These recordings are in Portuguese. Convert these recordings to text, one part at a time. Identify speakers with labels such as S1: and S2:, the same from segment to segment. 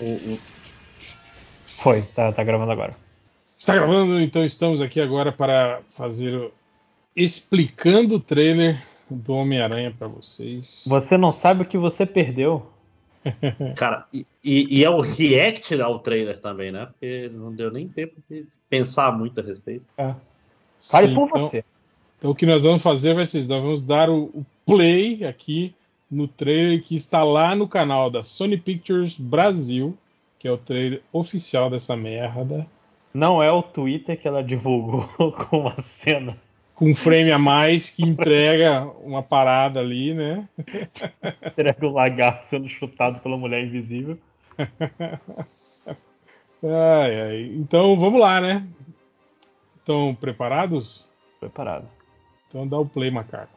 S1: O, o... Foi, tá, tá gravando agora.
S2: Está gravando, então estamos aqui agora para fazer o... explicando o trailer do Homem-Aranha para vocês.
S1: Você não sabe o que você perdeu.
S3: Cara, e, e é o react ao trailer também, né? Porque não deu nem tempo de pensar muito a respeito.
S1: É. Fale
S2: Sim,
S1: por
S2: então-
S1: você.
S2: Então o que nós vamos fazer vai ser isso, nós vamos dar o, o play aqui no trailer que está lá no canal da Sony Pictures Brasil, que é o trailer oficial dessa merda,
S1: Não é o Twitter que ela divulgou com uma cena.
S2: com um frame a mais que entrega uma parada ali, né?
S1: Entrega o lagarto sendo chutado pela mulher invisível.
S2: Ai, ai. Então vamos lá, né? Estão preparados?
S1: Preparado.
S2: Então dá o play, macaco.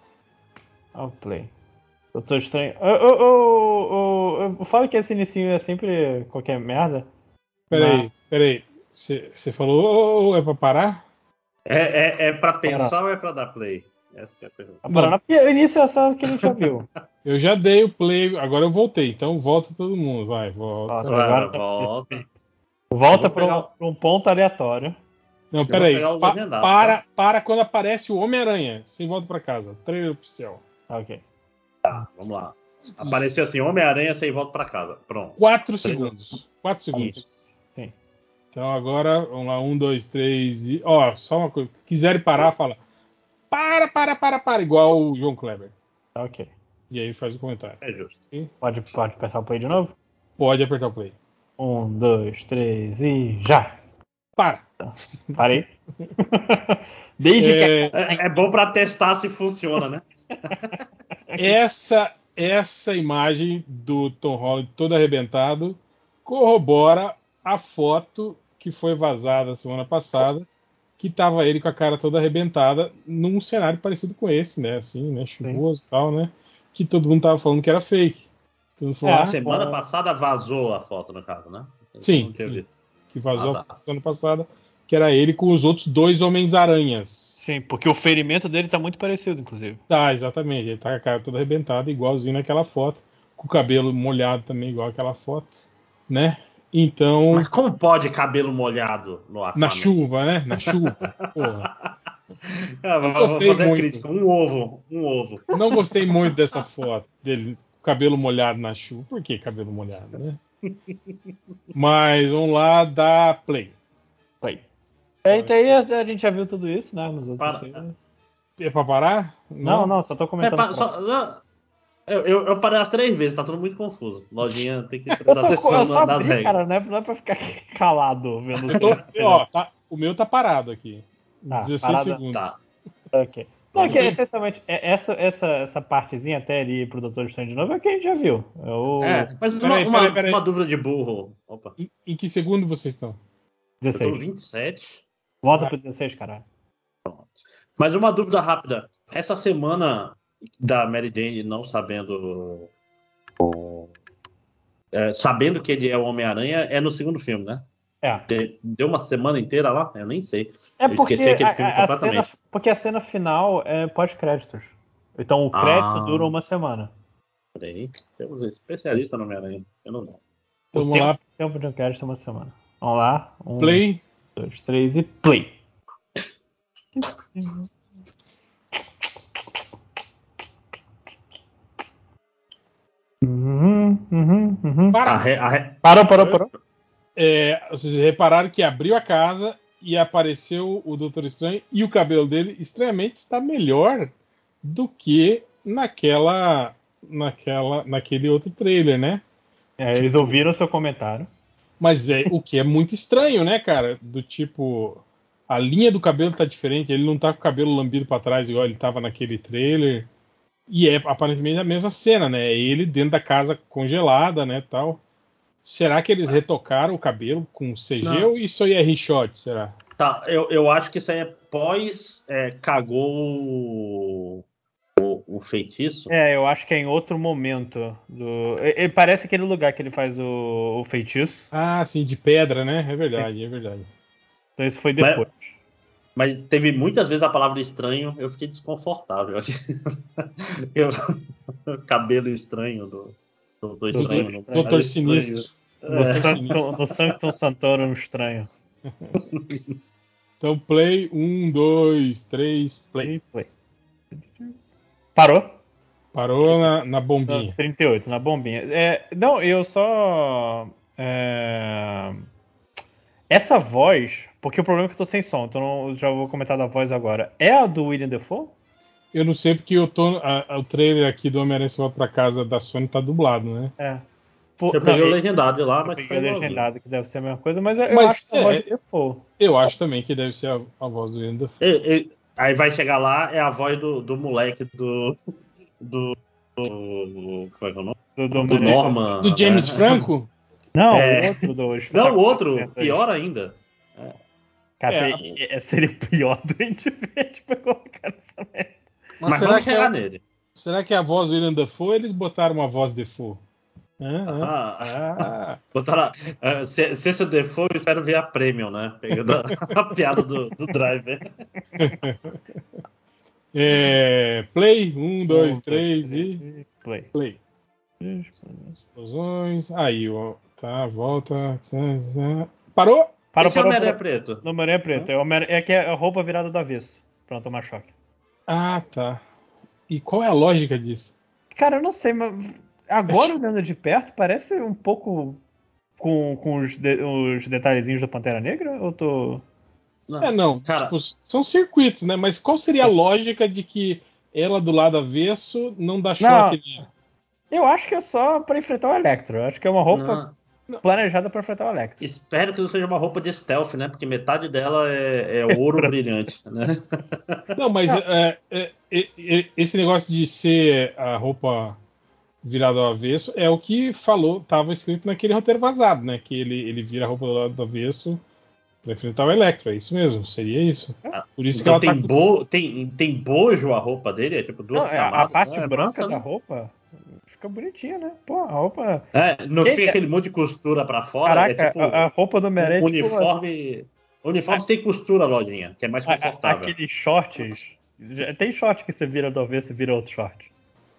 S1: Ao play. Eu tô estranho. Eu, eu, eu, eu, eu falo que esse inicinho é sempre qualquer merda.
S2: Peraí, peraí. Você falou, ô, ô, é pra parar?
S3: É, é, é pra pensar ou é pra dar play? Essa que é a pergunta.
S1: A Paraná, Tá porque o início é só o que a gente já viu.
S2: Eu já dei o play, agora eu voltei, então volta todo mundo, vai,
S3: Ah,
S2: volta.
S1: Volta,
S3: Agora,
S2: tá
S1: agora-
S3: volta. Eu
S1: volta
S3: vou
S1: pra um,
S3: pegar o-
S1: pra um ponto aleatório.
S2: Não,
S3: vou
S2: peraí.
S3: pegar o
S2: Pa-
S3: legendado, tá?
S2: para, para quando aparece o Homem-Aranha. Sem volta pra casa. Trailer oficial.
S1: Tá, ok.
S3: Vamos lá. Apareceu assim, Homem-Aranha, sem volta pra casa. Pronto.
S2: 4
S3: Trailer.
S2: segundos. 4 segundos.
S1: Sim.
S2: Então agora, vamos lá. 1, 2, 3 e. Ó, só uma coisa. Quiserem parar, fala. Para, para, para, para. Igual o João Kleber.
S1: Tá, ok.
S2: E aí faz o comentário.
S3: É justo.
S1: Pode, pode apertar o play de novo?
S2: Pode apertar o play.
S1: Um, dois, três e já!
S2: Para.
S1: Parei. Desde que.
S2: É,
S3: É, é bom pra testar se funciona, né?
S2: essa, essa imagem do Tom Holland todo arrebentado corrobora a foto que foi vazada semana passada, que tava ele com a cara toda arrebentada, num cenário parecido com esse, né? Assim, né? Chuvoso e tal, né? Que todo mundo tava falando que era fake. Todo mundo falou,
S1: É,
S2: ah,
S1: a semana-
S3: Semana passada vazou a foto, no caso, né?
S2: Sim,
S3: Não tinha
S2: sim.
S3: visto.
S2: que vazou
S3: Ah,
S2: a
S3: tá.
S2: foto semana passada, que era ele com os outros dois Homens-Aranhas.
S1: Sim, porque o ferimento dele tá muito parecido, inclusive.
S2: Tá, exatamente. Ele tá com a cara toda arrebentada, igualzinho naquela foto. Com o cabelo molhado também, igual aquela foto, né? Então,
S3: Mas como pode cabelo molhado no ar?
S2: na chuva, né? Na chuva. Porra.
S3: vou
S2: gostei
S3: Ah, fazer
S2: muito.
S3: crítica. Um ovo, um ovo.
S2: Não gostei muito dessa foto dele, com o cabelo molhado na chuva. Por que cabelo molhado, né? Mas vamos lá, dá play.
S1: Foi. É, então aí a, a gente já viu tudo isso, né? Nos outros.
S3: Para.
S1: filmes.
S2: É pra parar?
S1: Não, não, só tô
S3: É,
S1: comentando.
S3: pa-
S1: pra-
S3: só- não, eu, eu- eu parei as três vezes, tá tudo muito confuso. Lojinha tem que
S1: Eu
S3: prestar
S1: só,
S3: atenção
S1: eu só
S3: nas
S1: abri,
S3: regras.
S1: cara, né? Não é pra ficar calado vendo
S2: Eu tô- ó, tá- o meu tá parado aqui.
S1: Tá,
S2: 16
S1: parada-
S2: segundos.
S3: Tá.
S1: Ok. Não, que,
S3: Vamos ver.
S1: essencialmente, é- essa, essa, essa partezinha até ali pro Doutor Estranho de novo é o que a gente já viu. É o
S3: É, mas uma,
S2: Peraí,
S3: uma-
S2: peraí, peraí.
S3: uma dúvida de burro. Opa,
S2: Em, em que segundo vocês estão?
S3: eu tô
S1: 16.
S3: 27.
S1: Volta pro 16, caralho.
S3: Mas uma dúvida rápida. Essa semana da Mary Jane não sabendo. é, sabendo que ele é o Homem-Aranha é no segundo filme, né?
S1: É.
S3: De- Deu uma semana inteira lá? Eu nem sei.
S1: É
S3: Eu
S1: porque
S3: esqueci aquele
S1: a,
S3: filme
S1: a- a
S3: completamente.
S1: cena, porque a cena final é pós-créditos. Então o
S3: Ah.
S1: crédito dura uma semana.
S3: Peraí. Temos um especialista no Homem-Aranha. Eu não lembro.
S2: Vamos lá,
S1: O tempo de um crédito é uma semana. Vamos lá. Um,
S2: play.
S1: dois, três e play. Uhum, uhum, uhum.
S3: A
S2: Para.
S3: re- a re-
S1: Parou, parou, parou.
S2: É, vocês repararam que abriu a casa e apareceu o Doutor Estranho e o cabelo dele estranhamente está melhor do que naquela naquela naquele outro trailer, né?
S1: É, eles ouviram seu comentário.
S2: Mas é o que é muito estranho, né, cara? Do tipo a linha do cabelo tá diferente, ele não tá com o cabelo lambido para trás igual ele tava naquele trailer. E é aparentemente a mesma cena, né? É Ele dentro da casa congelada, né, tal. Será que eles retocaram o cabelo com CG
S3: Não.
S2: ou isso aí é reshot, será?
S3: Tá, eu, eu acho que isso aí é pós é, cagou o, o, o feitiço.
S1: É, eu acho que é em outro momento. Do... E, e parece aquele lugar que ele faz o, o feitiço.
S2: Ah, sim, de pedra, né? É verdade, é verdade.
S1: Então isso foi depois.
S3: Mas teve muitas vezes a palavra estranho, eu fiquei desconfortável. Eu- o cabelo estranho do, do Doutor
S2: Doutor,
S3: Estranho. né?
S2: Doutor Sinistro.
S1: No,
S3: É.
S1: Sanctum, no Sanctum Santorum estranho.
S2: Então, play. Um, dois, três, play.
S1: E play. Parou?
S2: Parou na, na
S1: Não,
S2: bombinha.
S1: 38, na bombinha. É, não, eu só. é, Essa voz. Porque o problema é que eu tô sem som, então não- já vou comentar da voz agora. É a do William Defoe?
S2: Eu não sei porque eu tô, a- a- o trailer aqui do Homem-Aranha Se Volta pra Casa da Sony tá dublado, né?
S1: É. Pô,
S3: Eu
S1: não,
S3: peguei o
S1: eu-
S3: legendário lá,
S1: eu
S3: mas
S1: peguei
S3: foi
S1: o
S3: novinho.
S1: legendado, que deve ser a mesma coisa, mas eu, eu
S2: Mas
S1: acho que a voz
S2: é-
S1: do Defoe.
S2: Eu acho também que deve ser a, a voz do William Dafoe.
S3: E- e- aí vai chegar lá, é a voz do, do moleque do. Do. do- como é que é o nome?
S1: Do,
S3: Do
S1: Dominic.
S3: Norman.
S2: Do James
S3: né?
S2: Franco?
S1: Não, o
S3: É.
S1: outro do.
S3: Não, o outro, pior ainda.
S1: Cara,
S2: É.
S1: seria, é, seria o pior do Verde pra colocar nessa merda.
S3: Mas,
S2: Mas,
S3: vamos
S2: será, que
S3: chegar
S2: é,
S3: nele.
S2: será que é a voz do William Dafoe ou eles botaram uma voz Defoe? Ah,
S3: Ah,
S2: ah, ah.
S3: botaram, ah, se, se esse default, eu espero ver a Premium, né? Pegando a, a piada do, do Driver.
S2: É, play. Um,
S1: Um,
S2: dois,
S1: dois,
S2: três e.
S1: Play.
S2: é, Play. Explosões. Aí, ó. Tá, volta. Parou?
S1: Para,
S3: Esse é o
S1: para,
S3: Meré
S1: para.
S3: Preto.
S1: No Homem-Aranha é preto. É, o Homem-Aranha- é que é a roupa virada do avesso. Pra não tomar choque.
S2: Ah, tá. E qual é a lógica disso?
S1: Cara, eu não sei, mas agora olhando de perto, parece um pouco com, com os, de- os detalhezinhos da Pantera Negra? Ou tô.
S3: Não.
S2: É, não.
S3: Cara.
S2: tipo, são circuitos, né? Mas qual seria a lógica de que ela do lado avesso não dá choque nele?
S1: Eu acho que é só pra enfrentar o Electro. Eu acho que é uma roupa
S3: Não.
S1: planejada pra enfrentar o Electro.
S3: Espero que não seja uma roupa de stealth, né? Porque metade dela é, é ouro brilhante, né?
S2: Não, mas é, é, é, é, esse negócio de ser a roupa virada ao avesso é o que falou, estava escrito naquele roteiro vazado, né? Que ele, ele vira a roupa do lado do avesso pra enfrentar o Electro. É isso mesmo, seria isso. Por isso
S1: é
S3: Então
S2: que ela
S3: tem,
S2: tá com-
S3: bo... tem, tem bojo a roupa dele, é tipo duas
S1: Não, é, a,
S3: camadas.
S1: parte
S3: né? É
S1: branca
S3: massa,
S1: da
S3: né?
S1: roupa fica bonitinha, né? Pô, a roupa.
S3: É, não
S1: Quem-
S3: fica aquele monte de costura pra fora.
S1: Caraca,
S3: é tipo
S1: a, a roupa do Homem-Aranha. é
S3: um
S1: tipo
S3: uniforme. Uniforme sem costura, lojinha, que é mais
S1: a- a-
S3: confortável.
S1: aqueles shorts. Já- Tem short que você vira do avesso e vira outro short.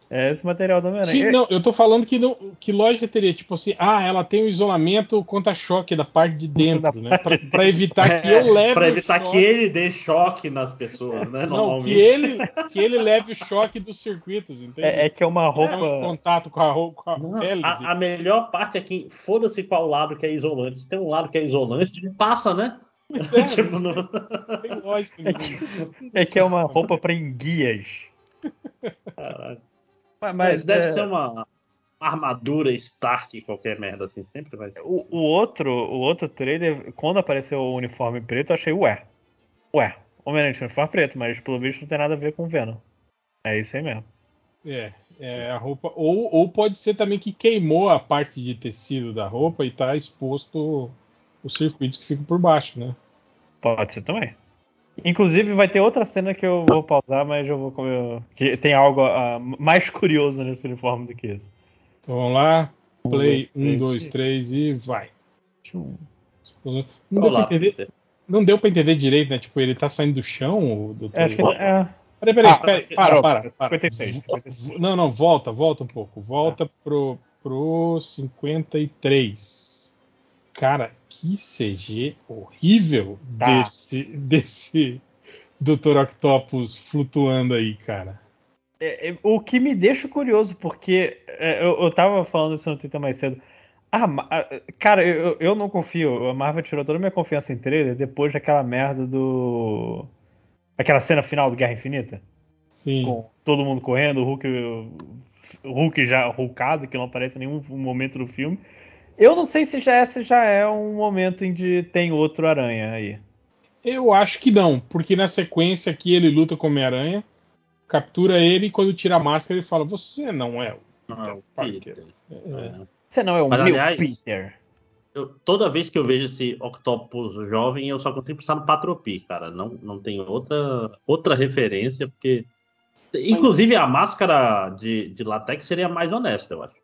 S1: É esse material do Homem-Aranha.
S2: Sim,
S1: Eu-
S2: não, eu tô falando que, não, que lógica teria, tipo assim, ah, ela tem um isolamento contra choque da parte de dentro, né? Pra, pra evitar que eu leve
S3: É, pra
S2: o
S3: evitar
S2: choque.
S3: que ele dê choque nas pessoas,
S2: Não,
S3: né?
S2: que
S3: Normalmente.
S2: ele, que ele leve o choque dos circuitos, entende?
S1: É, é que é uma
S2: Tá em
S1: roupa.
S2: contato com a, ro- com a
S3: Não,
S2: pele.
S3: a, a melhor parte é que foda-se qual lado que é isolante. Se tem um lado que é isolante, passa, né? Tipo, não-
S2: não tem lógica nenhuma.
S1: É que é uma roupa pra enguias.
S3: Caralho.
S1: Mas,
S3: Mas deve
S1: é,
S3: ser uma uma armadura Stark, qualquer merda assim, sempre vai ser.
S1: O, o outro, o outro trailer, quando apareceu o uniforme preto, eu achei, ué. Ué, Homem-Aranha tinha uniforme preto, mas pelo visto não tem nada a ver com o Venom. É isso aí mesmo.
S2: É, é, a roupa. Ou, ou pode ser também que queimou a parte de tecido da roupa e tá exposto os circuitos que ficam por baixo, né?
S1: Pode ser também. Inclusive, vai ter outra cena que eu vou pausar, mas eu vou. eu- que tem algo ah, mais curioso nesse uniforme do que isso.
S2: Então vamos lá. Play,
S1: dois,
S2: um, dois, três e vai. Não deu, pra
S3: Olá,
S2: entender,
S3: Peter.
S2: não deu pra entender direito, né? Tipo, ele tá saindo do chão, o doutor.
S1: É, acho que. É,
S2: Peraí, peraí,
S1: Ah,
S2: peraí, para,
S1: droga,
S2: para, para.
S1: 56, 56.
S2: Não, não, volta, volta um pouco. Volta
S1: Tá.
S2: pro, pro 53. Cara, que CG horrível
S1: Tá.
S2: desse, desse Dr. Octopus flutuando aí, cara.
S1: É, é, o que me deixa curioso, porque é, eu, eu tava falando isso no Twitter mais cedo. Ah, ma- ah, cara, eu, eu- eu não confio. A Marvel tirou toda a minha confiança em trailer depois daquela merda do. Aquela cena final do Guerra Infinita.
S2: Sim.
S1: com todo mundo correndo, o Hulk, o Hulk já Hulkado, que não aparece em nenhum momento do filme. Eu não sei se já esse já é um momento em que tem outro aranha aí.
S2: Eu acho que não, porque na sequência aqui ele luta com o Homem-Aranha, captura ele e quando tira a máscara ele fala: Você não é. o-"
S3: Não,
S2: Parker.
S3: Peter.
S2: É.
S3: É.
S1: Você não é um
S3: Mas,
S1: meu
S3: aliás,
S1: Peter.
S3: Eu- toda vez que eu vejo esse Octopus jovem, eu só consigo pensar no Patropi, cara. Não, não tem outra, outra referência, porque. Inclusive a máscara de, de latex seria mais honesta, eu acho.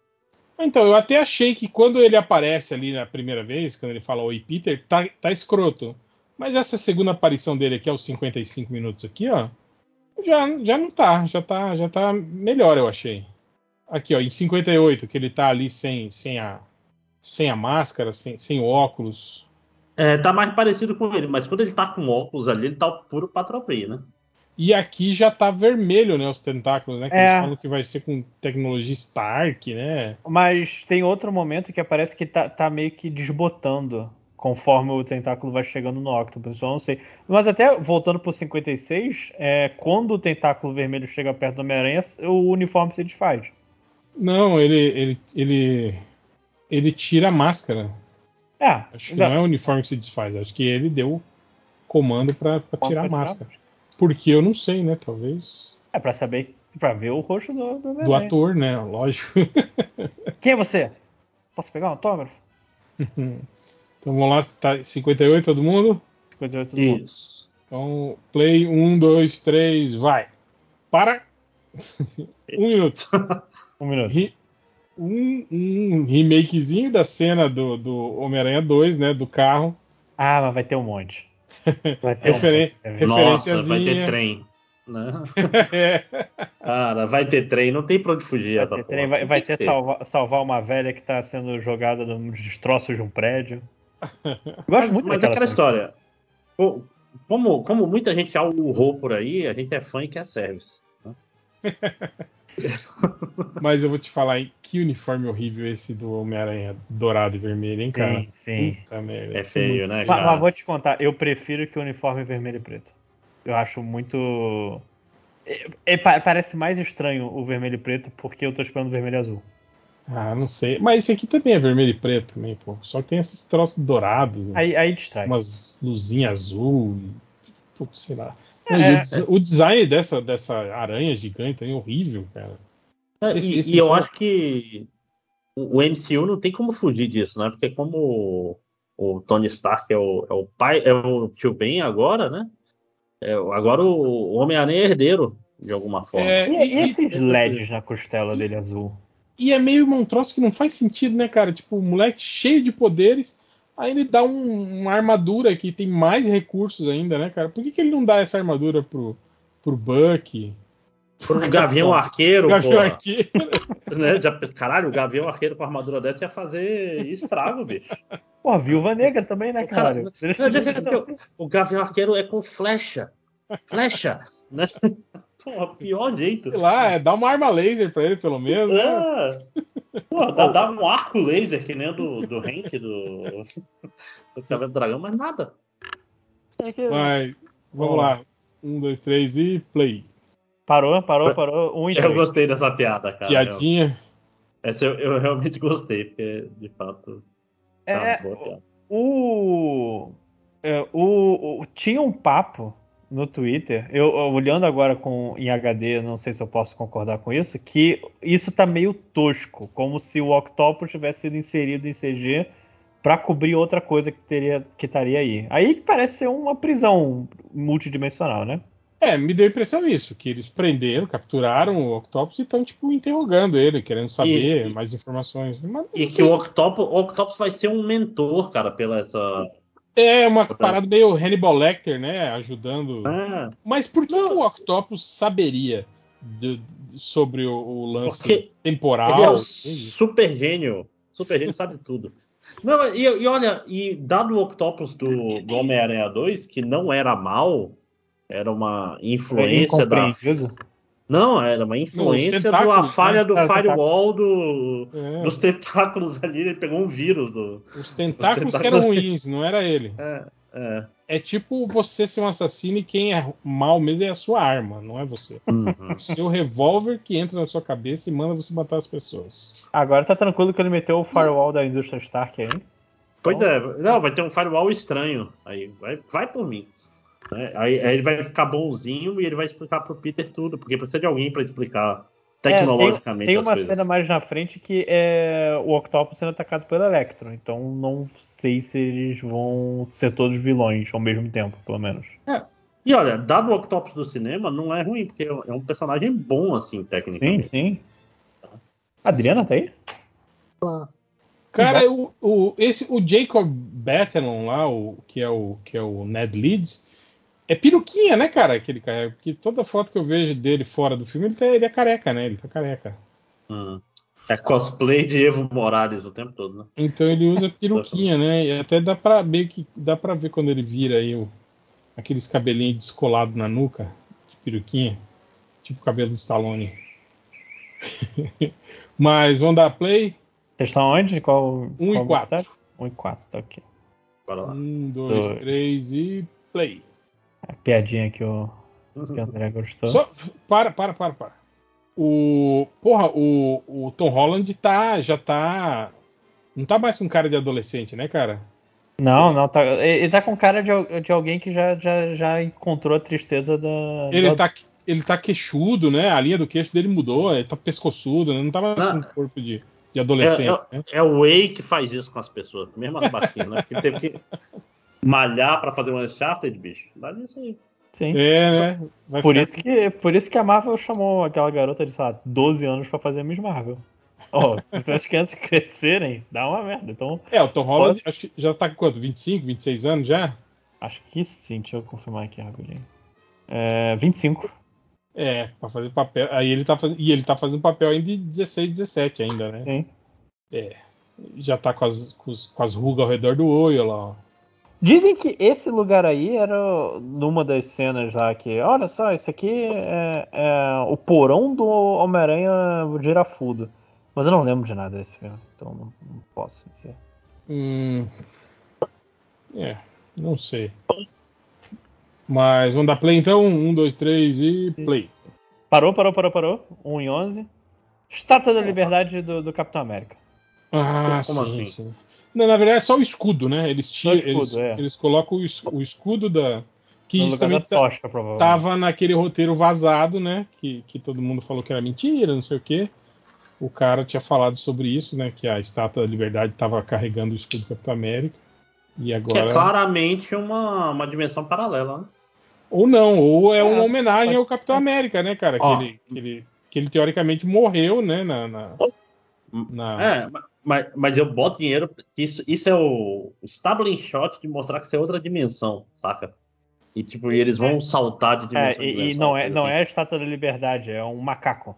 S2: Então, eu até achei que quando ele aparece ali na primeira vez, quando ele fala Oi Peter, tá, tá escroto. Mas essa segunda aparição dele aqui, aos 55 minutos aqui, ó, já, já não tá, já tá, já tá melhor, eu achei. Aqui, ó, em 58, que ele tá ali sem, sem, a, sem a máscara, sem, sem o óculos.
S3: É, tá mais parecido com ele, mas quando ele tá com óculos ali, ele tá puro patropeio, né?
S2: E aqui já tá vermelho, né? Os tentáculos, né? Que
S1: É.
S2: eles falam que vai ser com tecnologia Stark, né?
S1: Mas tem outro momento que parece que tá, tá meio que desbotando conforme o tentáculo vai chegando no Octopus, eu não sei. Mas até voltando pro 56, é, quando o tentáculo vermelho chega perto do Homem-Aranha, o uniforme se desfaz.
S2: Não, ele, ele, ele, ele tira a máscara.
S1: É,
S2: Acho que não, é o uniforme que se desfaz. Acho que ele deu comando pra pra tirar a máscara. Porque eu não sei, né? Talvez.
S1: É pra saber, pra ver o rosto do, do
S2: Do
S1: Homem-Aranha.
S2: ator, né? Lógico.
S1: Quem é você? Posso pegar um autógrafo?
S2: Então vamos lá, tá 58 todo mundo?
S1: 58 do mundo.
S3: Isso.
S2: Então, play, um, dois, três, vai. Para! um minuto.
S1: Um minuto.
S2: Re- Um, um remakezinho da cena do, do Homem-Aranha 2, né? Do carro.
S1: Ah, mas vai ter um monte. Vai ter
S2: Referen-
S1: um monte.
S3: Nossa, vai
S2: Referenciazinha.
S3: ter trem. Né?
S2: É.
S3: Cara, vai ter trem, não tem pra onde fugir.
S1: Vai
S3: essa
S1: ter,
S3: porra.
S1: trem, vai,
S3: Tem
S1: vai
S3: que
S1: ter salva- salvar uma velha que tá sendo jogada nos destroços de um prédio. Eu gosto muito
S3: Mas é
S1: daquela
S3: aquela
S1: cena.
S3: história. Pô, Como, como muita gente já urrou por aí, a gente é fã e quer service.
S2: Mas eu vou te falar, hein? Que uniforme horrível esse do Homem-Aranha dourado e vermelho, hein, cara?
S1: Sim, sim.
S2: Puta merda.
S3: É feio, né,
S1: Mas,
S3: cara?
S1: mas vou te contar, eu prefiro que o uniforme vermelho e preto. Eu acho muito. É- é- pa- parece mais estranho o vermelho e preto porque eu tô esperando vermelho e azul.
S2: Ah, não sei. Mas esse aqui também é vermelho e preto também, pô. Só que tem esses troços dourados, né?
S1: Aí, aí distrai.
S2: umas luzinhas azul. e- Putz, sei lá.
S1: É,
S2: E o
S1: é.
S2: des- o, design dessa, dessa aranha gigante é horrível, cara.
S3: É,
S2: Esse-
S3: e,
S2: esse
S3: e eu
S2: filme-
S3: acho que o o MCU não tem como fugir disso, né? Porque como o, o Tony Stark é o, é o pai, é o tio Ben agora, né? É, o- agora o, o Homem-Aranha é herdeiro, de alguma forma.
S2: É,
S1: E, e esses
S2: e-
S1: LEDs na costela dele azul?
S2: E é meio um troço que não faz sentido, né, cara? Tipo, o moleque cheio de poderes, aí ele dá um- uma armadura que tem mais recursos ainda, né, cara? Por que, que ele não dá essa armadura pro, pro Buck?
S3: Pro um Gavião Arqueiro,
S2: Gavião
S3: porra,
S2: Arqueiro?
S3: né? Já- caralho, o Gavião Arqueiro com a armadura dessa ia fazer estrago, bicho.
S1: Pô, a viúva negra também, né,
S3: O cara-
S1: cara?
S3: Não, já- já- já- o Gavião Arqueiro é com flecha. Flecha, né? Porra, pior jeito.
S2: Sei lá, é, dá uma arma laser pra ele, pelo menos, né?
S3: É. Pô, dá, dá um arco laser que nem o do, do Hank, do, do Cabelo do Dragão, mas nada.
S1: um
S3: É.
S2: Mas, vamos lá. Um, dois, três e play.
S1: Parou, parou, parou. Um e
S3: Eu
S1: três.
S3: gostei dessa piada, cara.
S2: Piadinha.
S3: Eu, essa eu, eu realmente gostei, porque de fato tá
S1: É,
S3: uma boa piada.
S1: o, é, o, o- tinha um papo no Twitter, eu, eu olhando agora com em HD, não sei se eu posso concordar com isso, que isso tá meio tosco, como se o Octopus tivesse sido inserido em CG para cobrir outra coisa que teria que estaria aí. Aí que parece ser uma prisão multidimensional, né?
S2: É, me deu a impressão isso, que eles prenderam, capturaram o Octopus e estão, tipo, interrogando ele, querendo saber
S3: e-
S2: mais informações. Mas
S3: E que o Octopus, o Octopus vai ser um mentor, cara, pela essa.
S2: é uma parada meio Hannibal Lecter, né? Ajudando.
S3: Ah,
S2: Mas por que o Octopus saberia de- de- sobre o, o lance
S3: Porque- Ele é
S2: temporal?
S3: um
S2: Entendi.
S3: super gênio. Super gênio sabe tudo. Não, e, e olha, e dado o Octopus do, do Homem-Aranha 2, que não era mal, era uma influência da.
S1: Incompreendido.
S3: Não, era uma influência da
S2: tentáculos,
S3: falha
S2: né?
S3: do
S1: Era os
S3: firewall do,
S2: É,
S3: dos tentáculos ali, ele pegou um vírus do.
S2: os tentáculos
S3: os
S2: que eram
S3: tentáculos-
S2: ruins, não era ele.
S3: É, é.
S2: É tipo você ser um assassino e quem é mal mesmo é a sua arma, não é você.
S3: Uhum.
S2: O seu revólver que entra na sua cabeça e manda você matar as pessoas.
S1: Agora tá tranquilo que ele meteu
S3: Hum.
S1: o firewall da indústria Stark aí.
S3: Pois é, não, vai ter um firewall estranho. Aí vai, vai por mim. né? Aí, aí ele vai ficar bonzinho e ele vai explicar pro Peter tudo, porque precisa de alguém para explicar tecnologicamente
S1: É, tem, tem
S3: as
S1: uma
S3: coisas.
S1: cena mais na frente que é o Octopus sendo atacado pelo Electro. Então não sei se eles vão ser todos vilões ao mesmo tempo, pelo menos.
S3: E olha, dado o Octopus do cinema, não é ruim, porque é um personagem bom, assim,
S1: Sim,
S3: tecnicamente.
S1: sim. Adriana tá aí?
S2: Cara, o, o, esse, o Jacob Batalon lá, o, que, é o, que é o Ned Leeds, é peruquinha, né, cara, que ele carrega. Porque toda foto que eu vejo dele fora do filme, ele, tá- ele é careca, né? Ele tá careca.
S3: Hum. É cosplay de Evo Morales o tempo todo, né?
S2: Então ele usa peruquinha, né? E até dá pra meio que dá pra ver quando ele vira aí o, aqueles cabelinhos descolados na nuca, de peruquinha, tipo o cabelo do Stallone. Mas vamos dar play?
S1: Vocês estão onde? Qual?
S2: 1
S1: qual
S2: e 4.
S1: comentário? Um e quatro, tá ok.
S3: Bora lá.
S2: 1, 2,
S1: Dois.
S2: 3 Um, e play.
S1: A piadinha que o, que o André gostou.
S2: Só, para, para, para, para. O, porra, o, o Tom Holland tá, já tá. Não tá mais com cara de adolescente, né, cara?
S1: Não, não, tá, ele ele tá com cara de, al- de alguém que já, já, já encontrou a tristeza da.
S2: Ele
S1: da-
S2: tá, ele tá queixudo, né? A linha do queixo dele mudou, ele tá pescoçudo, né? Não tá mais
S3: Ah.
S2: com um corpo de, de
S3: É,
S2: adolescente,
S3: é-
S2: né?
S3: é o Way que faz isso com as pessoas, mesmo as baixinhas, né? Porque teve que malhar pra fazer um Uncharted, bicho. Dá nisso aí.
S1: Sim.
S2: É, né? Vai
S1: Por
S2: ficar-
S1: isso, que, por isso que a Marvel chamou aquela garota de, sei lá, 12 anos pra fazer a Miss Marvel. Ó, se essas crianças crescerem, dá uma merda. Então,
S2: É, o Tom Holland acho que já tá com quanto? 25, 26 anos já?
S1: acho que sim, deixa eu confirmar aqui rapidinho. É, 25.
S2: É, pra fazer papel. Aí ele tá fazendo. E ele tá fazendo papel ainda de 16, 17 ainda, né?
S1: Sim.
S2: Já tá com as, com os- com as rugas ao redor do olho lá, ó.
S1: Dizem que esse lugar aí era o- numa das cenas lá que, olha só, isso aqui é, é o porão do Homem-Aranha Girafudo. Mas eu não lembro de nada desse filme, então não, não posso dizer.
S2: Hum, é, não sei. Mas vamos dar play então? Um, dois, três e play.
S1: Parou, parou, parou, parou. 1 em 11. Estátua da Liberdade do, do Capitão América.
S2: Ah,
S3: Como
S2: sim,
S3: assim?
S2: sim. Não, na verdade é só o escudo, né? Eles,
S1: o
S2: tiram,
S1: escudo,
S2: eles,
S1: é.
S2: eles colocam o, es- o escudo da. Que
S1: no
S2: isso
S1: lugar da
S2: também tá-
S1: tocha, provavelmente.
S2: tava naquele roteiro vazado, né? Que, que todo mundo falou que era mentira, não sei o quê. O cara tinha falado sobre isso, né? Que a estátua da liberdade estava carregando o escudo do Capitão América. E
S3: Que
S2: agora.
S3: é claramente uma, uma dimensão paralela, né?
S2: Ou não, ou é uma
S1: É,
S2: homenagem
S1: pode-
S2: ao Capitão América, né, cara?
S3: Ó.
S2: que, ele, que, ele, que ele teoricamente morreu, né? Na, na,
S1: Ah.
S2: na-
S3: É, ma- mas, mas eu boto dinheiro. Isso, isso é o Stabling Shot de mostrar que isso é outra dimensão, saca? E tipo, e eles vão saltar de
S1: É,
S3: dimensão em
S1: e, e
S3: dimensão,
S1: não, é,
S3: coisa
S1: não
S3: assim.
S1: é a Estátua da Liberdade, é um macaco.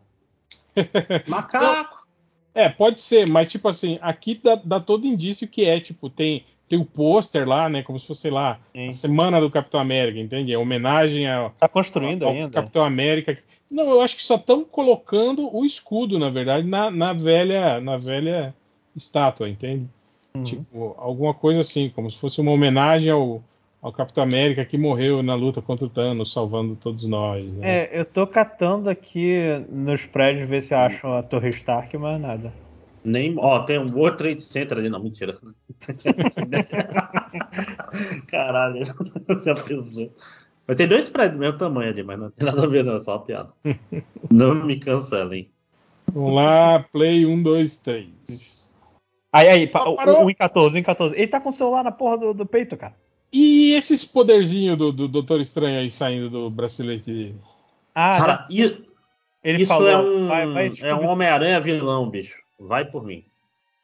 S3: Macaco!
S2: É, pode ser, mas tipo assim, aqui dá, dá todo indício que é, tipo, tem, tem o pôster lá, né? Como se fosse sei lá,
S1: Sim.
S2: a Semana do Capitão América, entende? É homenagem ao,
S1: Tá construindo
S2: ao
S1: ainda.
S2: Capitão América. Não, eu acho que só estão colocando o escudo, na verdade, na, na velha na velha estátua, entende?
S1: Uhum.
S2: Tipo, alguma coisa assim, como se fosse uma homenagem ao, ao Capitão América que morreu na luta contra o Thanos, salvando todos nós. Né?
S1: É, eu tô catando aqui nos prédios ver se eu acho a Torre Stark, mas nada.
S3: Nem, ó, tem um World Trade Center ali, não, mentira. Caralho, já pensou. Mas tem dois prédios do mesmo tamanho ali, mas não tem nada a ver, não, é só uma piada. Não me cancelem.
S2: Vamos lá, play 1, 2, 3.
S1: Aí, aí, pa,
S2: Ah,
S1: o-
S2: parou.
S1: o 1 em 14, 1 em 14. Ele tá com o celular na porra do, do peito, cara.
S2: E esses poderzinhos do, do Doutor Estranho aí saindo do bracelete dele?
S1: Ah, tá.
S3: Cara, e-
S1: ele
S3: isso
S1: falou.
S3: é um,
S1: vai, vai,
S3: é um Homem-Aranha vilão, bicho. Vai por mim.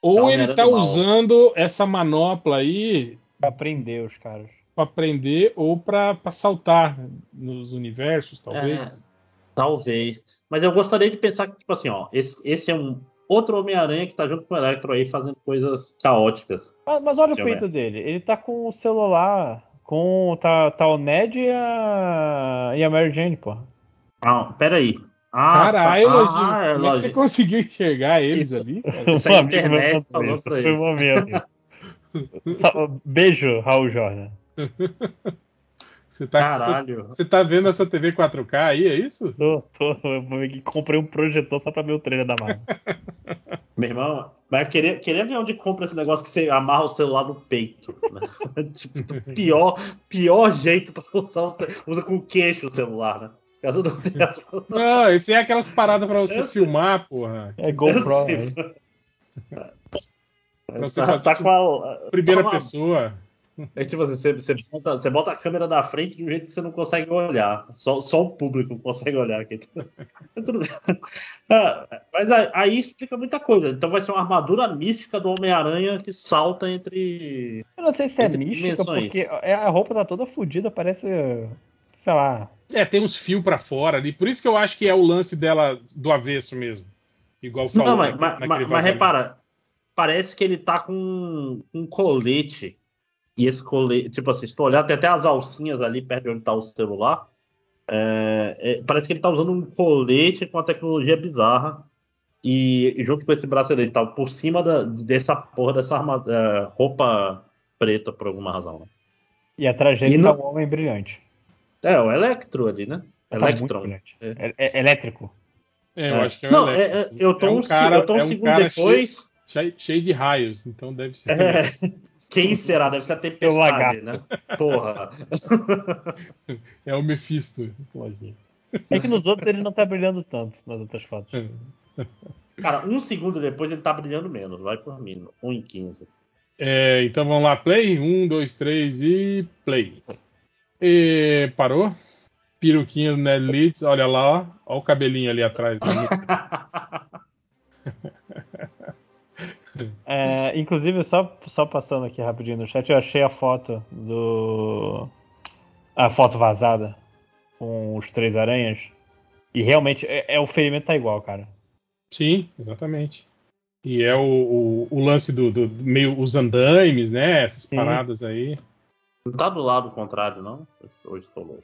S2: Ou
S3: Tá,
S2: ele
S3: era
S2: tá
S3: do mal.
S2: usando essa manopla aí
S1: pra prender os caras.
S2: pra prender ou pra pra saltar nos universos, talvez.
S3: É. Talvez. Mas eu gostaria de pensar que, tipo assim, ó, esse, esse é um outro Homem-Aranha que tá junto com o Electro aí fazendo coisas caóticas.
S1: Mas, mas olha
S3: Esse
S1: o peito dele. Ele tá com o celular. Com. Tá, tá o Ned e a. E a Mary Jane, porra.
S3: Ah, peraí. Ah, tá.
S2: Caralho, Lojinho, como
S3: ah,
S2: é que você
S3: Lojinho.
S2: conseguiu enxergar eles
S3: Isso.
S2: ali? cara?
S3: Isso
S1: Um
S3: a
S1: amigo meu
S3: internet
S1: contou
S3: falou
S1: isso,
S3: pra
S1: Foi
S3: ele.
S1: um amigo. Só- Beijo, Raul Jordan.
S2: Você tá,
S3: Caralho.
S2: Você, você tá vendo essa TV 4K aí, é isso?
S1: Tô, tô, eu meio que comprei um projetor só pra ver o trailer da Marvel.
S3: Meu irmão, mas queria, queria ver onde compra esse negócio que você amarra o celular no peito. Né? tipo, do pior, pior jeito pra usar o celular. Usa com o queixo o celular, né? Caso não tenha as
S2: Não, esse é aquelas paradas pra você filmar, porra.
S1: É GoPro, né?
S2: Pra um, você
S3: Tá,
S2: fazer
S3: tá
S2: tipo,
S3: com a,
S2: Primeira
S3: tá com a-
S2: pessoa.
S3: É tipo assim, você, você bota, você bota a câmera da frente de um jeito que você não consegue olhar. Só, só o público consegue olhar aqui. É Tudo bem. Ah, Mas a- aí explica muita coisa. Então vai ser uma armadura mística do Homem-Aranha que salta entre.
S1: Eu não sei se é
S3: Entre
S1: mística,
S3: dimensões.
S1: porque é- a roupa tá toda fodida, parece. Sei lá.
S2: É, tem uns fios pra fora ali. Por isso que eu acho que é o lance dela do avesso mesmo. Igual
S3: Não,
S2: falou
S3: mas,
S2: na-
S3: mas-
S2: naquele
S3: mas- mas
S2: vazamento.
S3: repara, parece que ele tá com um colete. E esse colete, tipo assim, se tu olhar, tem até as alcinhas ali perto de onde tá o celular. É, é, parece que ele tá usando um colete com uma tecnologia bizarra. E e junto com esse bracelete, tá por cima da- dessa porra, dessa arma- é, roupa preta, por alguma razão. né?
S1: E atrás dele
S3: E
S1: tá
S3: não-
S1: um homem brilhante.
S3: É, o Electro ali, né?
S1: Tá muito
S3: Electron.
S1: brilhante.
S3: É.
S1: É- é- elétrico.
S2: É, eu
S3: É.
S2: acho que é o
S3: Não,
S2: Electro,
S3: é- é-
S2: sim.
S3: eu tô
S2: É
S3: um, se- eu tô um
S2: é
S3: segundo
S2: cara
S3: depois.
S2: Cheio, cheio de raios, então deve ser.
S3: É, Quem será? Deve ser a
S1: Seu
S3: tempestade,
S1: lagarto.
S3: né? Porra.
S2: É o Mephisto. lógico.
S1: É que nos outros ele não tá brilhando tanto nas outras fotos.
S3: Cara, um segundo depois ele tá brilhando menos. Vai por mim. 1 em 15.
S2: É, então vamos lá, play. Um, dois, três e play. E, parou. Peruquinha do Ned Leeds, olha lá, ó. Olha o cabelinho ali atrás.
S1: É, inclusive, só, só passando aqui rapidinho no chat, eu achei a foto do. A foto vazada com os três aranhas. E realmente, é, é- o ferimento tá igual, cara.
S2: Sim, exatamente. E é o, o- o lance do, do- do meio os andaimes, né? Essas
S1: Sim.
S2: paradas aí.
S3: Não tá do lado contrário, não? Hoje estou louco.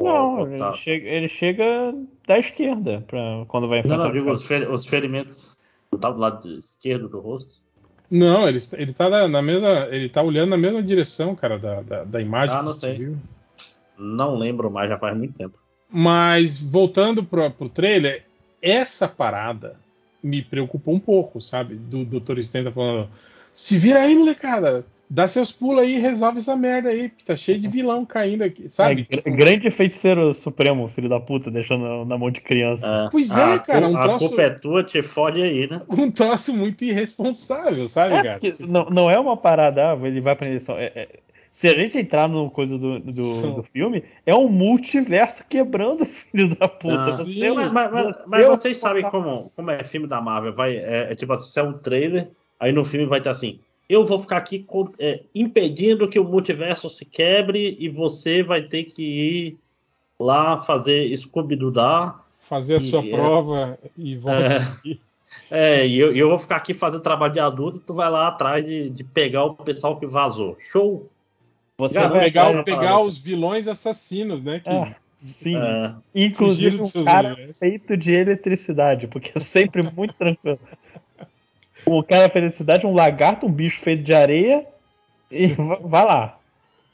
S1: Não,
S3: tá.
S1: ele chega, ele chega da esquerda pra, quando vai
S3: Não,
S1: enfrentar.
S3: não, eu digo
S1: o
S3: os, feri- os ferimentos. Não tá do lado esquerdo do rosto?
S2: Não, ele, está- ele tá na, na mesma. Ele tá olhando na mesma direção, cara, da, da, da imagem.
S3: Ah, não
S2: que
S3: sei.
S2: você viu.
S3: Não lembro mais, já faz muito tempo.
S2: Mas voltando pro, pro trailer, essa parada me preocupou um pouco, sabe? Do Dr. Stenta falando: se vira aí, molecada, dá seus pulos aí, resolve essa merda aí, porque tá cheio de vilão caindo aqui, sabe? Tipo,
S1: É, gr- grande feiticeiro supremo, filho da puta, deixando na mão de criança.
S3: É,
S2: Pois é,
S3: a,
S2: cara,
S3: cu-
S2: um
S3: a
S2: troço-
S3: culpa é tua, te fode aí, né?
S2: Um troço muito irresponsável, sabe,
S1: É,
S2: cara?
S1: porque não, não é uma parada, ah, ele vai pra eleição. É- é- se a gente entrar no coisa do, do, do filme, é um multiverso quebrando, filho da puta.
S3: Ah,
S1: Você- é um
S2: sim.
S3: Mas, mas- mas- mas
S1: eu-
S3: vocês sabem como, como é filme da Marvel. Vai, é, é tipo assim, se é um trailer, aí no filme vai estar assim. Eu vou ficar aqui co- é, impedindo que o multiverso se quebre e você vai ter que ir lá fazer scooby doo
S2: Fazer a sua
S3: E é-
S2: prova e volta.
S3: É, e eu, e eu vou ficar aqui fazendo trabalho de adulto e tu vai lá atrás de, de pegar o pessoal que vazou. Show!
S1: Você
S3: Cara,
S1: vai
S2: pegar,
S1: atrás-
S2: pegar
S3: parada.
S2: os vilões assassinos, né? Que
S1: Ah, sim.
S3: É.
S1: Inclusive
S2: fugiram dos
S1: um
S2: seus
S1: cara
S2: universos.
S1: feito de eletricidade, porque é sempre muito tranquilo. O cara feito de eletricidade, um lagarto, um bicho feito de areia, e va- vai lá.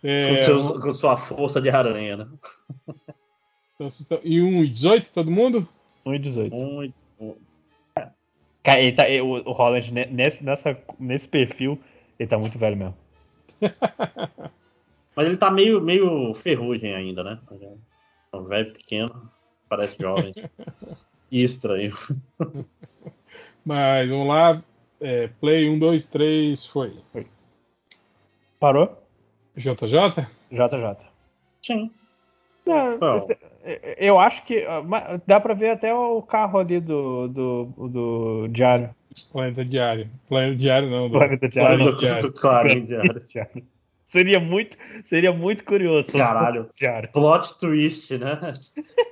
S2: É,
S3: Com, seus- com sua força de aranha, né?
S2: então vocês estão- E um 18, todo mundo?
S1: 1 e 18.
S3: Um,
S1: Cara, ele tá- ele- o, o Holland, né, nesse, nessa- nesse perfil, ele tá muito velho mesmo.
S3: Mas ele tá meio, meio ferrugem ainda, né? É Um velho pequeno, parece jovem. E Estranho.
S2: Mas vamos lá. É, play 1, 2, 3, foi.
S1: Parou?
S2: JJ?
S1: JJ.
S3: Sim.
S1: Não,
S3: Não.
S1: esse- eu acho que. ah, ma- Dá pra ver até o carro ali do, do, do Diário.
S2: Planeta Diário. Planeta Diário não. do-
S1: Planeta Diário.
S2: Planeta
S3: Claro,
S2: Diário.
S3: diário.
S1: Diário. Seria muito, seria muito curioso. se fosse
S3: Caralho.
S1: o Diário.
S3: Plot twist, né?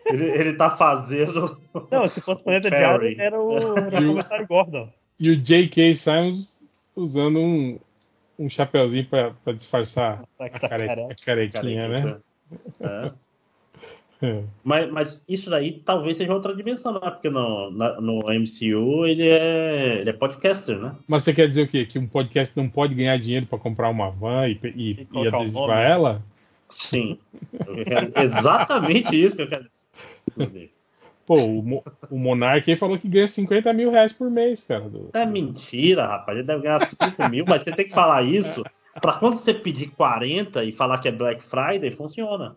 S3: Ele, ele tá fazendo.
S1: Não, se fosse Planeta
S3: Ferry.
S1: Diário, era o era o comissário Gordon.
S2: E o J.K. Simons usando um, um chapeuzinho pra, pra disfarçar
S1: Tá,
S2: a,
S1: tá,
S2: care-
S1: cara.
S2: a carequinha, né?
S3: Carequinha, né? É.
S2: É.
S3: Mas, mas isso daí talvez seja outra dimensão, né? Porque no, na- no MCU ele é, ele é podcaster, né?
S2: Mas você quer dizer o quê? Que um podcast não pode ganhar dinheiro pra comprar uma van e, e-
S1: E
S2: e
S1: colocar o
S2: adesivar
S1: nome. né?
S2: ela?
S3: Sim. Eu quero exatamente isso que eu quero. inclusive.
S2: Pô, o, Mo- o Monark aí falou que ganha 50 mil reais por mês, cara. do-
S3: É mentira, rapaz. Ele deve ganhar 5 mil, mas você tem que falar isso. Pra quando você pedir 40 e falar que é Black Friday, funciona.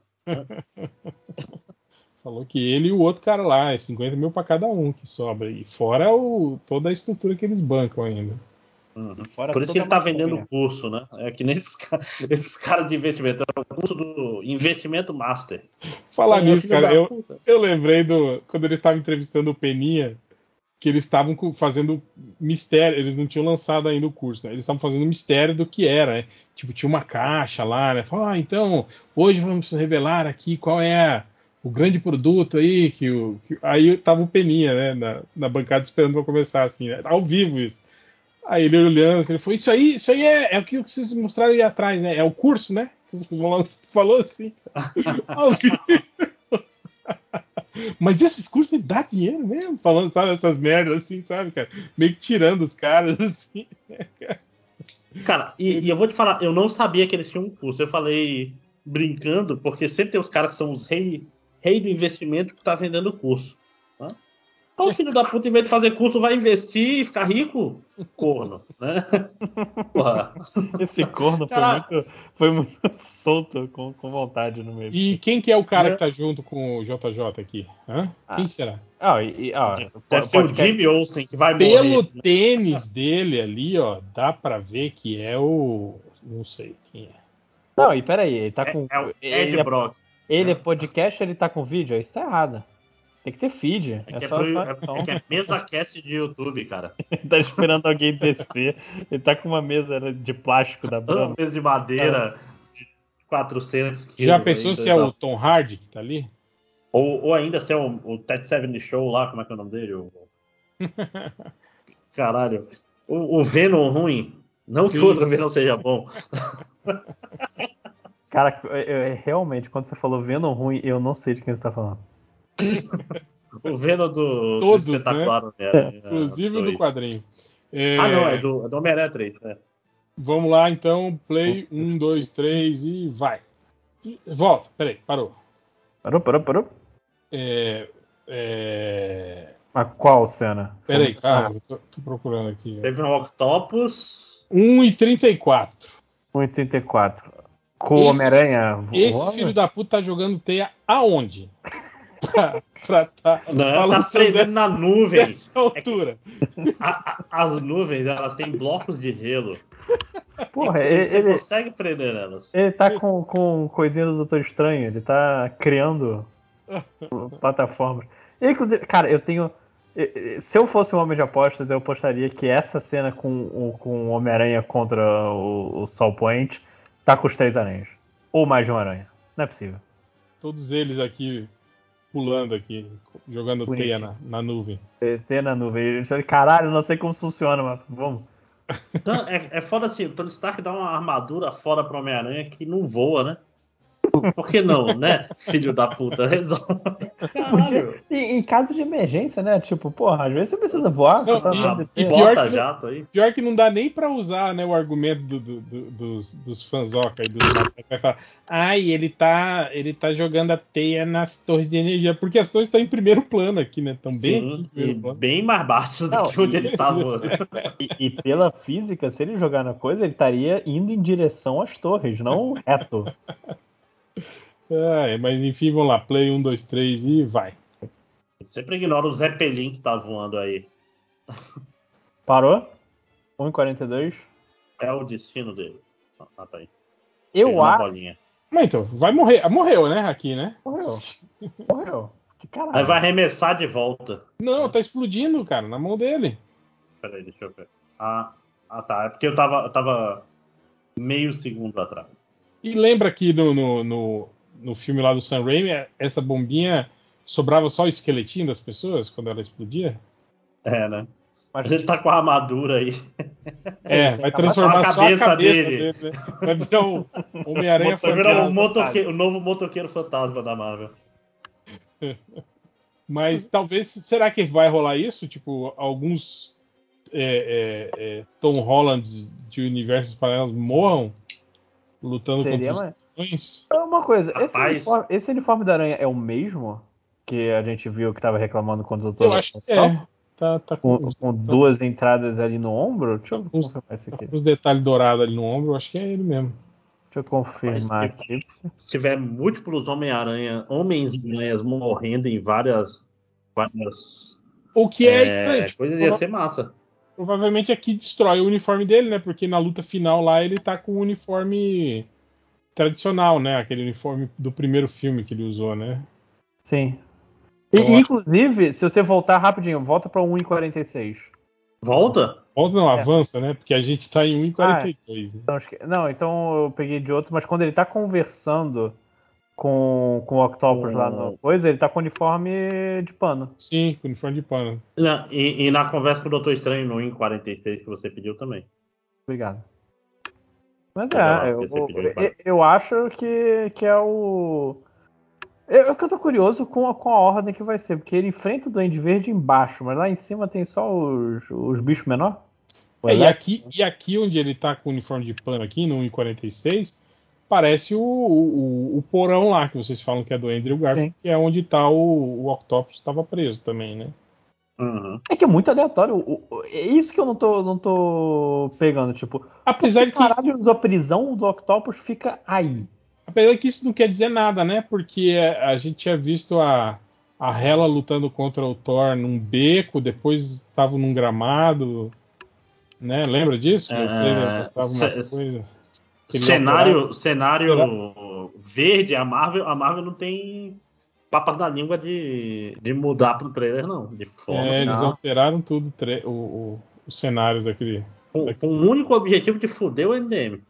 S2: Falou que ele e o outro cara lá, é 50 mil pra cada um que sobra. E fora o, toda a estrutura que eles bancam ainda.
S1: é Fora
S3: Por isso que ele
S1: toda
S3: tá
S1: a
S3: vendendo o
S1: maconha.
S3: curso, né? É que nesses ca- esses caras de investimento. É o curso do investimento master.
S2: Falar
S3: Pô, meu
S2: nisso,
S3: filho
S2: cara,
S3: da
S2: eu,
S3: puta.
S2: eu lembrei do. Quando eles estavam entrevistando o Peninha, que eles estavam co- fazendo mistério, eles não tinham lançado ainda o curso, né? Eles estavam fazendo mistério do que era, né? Tipo, tinha uma caixa lá, né? Falou, ah, então, hoje vamos revelar aqui qual é a, o grande produto aí, que o. que- aí tava o Peninha, né? Na, na bancada esperando pra começar, assim, né, ao vivo isso. Aí ele olhando, assim, ele falou, isso aí, isso aí é, é o que vocês mostraram aí atrás, né? É o curso, né? Que vocês vão lá, falou assim. ao vivo. Mas esses cursos dá dinheiro mesmo? Falando, sabe, essas merdas assim, sabe, cara? Meio que tirando os caras, assim.
S3: Cara, e, e eu vou te falar, eu não sabia que eles tinham um curso. Eu falei brincando, porque sempre tem os caras que são os rei, rei do investimento que tá vendendo curso. Né? Então o filho da puta, em vez de fazer curso, vai investir e ficar rico? Corno, né? Porra.
S1: Esse corno foi
S3: Cara-
S1: muito, foi muito solto com, com vontade no meio.
S2: E quem que é o cara que tá junto com o JJ aqui? Hã?
S1: Ah.
S2: Quem será?
S1: Ah, e, e, ah,
S3: Deve
S1: pode,
S3: ser o
S1: pode-
S3: Jimmy Olsen que vai
S2: Pelo
S3: morrer.
S2: tênis dele ali, ó, dá pra ver que é o. Não sei quem é.
S1: Não, e peraí, ele tá
S3: É,
S1: com.
S3: é o Ed
S1: ele, é,
S3: Brock.
S1: ele é podcast, ele tá com vídeo? Isso tá errado. Tem que ter feed.
S3: É
S1: É,
S3: que é,
S1: só,
S3: pro,
S1: só-
S3: é-
S1: só-
S3: é que é mesa cast de YouTube, cara.
S2: é
S1: Ele tá esperando alguém descer. Ele tá com uma mesa de plástico da
S3: Uma
S2: Ah.
S1: Brahma.
S3: mesa de madeira de 400 quilos.
S2: Já pensou
S3: aí,
S2: se é
S3: dois
S2: o Tom Hardy que tá ali?
S3: Ou, ou ainda ser o, o Ted Seven Show lá, como é que é o nome dele? O- Caralho. O, o Venom ruim. Não que o outro Venom seja bom.
S1: Cara, eu- eu- realmente, quando você falou vendo ruim, eu não sei de quem você tá falando.
S3: O Venom do,
S2: Todos,
S3: do espetacular. Né?
S2: Inclusive o
S3: dois.
S2: do quadrinho. É,
S3: Ah, não, é do, é do Homem-Aranha 3. né?
S2: Vamos lá então, play, um, dois, três e vai. Volta, peraí, parou.
S1: Parou, parou, parou?
S2: É, é...
S1: Mas qual cena? Um
S2: Peraí, calma, eu tô, tô procurando aqui.
S3: Teve um Octopus.
S2: 1 e 34.
S1: 1,34. Com o
S2: Esse-
S1: Homem-Aranha voando?
S2: Esse filho da puta tá jogando teia aonde? pra, pra tá
S3: Não, tá
S2: Balançando
S3: tremendo
S2: dessa-
S3: na É nuvem.
S2: nessa altura.
S3: A- a- as nuvens, elas têm blocos de gelo.
S1: Porra,
S3: E
S2: é
S1: ele,
S3: você
S1: ele,
S3: consegue prender elas.
S1: ele tá com, com coisinha do Doutor Estranho. Ele tá criando plataformas. Inclusive, cara, eu tenho. eh, eh, Se eu fosse um homem de apostas, eu apostaria que essa cena com, o- com o Homem-Aranha contra o, o Sol Poente tá com os três aranhas. Ou mais de um aranha. Não é possível.
S2: Todos eles aqui pulando aqui, jogando
S1: Bonitinho.
S2: teia na, na nuvem.
S1: Tem na nuvem. Eu falei, Caralho, não sei como funciona, mas vamos.
S3: Então, é, é foda assim, o Tony Stark dá uma armadura foda pro Homem-Aranha que não voa, né? Por que não, né? Filho da puta, resolve. Caralho.
S1: E, em caso de emergência, né? Tipo, porra, às vezes você precisa voar.
S2: Não,
S1: você tá
S2: e-
S1: andando de
S3: E
S1: terra.
S2: pior
S3: bota
S2: que-
S3: jato aí.
S2: Pior que não dá nem pra usar né, o argumento do- do- do- dos, dos fanzoca e dos que vai falar. Ai, ele tá, ele tá jogando a teia nas torres de energia. Porque as torres estão em primeiro plano aqui, né? Estão bem
S3: Sim,
S2: em
S3: e
S2: primeiro plano.
S3: bem mais baixo do
S1: Não,
S3: que onde ele tá tava.
S1: E, e pela física, se ele jogar na coisa, ele estaria indo em direção às torres, não reto.
S2: Ai, É, mas enfim, vamos lá. Play 1, 2, 3 e vai.
S3: Sempre ignora o Zeppelin que tá voando aí.
S1: Parou? 1,42.
S3: É o destino dele. Ah, tá aí. Pegou
S1: Eu
S3: na
S1: acho.
S3: bolinha.
S2: Mas então, vai morrer. Ah, Morreu, né, aqui, né?
S1: Morreu. Morreu. Que caralho.
S3: Aí vai arremessar de volta.
S2: Não, tá explodindo, cara, na mão dele.
S3: Peraí, deixa eu ver. Ah, ah tá. É porque eu tava, eu tava meio segundo atrás.
S2: E lembra que no, no, no, no filme lá do Sam Raimi, é, essa bombinha sobrava só o esqueletinho das pessoas quando ela explodia?
S3: É, né?
S1: Mas-
S3: Mas ele tá com a armadura aí.
S2: É, vai
S1: Só a
S2: transformar só a cabeça,
S3: cabeça
S2: dele.
S3: dele.
S2: né? Vai virar o Homem-Aranha
S3: Vai
S2: fantasma.
S3: virar o, Tá um motoque- o novo motoqueiro fantasma da Marvel.
S1: Uhum.
S2: Mas talvez, será que vai rolar isso? Tipo, alguns é, é, é, Tom Hollands de universos paralelos morram lutando
S1: Seria,
S2: contra
S1: mas...
S2: os vilões?
S1: É Uma coisa, esse
S3: Rapaz.
S1: uniforme, esse uniforme da aranha é o mesmo que a gente viu que tava reclamando quando o doutor.
S2: Eu acho que é. Tá, tá
S1: Com,
S2: com,
S1: com duas entradas ali no ombro? Deixa eu
S2: Uns-
S1: confirmar isso aqui.
S2: uns detalhes dourados ali no ombro, eu acho que é ele mesmo.
S1: Deixa eu confirmar
S3: Mas-
S1: aqui.
S3: Se tiver múltiplos Homem-Aranha, Homens-Aranhas morrendo em várias. várias
S2: O que é,
S3: eh,
S2: estranho. tipo,
S3: coisas, ia ser massa.
S2: Provavelmente aqui destrói o uniforme dele, né? Porque na luta final lá ele tá com o uniforme tradicional, né? Aquele uniforme do primeiro filme que ele usou, né?
S1: Sim. E,
S3: Então,
S2: Eu acho-
S1: inclusive, se você voltar rapidinho, volta pra 1,46.
S3: Volta?
S2: Volta não,
S1: É. Ah,
S2: avança, né? Porque a gente tá em 1,42. né?
S1: Então, acho que- Não, então eu peguei de outro, mas quando ele tá conversando com, com o Octopus
S3: Com-
S1: lá no coisa, ele tá com uniforme de pano.
S2: Sim, com uniforme de pano.
S3: Na- e, e na conversa com o Doutor Estranho no Win 46 que você pediu também.
S1: Obrigado. Mas
S3: Olha lá,
S1: é, eu,
S3: você pediu
S1: eu-
S3: para-
S1: eu acho que, que é o. Eu, eu que eu tô curioso com a, com a ordem que vai ser, porque ele enfrenta o Duende Verde embaixo, mas lá em cima tem só os, os bichos menor.
S2: É, e, aqui, e aqui onde ele tá com o uniforme de pano aqui, no 1,46, parece o, o, o porão lá, que vocês falam que é do Andrew Garfield,
S1: Sim.
S2: que é onde tá o, o Octopus estava preso também, né?
S3: Uhum.
S1: É que é muito aleatório. o- o- É isso que eu não tô, não tô pegando. Tipo,
S2: Apesar de que,
S1: caralho, a prisão do Octopus fica aí.
S2: apesar de que isso não quer dizer nada, né? Porque a gente tinha visto a, a Hela lutando contra o Thor num beco, depois estavam num gramado, né? Lembra disso?
S3: É,
S2: O trailer mostrava uma
S3: se-
S2: coisa.
S3: é
S2: Aquele
S3: Cenário, cenário verde, a Marvel, a Marvel não tem papas na língua de, de mudar pro trailer, não. De forma.
S2: É, eles
S1: Não.
S2: alteraram tudo, tre- o- o- os cenários daquele.
S3: Com, com o único objetivo de foder o MDM.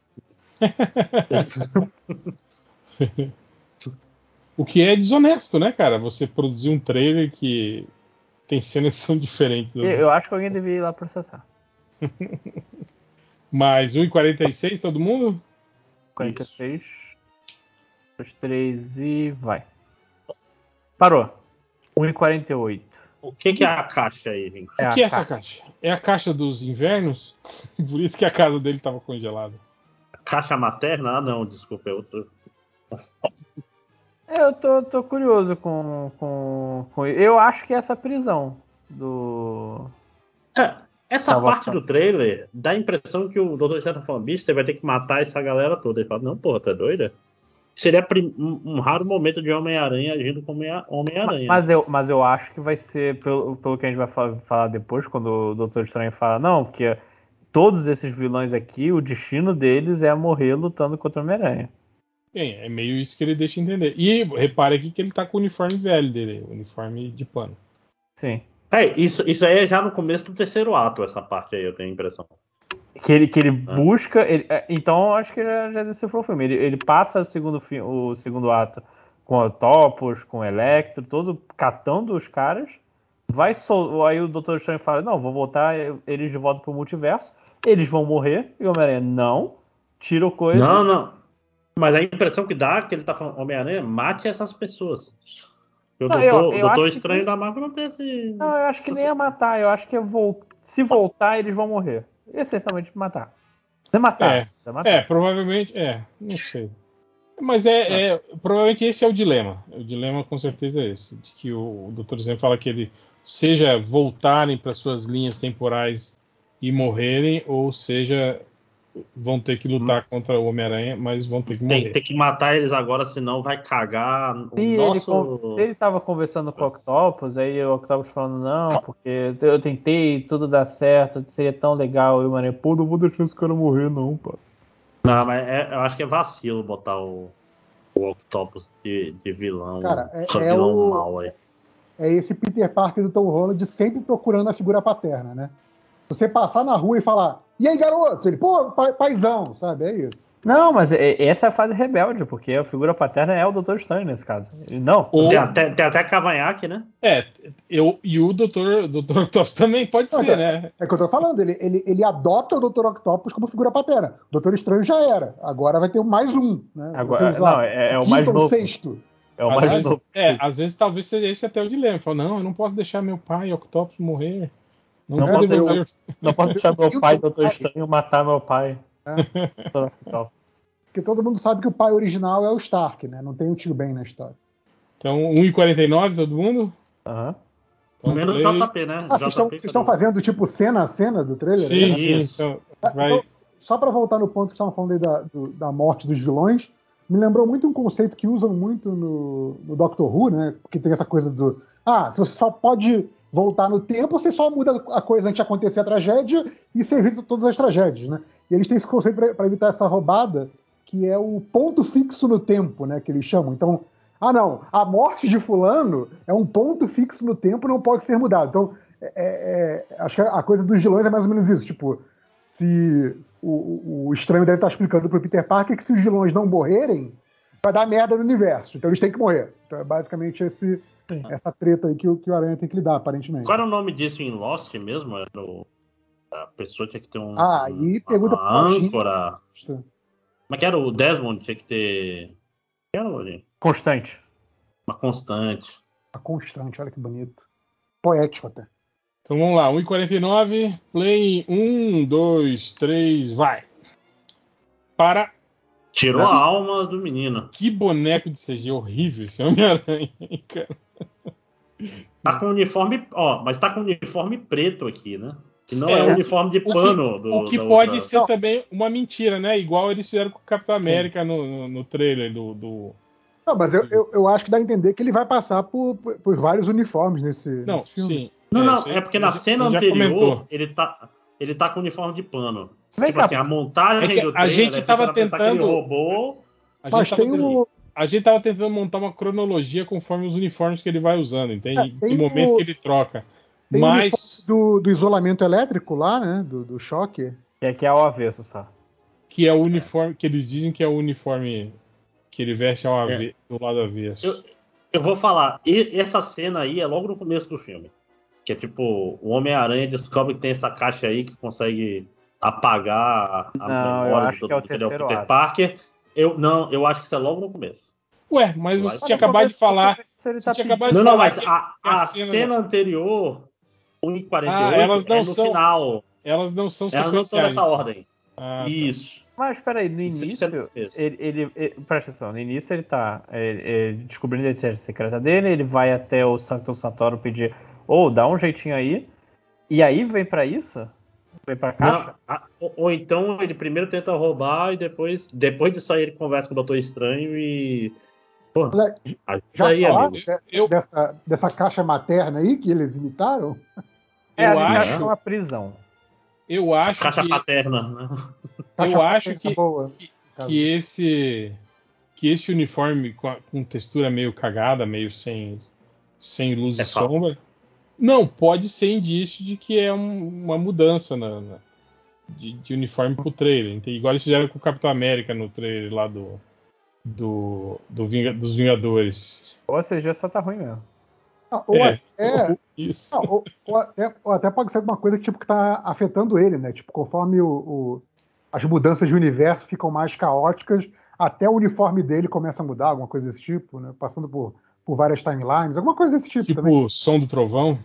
S2: O que é desonesto, né, cara? Você produzir um trailer que tem cenas que são diferentes.
S1: Eu, eu acho que alguém devia ir lá processar.
S2: Mas 1,46 todo mundo?
S1: 46. 3 e vai. Parou. 1,48.
S3: O que, que é a caixa aí, gente?
S1: É
S2: o
S1: a
S2: que é essa
S1: caixa.
S2: caixa? É a caixa dos invernos? Por isso que a casa dele estava congelada.
S3: Caixa materna? Ah, não, desculpa, é outro.
S1: É, eu tô, tô curioso com, com, com. Eu acho que é essa prisão do.
S3: É, essa
S1: Tá bom,
S3: parte
S1: tá.
S3: do trailer dá a impressão que o Dr. Estranho tá falando, bicho, você vai ter que matar essa galera toda. Ele fala, não, porra, tá doida? Seria prim- um, um raro momento de Homem-Aranha agindo como Homem- Homem-Aranha. né?
S1: Mas eu, mas eu acho que vai ser, pelo, pelo que a gente vai fa- falar depois, quando o Doutor Estranho fala, não, porque todos esses vilões aqui, o destino deles é morrer lutando contra o Homem-Aranha.
S2: Bem, é meio isso que ele deixa entender. E repare aqui que ele tá com o uniforme velho dele, o uniforme de pano.
S1: Sim.
S3: É, isso, isso aí é já no começo do terceiro ato, essa parte aí, eu tenho a impressão.
S1: Que ele, que ele
S3: Ah.
S1: busca. ele- é, então eu acho que já, já decifrou o filme. Ele, ele passa o segundo, fi- o segundo ato com o Topos, com o Electro, todo catando os caras. Vai sol... Aí o Doutor Estranho fala: Não, vou voltar eles de volta pro multiverso. Eles vão morrer. E o Homem-Aranha, não. Tira o coisa.
S3: Não, não. Mas a impressão que dá é que ele tá falando, Homem-Aranha, mate essas pessoas. O
S1: Não,
S3: Doutor,
S1: eu- eu
S3: o doutor
S1: acho que-
S3: Estranho da Marvel não tem esse.
S1: Não, eu acho que nem é matar. Eu acho que é vol... se voltar, eles vão morrer. Essencialmente matar. Não é matar.
S2: É,
S1: não é matar.
S2: É, provavelmente. É, não sei. Mas
S1: Tá.
S2: é, é- provavelmente esse é o dilema. O dilema com certeza é esse, de que o, Dr. Zen fala que ele seja voltarem para suas linhas temporais e morrerem, ou seja, vão ter que
S1: Hum.
S2: lutar contra o Homem-Aranha, mas vão ter que
S3: Tem,
S2: morrer.
S3: tem que matar eles agora, senão vai cagar o
S1: Se ele, con-
S3: nosso.
S1: se ele tava conversando com o Octopus, aí o Octopus falando, não, porque eu tentei, tudo dá certo, seria tão legal, e o Mané, pô, não vou deixar esse cara morrer, não, pô.
S3: Não, mas é- eu acho que é vacilo botar o, o Octopus de, de vilão.
S4: Cara, é-
S3: só
S4: é
S3: vilão
S4: o-
S3: mal aí.
S4: É esse Peter Parker do Tom Holland sempre procurando a figura paterna, né? Você passar na rua e falar, e aí, garoto? Ele, pô, pai, paizão, sabe? É isso.
S1: Não, mas é- essa é a fase rebelde, porque a figura paterna é o Dr. Estranho nesse caso. E Não,
S2: Ou,
S3: Tem, até, tem até cavanhaque, né?
S2: é, eu, e o Dr. Dr. Octopus também pode
S4: Não,
S2: ser,
S4: tá.
S2: né?
S4: É o que eu tô falando, ele, ele, ele adota o Dr. Octopus como figura paterna. O Dr. Estranho já era, agora vai ter mais um, né? Vai
S1: Agora-
S4: ser, sei lá,
S1: não, é- é o
S4: quinto
S1: mais
S4: ou
S1: novo.
S4: sexto.
S1: é o
S2: Às
S1: mais
S2: vezes-
S1: novo.
S2: É, às vezes talvez seja esse até o dilema. Fala, não, eu não posso deixar meu pai, Octopus, morrer. Não,
S1: Não
S2: quero
S1: posso-
S2: devolver
S1: eu- Não posso deixar meu
S4: E o
S1: pai,
S4: Dr.
S1: Dr. Estranho, matar meu pai.
S4: Porque todo mundo sabe que o pai original é o Stark, né? Não tem o tio Ben na história.
S2: Então, 1,49 todo mundo?
S1: Aham.
S2: Então,
S3: Menos
S2: play.
S3: JP, né?
S4: Ah, vocês estão-
S3: JP,
S4: vocês estão fazendo tipo cena a cena do trailer? né?
S2: Sim, sim.
S3: Isso.
S2: Então, vai.
S4: Então, só para voltar no ponto que estavam falando aí da, do- da morte dos vilões, me lembrou muito um conceito que usam muito no, no Doctor Who, né? Que tem essa coisa do. Ah, se você só pode voltar no tempo, você só muda a coisa antes de acontecer a tragédia e você evita todas as tragédias, né? E eles têm esse conceito para evitar essa roubada, que é o ponto fixo no tempo, né? Que eles chamam. Então, ah, não, a morte de Fulano é um ponto fixo no tempo, não pode ser mudado. Então, é- é- acho que a coisa dos vilões é mais ou menos isso. Tipo, se o, o- o estranho deve estar explicando para o Peter Parker que se os vilões não morrerem, vai dar merda no universo. Então eles têm que morrer. Então é basicamente esse,
S1: Sim.
S4: essa treta aí que, o- que o Aranha tem que lidar, aparentemente.
S3: Qual era o nome disso em Lost mesmo? Era o- A pessoa tinha que ter um.
S4: Ah, aí pergunta pro
S3: uma
S4: Paulinho.
S3: âncora.
S4: Tá.
S3: Como é que era o Desmond? Tinha que ter. o que era, Loli?
S1: Constante.
S3: Uma constante.
S4: A Tá constante, olha que bonito. Poético até.
S2: Então vamos lá, 1,49, play 1, 2, 3, vai. Para
S3: Tirou a alma do menino.
S2: que boneco de CG horrível esse Homem-Aranha, hein, cara?
S3: Tá com uniforme. Ó, mas tá com uniforme preto aqui, né? Que não
S2: É,
S3: é,
S2: o-
S3: uniforme de
S2: o que-
S3: pano do.
S2: O que
S3: da
S2: pode
S3: outra-
S2: ser também uma mentira, né? Igual eles fizeram com o Capitão América no, no, no trailer do. do-
S4: Não, mas eu, eu, eu acho que dá a entender que ele vai passar por, por- por vários uniformes nesse,
S2: Não,
S4: nesse filme.
S2: sim.
S3: Não,
S2: isso
S3: não,
S2: aí
S3: é porque na
S2: já-
S3: cena
S2: já
S3: anterior
S2: comentou.
S3: ele tá, ele tá com uniforme de pano.
S1: Vem
S3: tipo
S1: cá.
S3: assim, a montagem
S2: É que
S3: do
S2: a gente
S3: trailer,
S2: tava
S3: você pensar que ele
S2: tentando-
S3: roubou.
S2: A gente,
S4: Mas
S2: tava,
S4: tem
S2: tentando-
S4: o.
S2: a gente tava tentando montar uma cronologia conforme os uniformes que ele vai usando,
S4: É,
S2: entende?
S4: tem
S2: que momento
S4: o-
S2: que ele troca.
S4: Tem o
S2: Mas
S4: Do, do isolamento elétrico lá, né? Do, do choque.
S1: E aqui é ao avesso só.
S2: que é o uniforme. Que eles dizem que é o uniforme que ele veste ao ave- do lado avesso.
S3: Eu- Eu vou falar, e- essa cena aí é logo no começo do filme. Que é tipo, o Homem-Aranha descobre que tem essa caixa aí que consegue apagar
S1: Não,
S3: a
S1: eu
S3: memória
S1: acho
S3: de todo
S1: que é o
S3: mundo, ele
S1: terceiro
S3: Peter
S1: ato.
S3: Parker. Eu, não, eu acho que isso é logo no começo.
S2: Ué, mas
S3: Mas
S2: você
S3: no
S2: tinha acabado de falar.
S1: Se ele
S2: Você
S1: tá
S2: tinha
S1: pedindo-
S2: acabado de
S3: Não,
S2: falar.
S3: não, mas
S2: que
S3: a,
S2: que a
S3: a
S2: cena-
S3: cena, anterior, 1h48,
S2: Ah, elas não
S3: é no
S2: são
S3: final.
S2: elas não são
S3: Elas não são
S2: sequenciais.
S3: nessa ordem.
S2: Ah,
S3: Isso.
S1: Mas peraí, no
S3: Isso- isso é no
S1: início,
S3: começo.
S1: ele, ele- ele- Presta atenção, no início ele tá ele- ele descobrindo a identidade secreta dele, ele vai até o Santo Santoro pedir, ou dá um jeitinho aí, e aí vem pra isso? Vem pra caixa?
S4: Ah,
S3: Não, a- ou, ou então ele primeiro tenta roubar e depois, depois disso aí ele conversa com o Doutor Estranho e. Pô,
S4: Olha,
S3: ajuda
S4: Já
S3: aí,
S4: falaram
S3: amigo.
S4: de-
S2: eu-
S4: dessa, dessa caixa materna aí que eles imitaram?
S1: é,
S2: eu
S1: ali já
S2: acho-
S1: tem uma prisão.
S2: Eu acho
S3: Caixa
S2: que,
S3: paterna, né?
S4: Caixa
S2: acho
S4: materna
S2: que-
S4: boa.
S2: que esse que esse uniforme com, a- com textura meio cagada, meio sem sem luz
S3: É
S2: e
S3: fato.
S2: sombra, não pode ser indício de que é um- uma mudança na, na- de, de uniforme pro trailer. entende? Igual eles fizeram com o Capitão América no trailer lá do do, do Vinga- dos Vingadores.
S1: Ou seja, só tá ruim mesmo.
S4: Ah, ou
S2: É.
S4: até-
S2: Isso.
S4: Não, ou, ou até, ou até pode ser alguma coisa que, tipo, que tá afetando ele, né? Tipo, conforme o, o- as mudanças de universo ficam mais caóticas, até o uniforme dele começa a mudar, alguma coisa desse tipo, né? Passando por, por várias timelines, alguma coisa desse tipo, também.
S2: Tipo, som do trovão.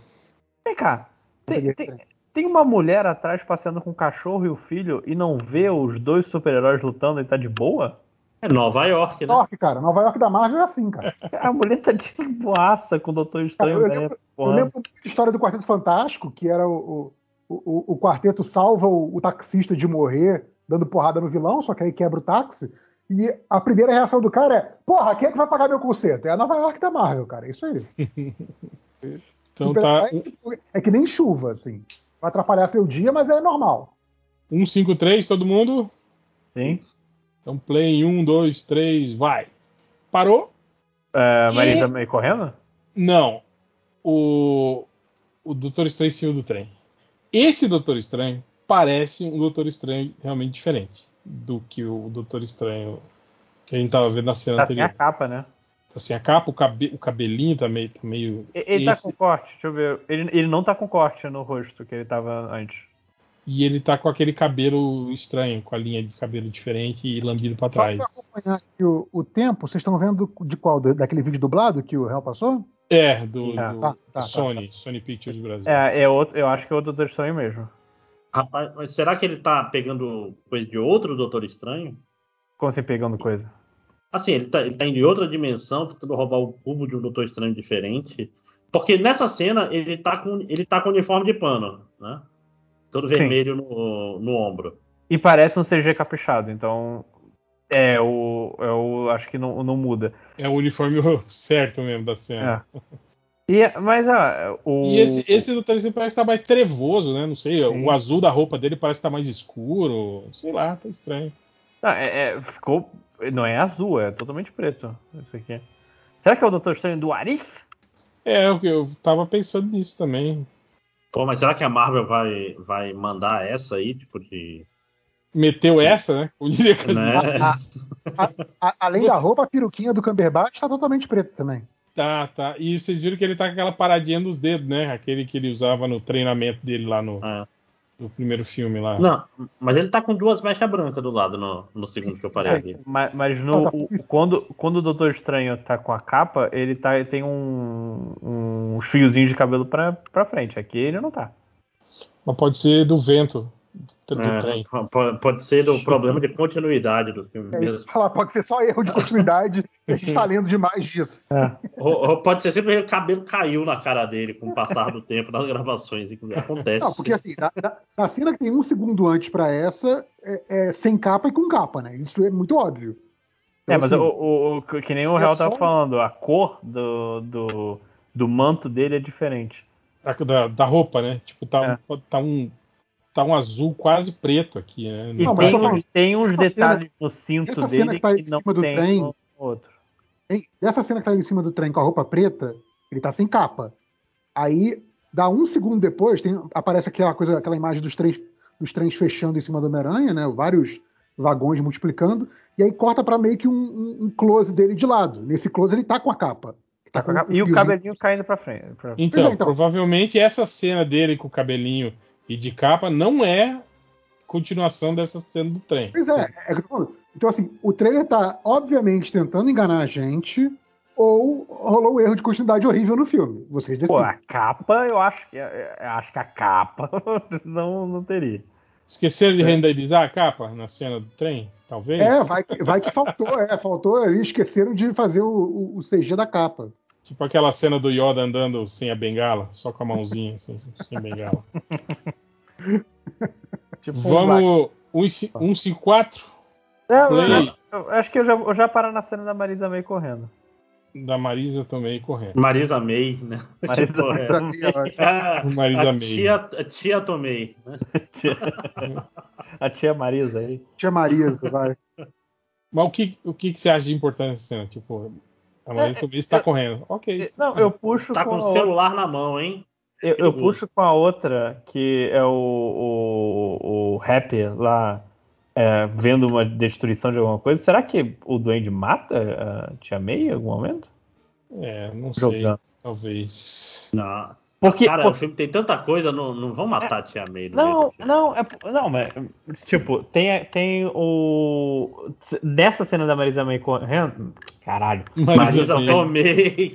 S1: Vem cá, tem,
S4: Peguei
S1: tem- tem uma mulher atrás passeando com o cachorro e o filho e não vê os dois super-heróis lutando e tá de boa?
S3: É Nova York, né?
S4: Nova York, cara. Nova York da Marvel é assim, cara.
S1: A mulher tá de boaça com o Doutor Estranho.
S4: Ah, eu
S1: né?
S4: lembro- Eu
S1: Porra.
S4: lembro muito da história do Quarteto Fantástico, que era o, o, o, o quarteto salva o, o taxista de morrer dando porrada no vilão, só que aí quebra o táxi. E a primeira reação do cara é: porra, quem é que vai pagar meu conserto? É a Nova York da Marvel, cara. É Isso aí.
S2: Então tá
S4: é, tipo, é que nem chuva, assim. Vai atrapalhar seu dia, mas é normal.
S2: 153 todo mundo.
S1: Sim.
S2: Então, play em um, dois, três, vai. Parou?
S1: É, mas ele
S2: E-
S1: tá meio correndo?
S2: Não. O, o Doutor Estranho saiu do trem. Esse Doutor Estranho parece um Doutor Estranho realmente diferente do que o Doutor Estranho que a gente tava vendo na cena
S1: Tá sem a
S2: anterior.
S1: capa, né?
S2: Assim, a capa, o, cabe- o cabelinho tá meio. Tá meio
S1: E- Ele
S2: esse-
S1: tá com corte, deixa eu ver. Ele, ele não tá com corte no rosto que ele tava antes.
S2: E ele tá com aquele cabelo estranho, com a linha de cabelo diferente e lambido pra
S4: Só pra
S2: trás.
S4: acompanhar aqui o, o tempo, vocês estão vendo de qual? Do- Daquele vídeo dublado que o réu passou?
S2: É, do,
S1: Tá,
S2: do-
S4: tá, tá,
S2: Sony, Sony Pictures Brasil.
S1: É, é outro, eu acho que é o Doutor Estranho mesmo.
S3: Rapaz, mas será que ele tá pegando coisa de outro Doutor Estranho?
S1: Como você pegando coisa.
S3: Assim, ele tá, ele tá indo em outra dimensão, tentando roubar o cubo de um Doutor Estranho diferente. Porque nessa cena ele tá com, ele tá com uniforme de pano, né? Todo
S1: Sim.
S3: vermelho no, no ombro.
S1: E parece um CG caprichado, então. É, o. É o acho que não, não muda.
S2: É o uniforme certo mesmo da cena.
S1: E, mas ah, o.
S2: E esse, esse Doutor Estranho parece estar mais trevoso, né? Não sei,
S1: Sim.
S2: o azul da roupa dele parece estar mais escuro. Sei lá, tá estranho.
S1: Não, é, é, ficou. Não é azul, é totalmente preto. Isso aqui. Será que é o Doutor Estranho do Arif?
S2: É, eu, eu tava pensando nisso também.
S3: Pô, mas será que a Marvel vai, vai mandar essa aí, tipo de.
S2: Meteu essa, né? O diria que
S3: Né?
S4: A- a- além da
S2: Você-
S4: roupa, a peruquinha do Cumberbatch tá totalmente preta também.
S2: Tá, tá. E vocês viram que ele tá com aquela paradinha nos dedos, né? Aquele que ele usava no treinamento dele lá no,
S3: É.
S2: no primeiro filme lá.
S3: Não, mas ele tá com duas mechas brancas do lado no, no segundo que eu parei
S4: É,
S3: aqui.
S1: Mas, mas no-
S4: Ah, tá.
S1: o- quando, quando o Doutor Estranho tá com a capa, ele, tá, ele tem um, um fiozinho de cabelo pra, pra frente. Aqui ele não tá.
S2: Mas pode ser do vento do, do
S3: É,
S2: trem.
S3: po- pode ser do problema de continuidade do filme
S4: É isso
S3: mesmo.
S4: que eu ia falar, pode ser só erro de continuidade, a gente tá lendo demais disso.
S1: É.
S3: Ou, ou pode ser sempre que o cabelo caiu na cara dele com o passar do tempo nas gravações. inclusive. Acontece.
S4: Não, porque assim, na, na- na cena que tem um segundo antes pra essa, é, é sem capa e com capa, né? Isso é muito óbvio.
S1: É, mas o,
S4: Então, assim,
S1: o- o- que nem o
S4: se é
S1: Real tava
S4: só um-
S1: falando, a cor do, do, do manto dele é diferente.
S2: Da, da- da roupa, né? Tipo, tá,
S1: É.
S2: um, tá, um, tá um azul quase preto aqui, né?
S1: E
S2: No-
S4: Não, mas
S1: tem,
S4: eu tô falando,
S1: tem uns
S4: essa
S1: detalhes no cinto
S4: essa cena
S1: dele
S4: que tá em
S1: que, não
S4: cima do
S1: tem
S4: trem-
S1: no outro.
S4: tem- Essa cena que tá em cima do trem com a roupa preta, ele tá sem capa. Aí, dá um segundo depois, tem- aparece aquela coisa, aquela imagem dos trens, dos trens fechando em cima do Homem-Aranha, né? Vários vagões multiplicando, e aí corta pra meio que um, um- um close dele de lado. Nesse close ele tá com a capa. Tá com
S1: E o
S4: fiozinho.
S1: cabelinho caindo pra frente. pra-
S2: Então,
S4: Pois é, então.
S2: provavelmente essa cena dele com o cabelinho e de capa não é continuação dessa cena do trem.
S4: Pois é, é o que eu tô falando. Então, assim, o trailer tá, obviamente, tentando enganar a gente, ou rolou um erro de continuidade horrível no filme. Vocês
S1: Pô,
S4: decidem.
S1: a capa, eu acho que eu acho que a capa não, não teria.
S2: Esqueceram de renderizar a capa na cena do trem? Talvez?
S4: É, vai que, vai que faltou, é, faltou, eles esqueceram de fazer o, o- o CG da capa.
S2: Tipo aquela cena do Yoda andando sem a bengala, só com a mãozinha, assim, sem bengala.
S1: Tipo,
S2: Vamos. 154
S1: vai-
S4: Ah.
S2: play.
S1: É, eu- eu acho que eu já, eu já parar na cena da Marisa meio correndo.
S2: da Marisa também correndo.
S3: Marisa May, né?
S1: Marisa
S3: Tipo, é.
S4: Pra mim, eu acho.
S3: Ah,
S2: Marisa
S3: a
S2: May.
S3: Tia, a tia Tomei. né?
S1: A tia Marisa aí.
S4: Tia Marisa, vai.
S2: Mas o que, o que, que você acha de importante nessa cena? Tipo, a
S4: É,
S2: Marisa também está correndo. Ok. isso.
S1: Não, eu puxo
S3: Tá
S1: com,
S3: com
S1: a
S3: o
S1: outra,
S3: celular na mão, hein?
S1: eu, eu puxo com a outra, que é o, o, o rapper lá é, vendo uma destruição de alguma coisa. Será que o Duende mata a tia May em algum momento?
S2: É, não sei.
S1: Jogando.
S2: Talvez.
S3: Não.
S1: Porque,
S3: Cara,
S1: porque-
S3: o filme tem tanta coisa, não, não vão matar a tia May. do
S1: Não,
S3: jeito que-
S1: não, é, não, mas tipo, tem, tem o dessa cena da Marisa May correndo, caralho.
S3: Marisa tá
S2: May.
S3: Tomei,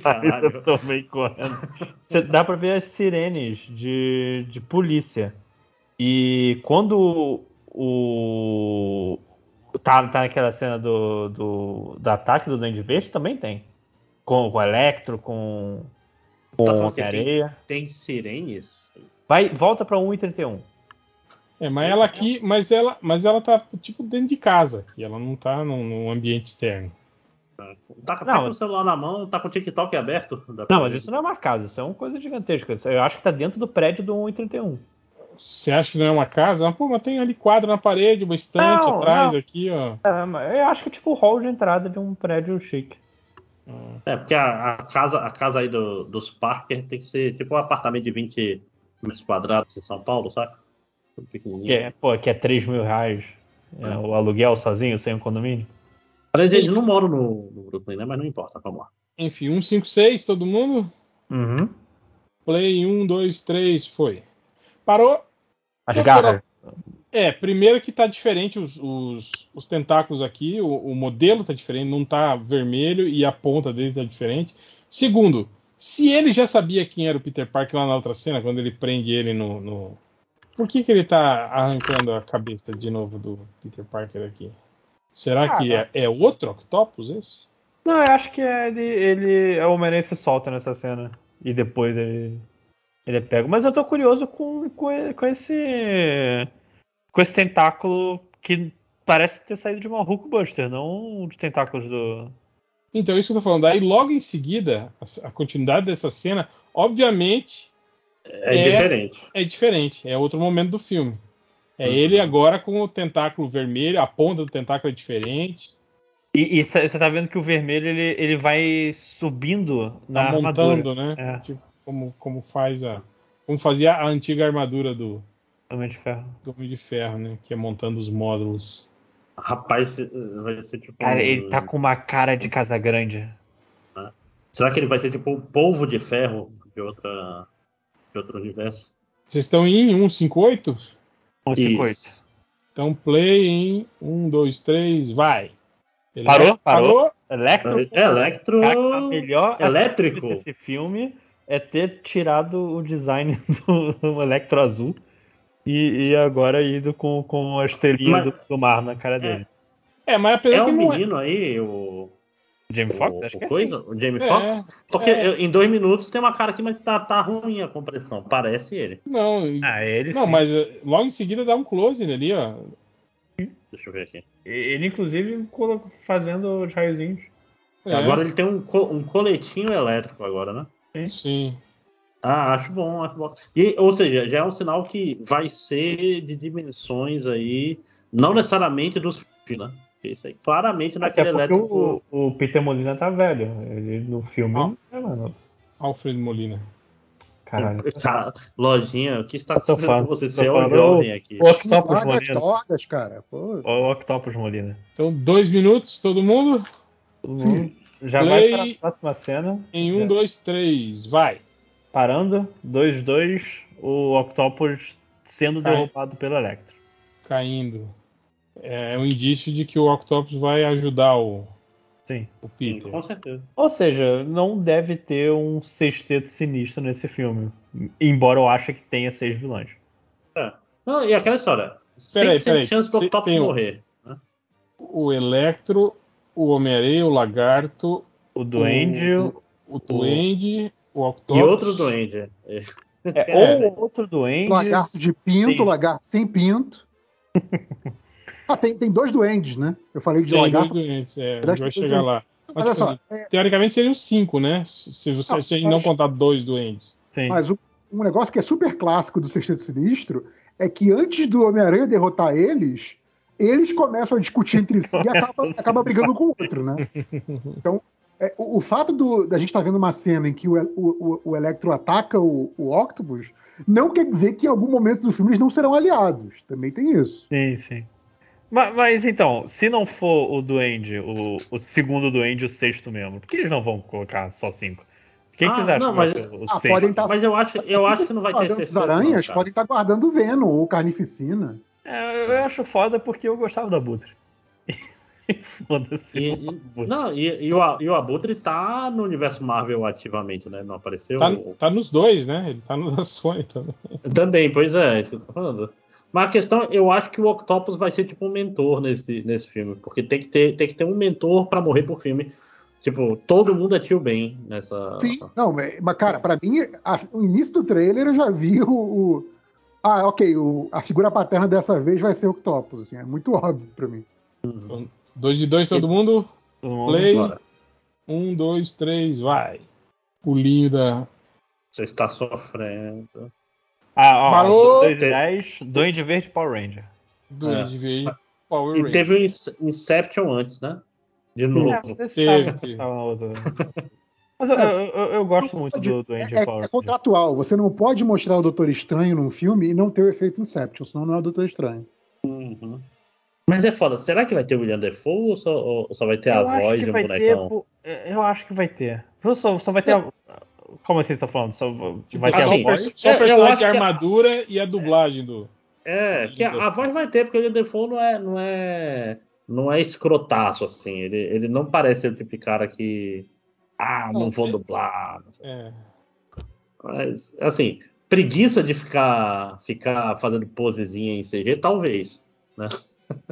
S1: Marisa
S3: caralho.
S1: também correndo. Cê- dá pra ver as sirenes de, de polícia. E quando o tá, tá naquela cena do, do, do ataque do Duende Verde também tem. Com, com o Electro, com
S3: Tá
S1: com
S3: falando que
S1: a
S3: tem,
S1: areia.
S3: tem sirenes?
S1: Vai, volta pra 1:31.
S2: É, mas ela aqui, mas ela, mas ela tá tipo dentro de casa e ela não tá num, num ambiente externo.
S3: Tá, tá
S1: Não,
S3: com o celular na mão, tá com o TikTok aberto?
S1: Não, mas isso não é uma casa, isso é uma coisa gigantesca. Isso- Eu acho que tá dentro do prédio do 131.
S2: Você acha que não é uma casa? Mas, pô, mas tem ali quadro na parede, uma estante
S1: Não,
S2: atrás
S1: não.
S2: aqui, ó.
S1: É, mas eu acho que é tipo o hall de entrada de um prédio chique.
S3: É, porque a, a casa, a casa aí do- dos Parker tem que ser tipo um apartamento de 20 metros quadrados em São Paulo, sabe? Tudo pequenininho.
S1: Que é, pô, que é 3 mil reais é, o aluguel sozinho, sem o condomínio.
S3: Mas eles não moram no, no Brooklyn, né? Mas não importa, vamos lá.
S2: Enfim, 156, todo mundo?
S1: Uhum.
S2: Play 1, 2, 3, foi. Parou?
S1: As
S2: Não,
S1: garras.
S2: É, primeiro que tá diferente os, os, os tentáculos aqui, o, o modelo tá diferente, não tá vermelho e a ponta dele tá diferente. Segundo, se ele já sabia quem era o Peter Parker lá na outra cena, quando ele prende ele no. no- Por que, que ele tá arrancando a cabeça de novo do Peter Parker aqui? Será
S4: Ah,
S2: que é, é outro Octopus esse?
S1: Não, eu acho que é ele, ele é o Homem-Aranha se solta nessa cena. E depois ele, ele é pego. Mas eu tô curioso com, com, e- com esse. com esse tentáculo que parece ter saído de uma Hulkbuster, não de tentáculos do.
S2: Então, isso que eu tô falando. Aí, logo em seguida, a, a continuidade dessa cena, obviamente,
S3: É,
S2: É.
S3: diferente.
S2: é diferente, é outro momento do filme. É
S3: Uhum.
S2: ele agora com o tentáculo vermelho, a ponta do tentáculo é diferente,
S1: E você tá vendo que o vermelho ele, ele vai subindo na
S2: tá
S1: armadura.
S2: montando, né?
S1: É.
S2: Tipo, como, como faz a. Como fazia a antiga armadura do,
S1: Homem de ferro.
S2: do Homem de Ferro, né? Que é montando os é módulos.
S3: Rapaz, vai ser tipo.
S1: Cara, ele
S3: um-
S2: Hum.
S1: tá com uma cara de casa grande.
S3: Será que ele vai ser tipo um polvo de ferro de, outra, de outro universo?
S2: Vocês estão em 158?
S1: Um
S3: Isso.
S1: circuito.
S2: Então, play em 1, 2, 3, vai. Ele-
S1: Parou?
S2: Parou?
S1: Electro.
S3: É, Electro.
S1: Cara, a melhor
S3: Elétrico.
S1: esse filme é ter tirado o design do, do Electro Azul e, e agora ido com, com a estrelinha
S3: Mas-
S1: do, do mar na cara dele.
S2: É, mas apesar
S3: É
S2: que
S3: um
S2: não é.
S3: menino aí, o.
S1: Jamie
S3: o-
S1: Foxx? Acho
S3: o
S1: que é
S3: coisa, o Jamie
S2: É,
S3: Foxx? Porque
S2: é.
S3: eu- em dois minutos tem uma cara aqui, mas tá, tá ruim a compressão. Parece ele.
S2: Não, e-
S1: assim. Ah, ele,
S2: não
S1: sim.
S2: mas eh, logo em seguida dá um close nele, ó.
S3: Deixa eu ver aqui.
S1: ele inclusive colo- fazendo os raiozinhos.
S2: É,
S3: Agora ele tem um, co- um coletinho elétrico agora, né?
S2: Sim.
S3: Ah, acho bom, acho bom. E, ou seja, já é um sinal que vai ser de dimensões aí, não necessariamente dos filhos, né? Porque Isso aí, claramente naquele
S1: Até é porque
S3: elétrico.
S1: o, o Peter Molina tá velho. Ele no filme.
S2: Ah.
S1: É, mano.
S2: Alfredo Molina.
S1: Caralho.
S3: Cara, lojinha, o que está
S1: Tô falando,
S3: acontecendo você
S1: tô
S3: ser um
S1: falando.
S3: jovem aqui?
S1: O Octopus
S4: Larga as
S1: Molina.
S4: cordas, cara. Pô,
S1: O Octopus Molina.
S2: Então, dois minutos, todo mundo?
S1: Já vai
S2: Play-
S1: para a próxima cena.
S2: Em 1,
S1: É.
S2: 2, 3, vai.
S1: Parando, 2-2, o Octopus sendo
S2: Cai.
S1: derrubado pelo Electro.
S2: Caindo. É um indício de que o Octopus vai ajudar o,
S1: Sim.
S2: o
S3: Sim,
S2: Peter.
S3: com certeza.
S1: Ou seja, não deve ter um sexteto sinistro nesse filme. Embora eu ache que tenha seis vilões.
S3: Não, e aquela história.
S2: Peraí,
S3: Sempre
S2: peraí,
S3: tem chance do
S2: se-
S3: Octopus
S2: tem um-
S3: morrer.
S2: O Electro, o Homem-Aranha, o Lagarto,
S1: O Duende.
S2: o, o Duende, o Octopus.
S3: E outro doente.
S1: é,
S2: é,
S1: ou outro Duende.
S4: lagarto de pinto,
S1: Sim.
S4: lagarto sem pinto. ah, tem, tem dois duendes, né? Eu falei de
S2: Tem dois
S4: lagarto.
S2: doentes, é, a gente
S4: Lagarto
S2: vai
S4: tem
S2: chegar
S4: dois
S2: lá. Mas,
S4: Olha
S2: tipo
S4: só, é-
S2: assim, teoricamente seriam cinco, né? Se, se você,
S4: Não,
S2: se a gente não
S4: mas-
S2: contar dois doentes.
S1: Sim.
S4: Mas um, um negócio que é super clássico do Sexteto Sinistro é que antes do Homem-Aranha derrotar eles, eles começam a discutir entre si e acaba,
S1: Começam a
S4: acaba brigando com o outro, né? Então, é, o, o fato do- da gente estar vendo uma cena em que o, o, o- o Electro ataca o, o Octopus não quer dizer que em algum momento do filme eles não serão aliados. Também tem isso.
S1: Sim, sim. Ma- Mas, então, se não for o Duende, o, o segundo Duende, o sexto membro, por que eles não vão colocar só cinco? Quem
S3: Ah,
S1: que vocês acham
S3: não,
S1: que
S3: mas-
S1: vai ser o, o
S4: Ah,
S1: sexto?
S4: podem tá-
S3: Mas eu acho, eu acho que não vai ter
S4: Guardando Os
S3: sexto.
S4: aranhas
S3: não, cara.
S4: podem estar guardando o Venom ou o Carnificina.
S1: É, eu acho foda porque eu gostava da Butre. Foda-se. né?
S3: E,
S1: o
S3: e-
S1: Abutre.
S3: não, e, e o, A- e o Abutre tá no universo Marvel ativamente, né? Não apareceu?
S2: Tá, tá nos dois, né? Ele tá nos da Sony também.
S3: Também, pois é, isso que eu tô falando. Mas a questão, eu acho que o Octopus vai ser tipo um mentor nesse, nesse filme, porque tem que ter, tem que ter um mentor pra morrer por filme. Tipo, todo mundo é tio Ben nessa.
S4: Sim, não, é- mas cara, pra mim, a- o início do trailer eu já vi o. o- ah, ok, o- a figura paterna dessa vez vai ser o Octopus, assim, é muito óbvio pra mim.
S2: Dois de dois, todo mundo.
S1: Todo mundo-
S2: Play.
S3: Bora.
S2: Um, dois, três, vai. Pulinho da.
S3: Você está sofrendo.
S1: Ah, ó,
S2: Parou!
S1: 210, Duende Verde Power Ranger.
S2: Duende Verde. Power
S3: E
S2: Ranger.
S3: teve o Ince- Inception antes, né? De novo.
S1: vocês
S2: Teve,
S1: sabem
S2: teve.
S1: que tava na outra. né? Mas eu, eu- eu- eu gosto muito do Duende
S4: É, é-
S1: Power
S4: é
S1: Ranger.
S4: contratual, você não pode mostrar o Doutor Estranho num filme e não ter o efeito Inception, senão não é o Doutor Estranho.
S3: Uhum. Mas é foda, será que vai ter o William Defoe ou só, ou só vai ter a
S1: Eu acho
S3: voz
S1: que
S3: de um
S1: vai ter.
S3: bonecão? É.
S1: pô, Eu acho que vai ter. Eu Só, só vai ter. a- Como assim você tá falando? Só vai ter
S2: só,
S1: a
S3: assim,
S2: o
S1: voz?
S2: perso- só
S3: eu-
S2: o
S3: eu
S2: personagem
S3: acho
S2: de
S3: que a-
S2: armadura e a dublagem do.
S3: É, que a, a voz vai ter, porque o William Defoe não é, não é, não é escrotaço, assim. Ele, ele não parece ser o tipo de cara que. Ah, não
S2: Não,
S3: vou
S2: é-
S3: dublar.
S2: É.
S3: Mas, assim, preguiça de ficar, ficar fazendo posezinha em CG, talvez.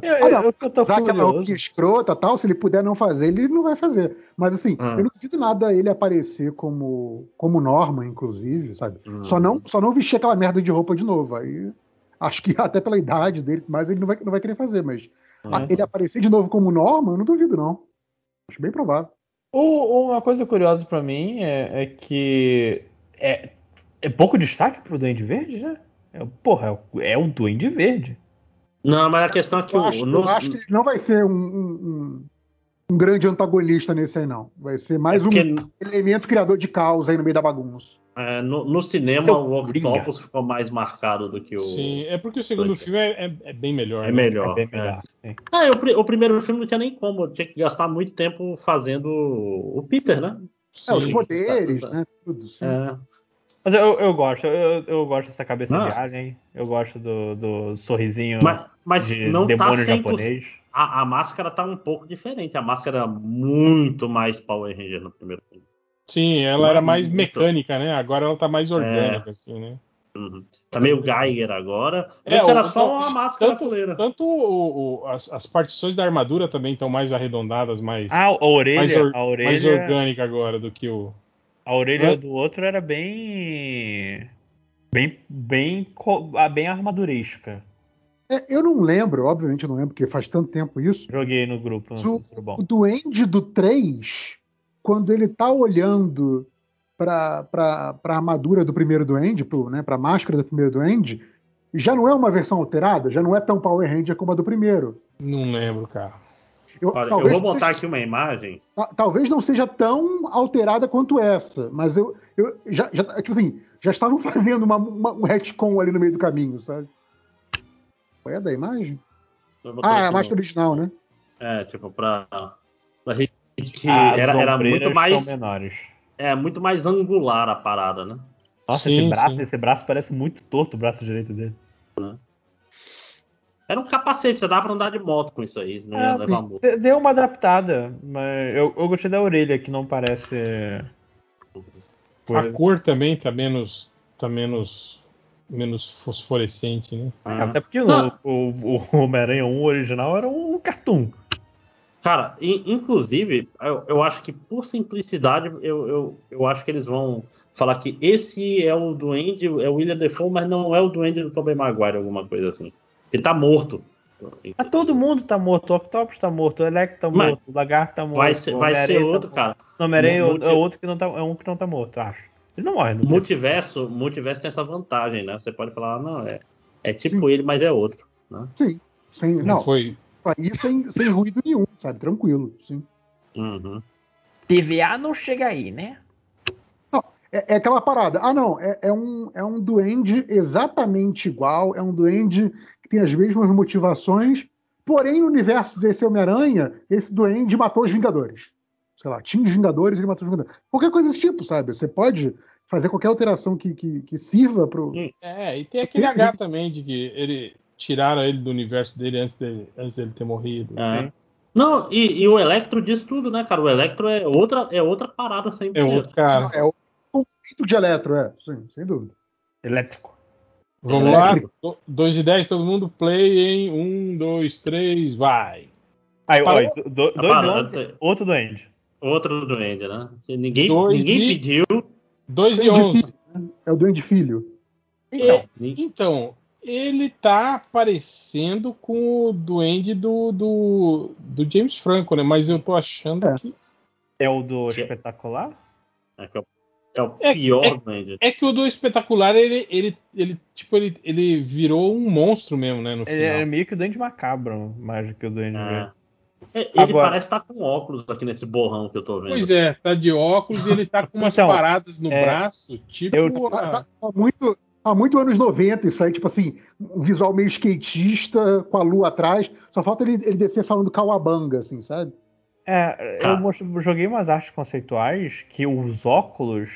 S1: Eu,
S4: Olha,
S1: eu, eu tô
S4: Usar aquela
S1: curioso.
S4: roupinha é escrota tal, se ele puder não fazer, ele não vai fazer. Mas assim,
S3: Ah.
S4: eu não duvido nada ele aparecer como, como Norma, inclusive, sabe?
S3: Hum.
S4: Só, não, só não vestir aquela merda de roupa de novo. Aí acho que até pela idade dele, mas ele não vai, não vai querer fazer, mas.
S3: é?
S4: Ah, Ele aparecer de novo como Norma, eu não duvido, não. Acho bem provável.
S1: O- Uma coisa curiosa pra mim é, é que é, é pouco destaque pro Duende Verde, né? É, porra, é o- é o Duende Verde.
S3: Não, mas a questão é que
S4: Eu
S3: o.
S4: acho,
S3: no-
S4: eu acho que ele não vai ser um, um- um- um grande antagonista nesse aí, não. Vai ser mais
S3: É porque-
S4: um elemento criador de caos aí no meio da bagunça.
S3: É, no, no cinema,
S1: Seu
S3: o
S1: Coringa.
S3: Octopus ficou mais marcado do que o.
S2: Sim, é porque o segundo
S3: Poxa.
S2: filme é, é- é bem melhor. né?
S3: É melhor.
S1: É bem melhor. sim.
S3: é. Ah, eu pri- o primeiro filme não tinha nem como, eu tinha que gastar muito tempo fazendo o Peter, né?
S2: Sim.
S4: É, os
S3: Sim.
S4: poderes,
S3: Tá, tá.
S4: né? Tudo. sim.
S3: É.
S1: Mas eu, eu gosto, eu, eu gosto dessa cabeça
S3: Ah.
S1: de alien, eu gosto do, do sorrisinho
S3: Mas, mas
S1: de
S3: não tá
S1: demônio
S3: 100%.
S1: japonês.
S3: A, a máscara tá um pouco diferente. A máscara era muito mais Power Ranger no primeiro filme.
S2: Sim, ela era mais
S3: Muito.
S2: mecânica, né? Agora ela tá mais
S3: É.
S2: orgânica, assim, né?
S3: Tá meio Geiger agora.
S2: É,
S3: Antes era
S2: o-
S3: só uma máscara
S2: tanto-
S3: fuleira.
S2: Tanto o- o- as, as partições da armadura também estão mais arredondadas, mais,
S1: Ah, a
S2: mais,
S1: orelha,
S2: or-
S1: a
S2: mais
S1: orelha,
S2: orgânica agora do que o.
S1: a orelha
S3: né?
S2: Hã?
S1: do outro era bem bem bem co- ah, bem armaduresca.
S4: É, eu não lembro, obviamente eu não lembro, porque faz tanto tempo isso.
S1: Joguei no grupo,
S4: Su-
S1: no grupo bom.
S4: O duende do 3, quando ele tá olhando pra, pra, pra armadura do primeiro duende, pro, né, pra máscara do primeiro duende, já não é uma versão alterada, já não é tão Power Ranger como a do primeiro.
S2: Não lembro, cara.
S4: Eu,
S3: Olha, eu
S4: talvez
S3: vou
S4: não
S3: botar aqui uma imagem.
S4: Ta- talvez não seja tão alterada quanto essa, mas eu, eu já, já- tipo assim, já estavam fazendo uma- uma- um retcon ali no meio do caminho, sabe? Qual é a da imagem?
S3: Eu vou botar
S4: Ah, é
S3: aqui
S4: a
S3: no-
S4: máscara original, né?
S3: É, tipo, pra. pra gente que
S1: Ah, As
S3: era, era
S1: ombreiras
S3: muito
S1: estão
S3: mais.
S1: menores.
S3: É, muito mais angular a parada, né?
S1: Nossa,
S2: Sim,
S1: esse braço,
S2: sim.
S1: esse braço parece muito torto, o braço direito dele.
S3: Era um capacete, já dá pra andar de moto com isso aí, não
S1: É,
S3: ia levar muito.
S1: de- Deu uma adaptada, mas eu, eu gostei da orelha, que não parece.
S2: A
S3: é.
S1: coisa.
S2: cor também tá menos. tá menos. menos fosforescente, né?
S1: É,
S3: Ah.
S1: Até porque o-
S3: Não.
S1: o, o Homem-Aranha 1 original era um cartoon.
S3: Cara, in- inclusive, eu, eu acho que por simplicidade, eu, eu, eu acho que eles vão falar que esse é o Duende, é o William Defoe, mas não é o Duende do Tobey Maguire, alguma coisa assim. Ele tá morto.
S1: Mas todo mundo tá morto, o Octopus tá morto, o Electro tá
S3: Mas-
S1: morto, o Lagarto tá morto.
S3: Vai ser,
S1: o
S3: vai
S1: Homem-Aranha
S3: ser
S1: tá
S3: outro,
S1: morto.
S3: cara.
S1: O Homem-Aranha é
S3: Multi-
S1: outro- é outro que não tá, é um que não tá morto, eu acho. Ele não morre, né? não morre.
S3: Multiverso, multiverso tem essa vantagem, né? Você pode falar, ah, não, é, é tipo ele, mas é outro. Né?
S4: Sim. Sem,
S2: Não,
S4: não,
S2: foi.
S4: isso aí sem, sem ruído nenhum, sabe? Tranquilo, sim.
S3: Uhum.
S1: TVA não chega aí, né?
S4: É, é aquela parada. Ah, não, é, é um, é um duende exatamente igual, é um duende que tem as mesmas motivações, porém no universo desse Homem-Aranha, esse duende matou os Vingadores. Sei lá, tinha os Vingadores, ele matou os Vingadores. Qualquer coisa desse tipo, sabe? Você pode fazer qualquer alteração que, que, que sirva pro...
S2: É, e tem aquele H também de que ele. Tiraram ele do universo dele antes dele, antes dele ter morrido.
S3: É.
S1: Sim.
S3: Não, e, e o Electro diz tudo, né, cara? O Electro é outra, é outra parada sempre.
S2: É outro cara.
S4: É o conceito de eletro, é. Sim, sem dúvida.
S1: Elétrico.
S2: Vamos lá?
S3: Elétrico.
S2: 2 e 10, todo mundo play em 1, 2, 3, vai.
S1: Aí, ó,
S2: Parou?
S1: isso, do, dois
S3: Parou,
S1: onze,
S3: né?
S1: outro duende.
S3: Outro duende, né? Que Ninguém,
S2: Dois
S3: ninguém
S2: e-
S3: pediu.
S2: 2 e
S4: Duende
S2: 11.
S4: É o duende filho.
S1: Então,
S3: Ni-
S2: Então, ele tá parecendo com o duende do, do, do James Franco, né? Mas eu tô achando
S4: É.
S2: que.
S1: é o do
S3: Que-
S1: espetacular?
S3: É, que é o- é o
S2: É-
S3: pior
S2: é-
S3: duende.
S2: É que o do espetacular, ele, ele, ele, tipo, ele, ele virou um monstro mesmo, né? No
S1: Ele é
S2: final.
S1: meio que o duende macabro, mais do que o duende.
S3: É.
S1: verde.
S3: É, Ele
S1: Agora-
S3: parece estar com óculos aqui nesse borrão que eu tô vendo.
S2: Pois é, tá de óculos e ele tá com umas
S1: Então,
S2: paradas no
S1: é,
S2: braço, tipo.
S1: eu-
S2: a-
S4: Tá, tá muito, tá muito anos 90 isso aí, tipo assim, um visual meio skatista, com a lua atrás. Só falta ele, ele descer falando cauabanga, assim, sabe?
S1: É,
S3: Tá.
S1: eu mos- joguei umas artes conceituais que os óculos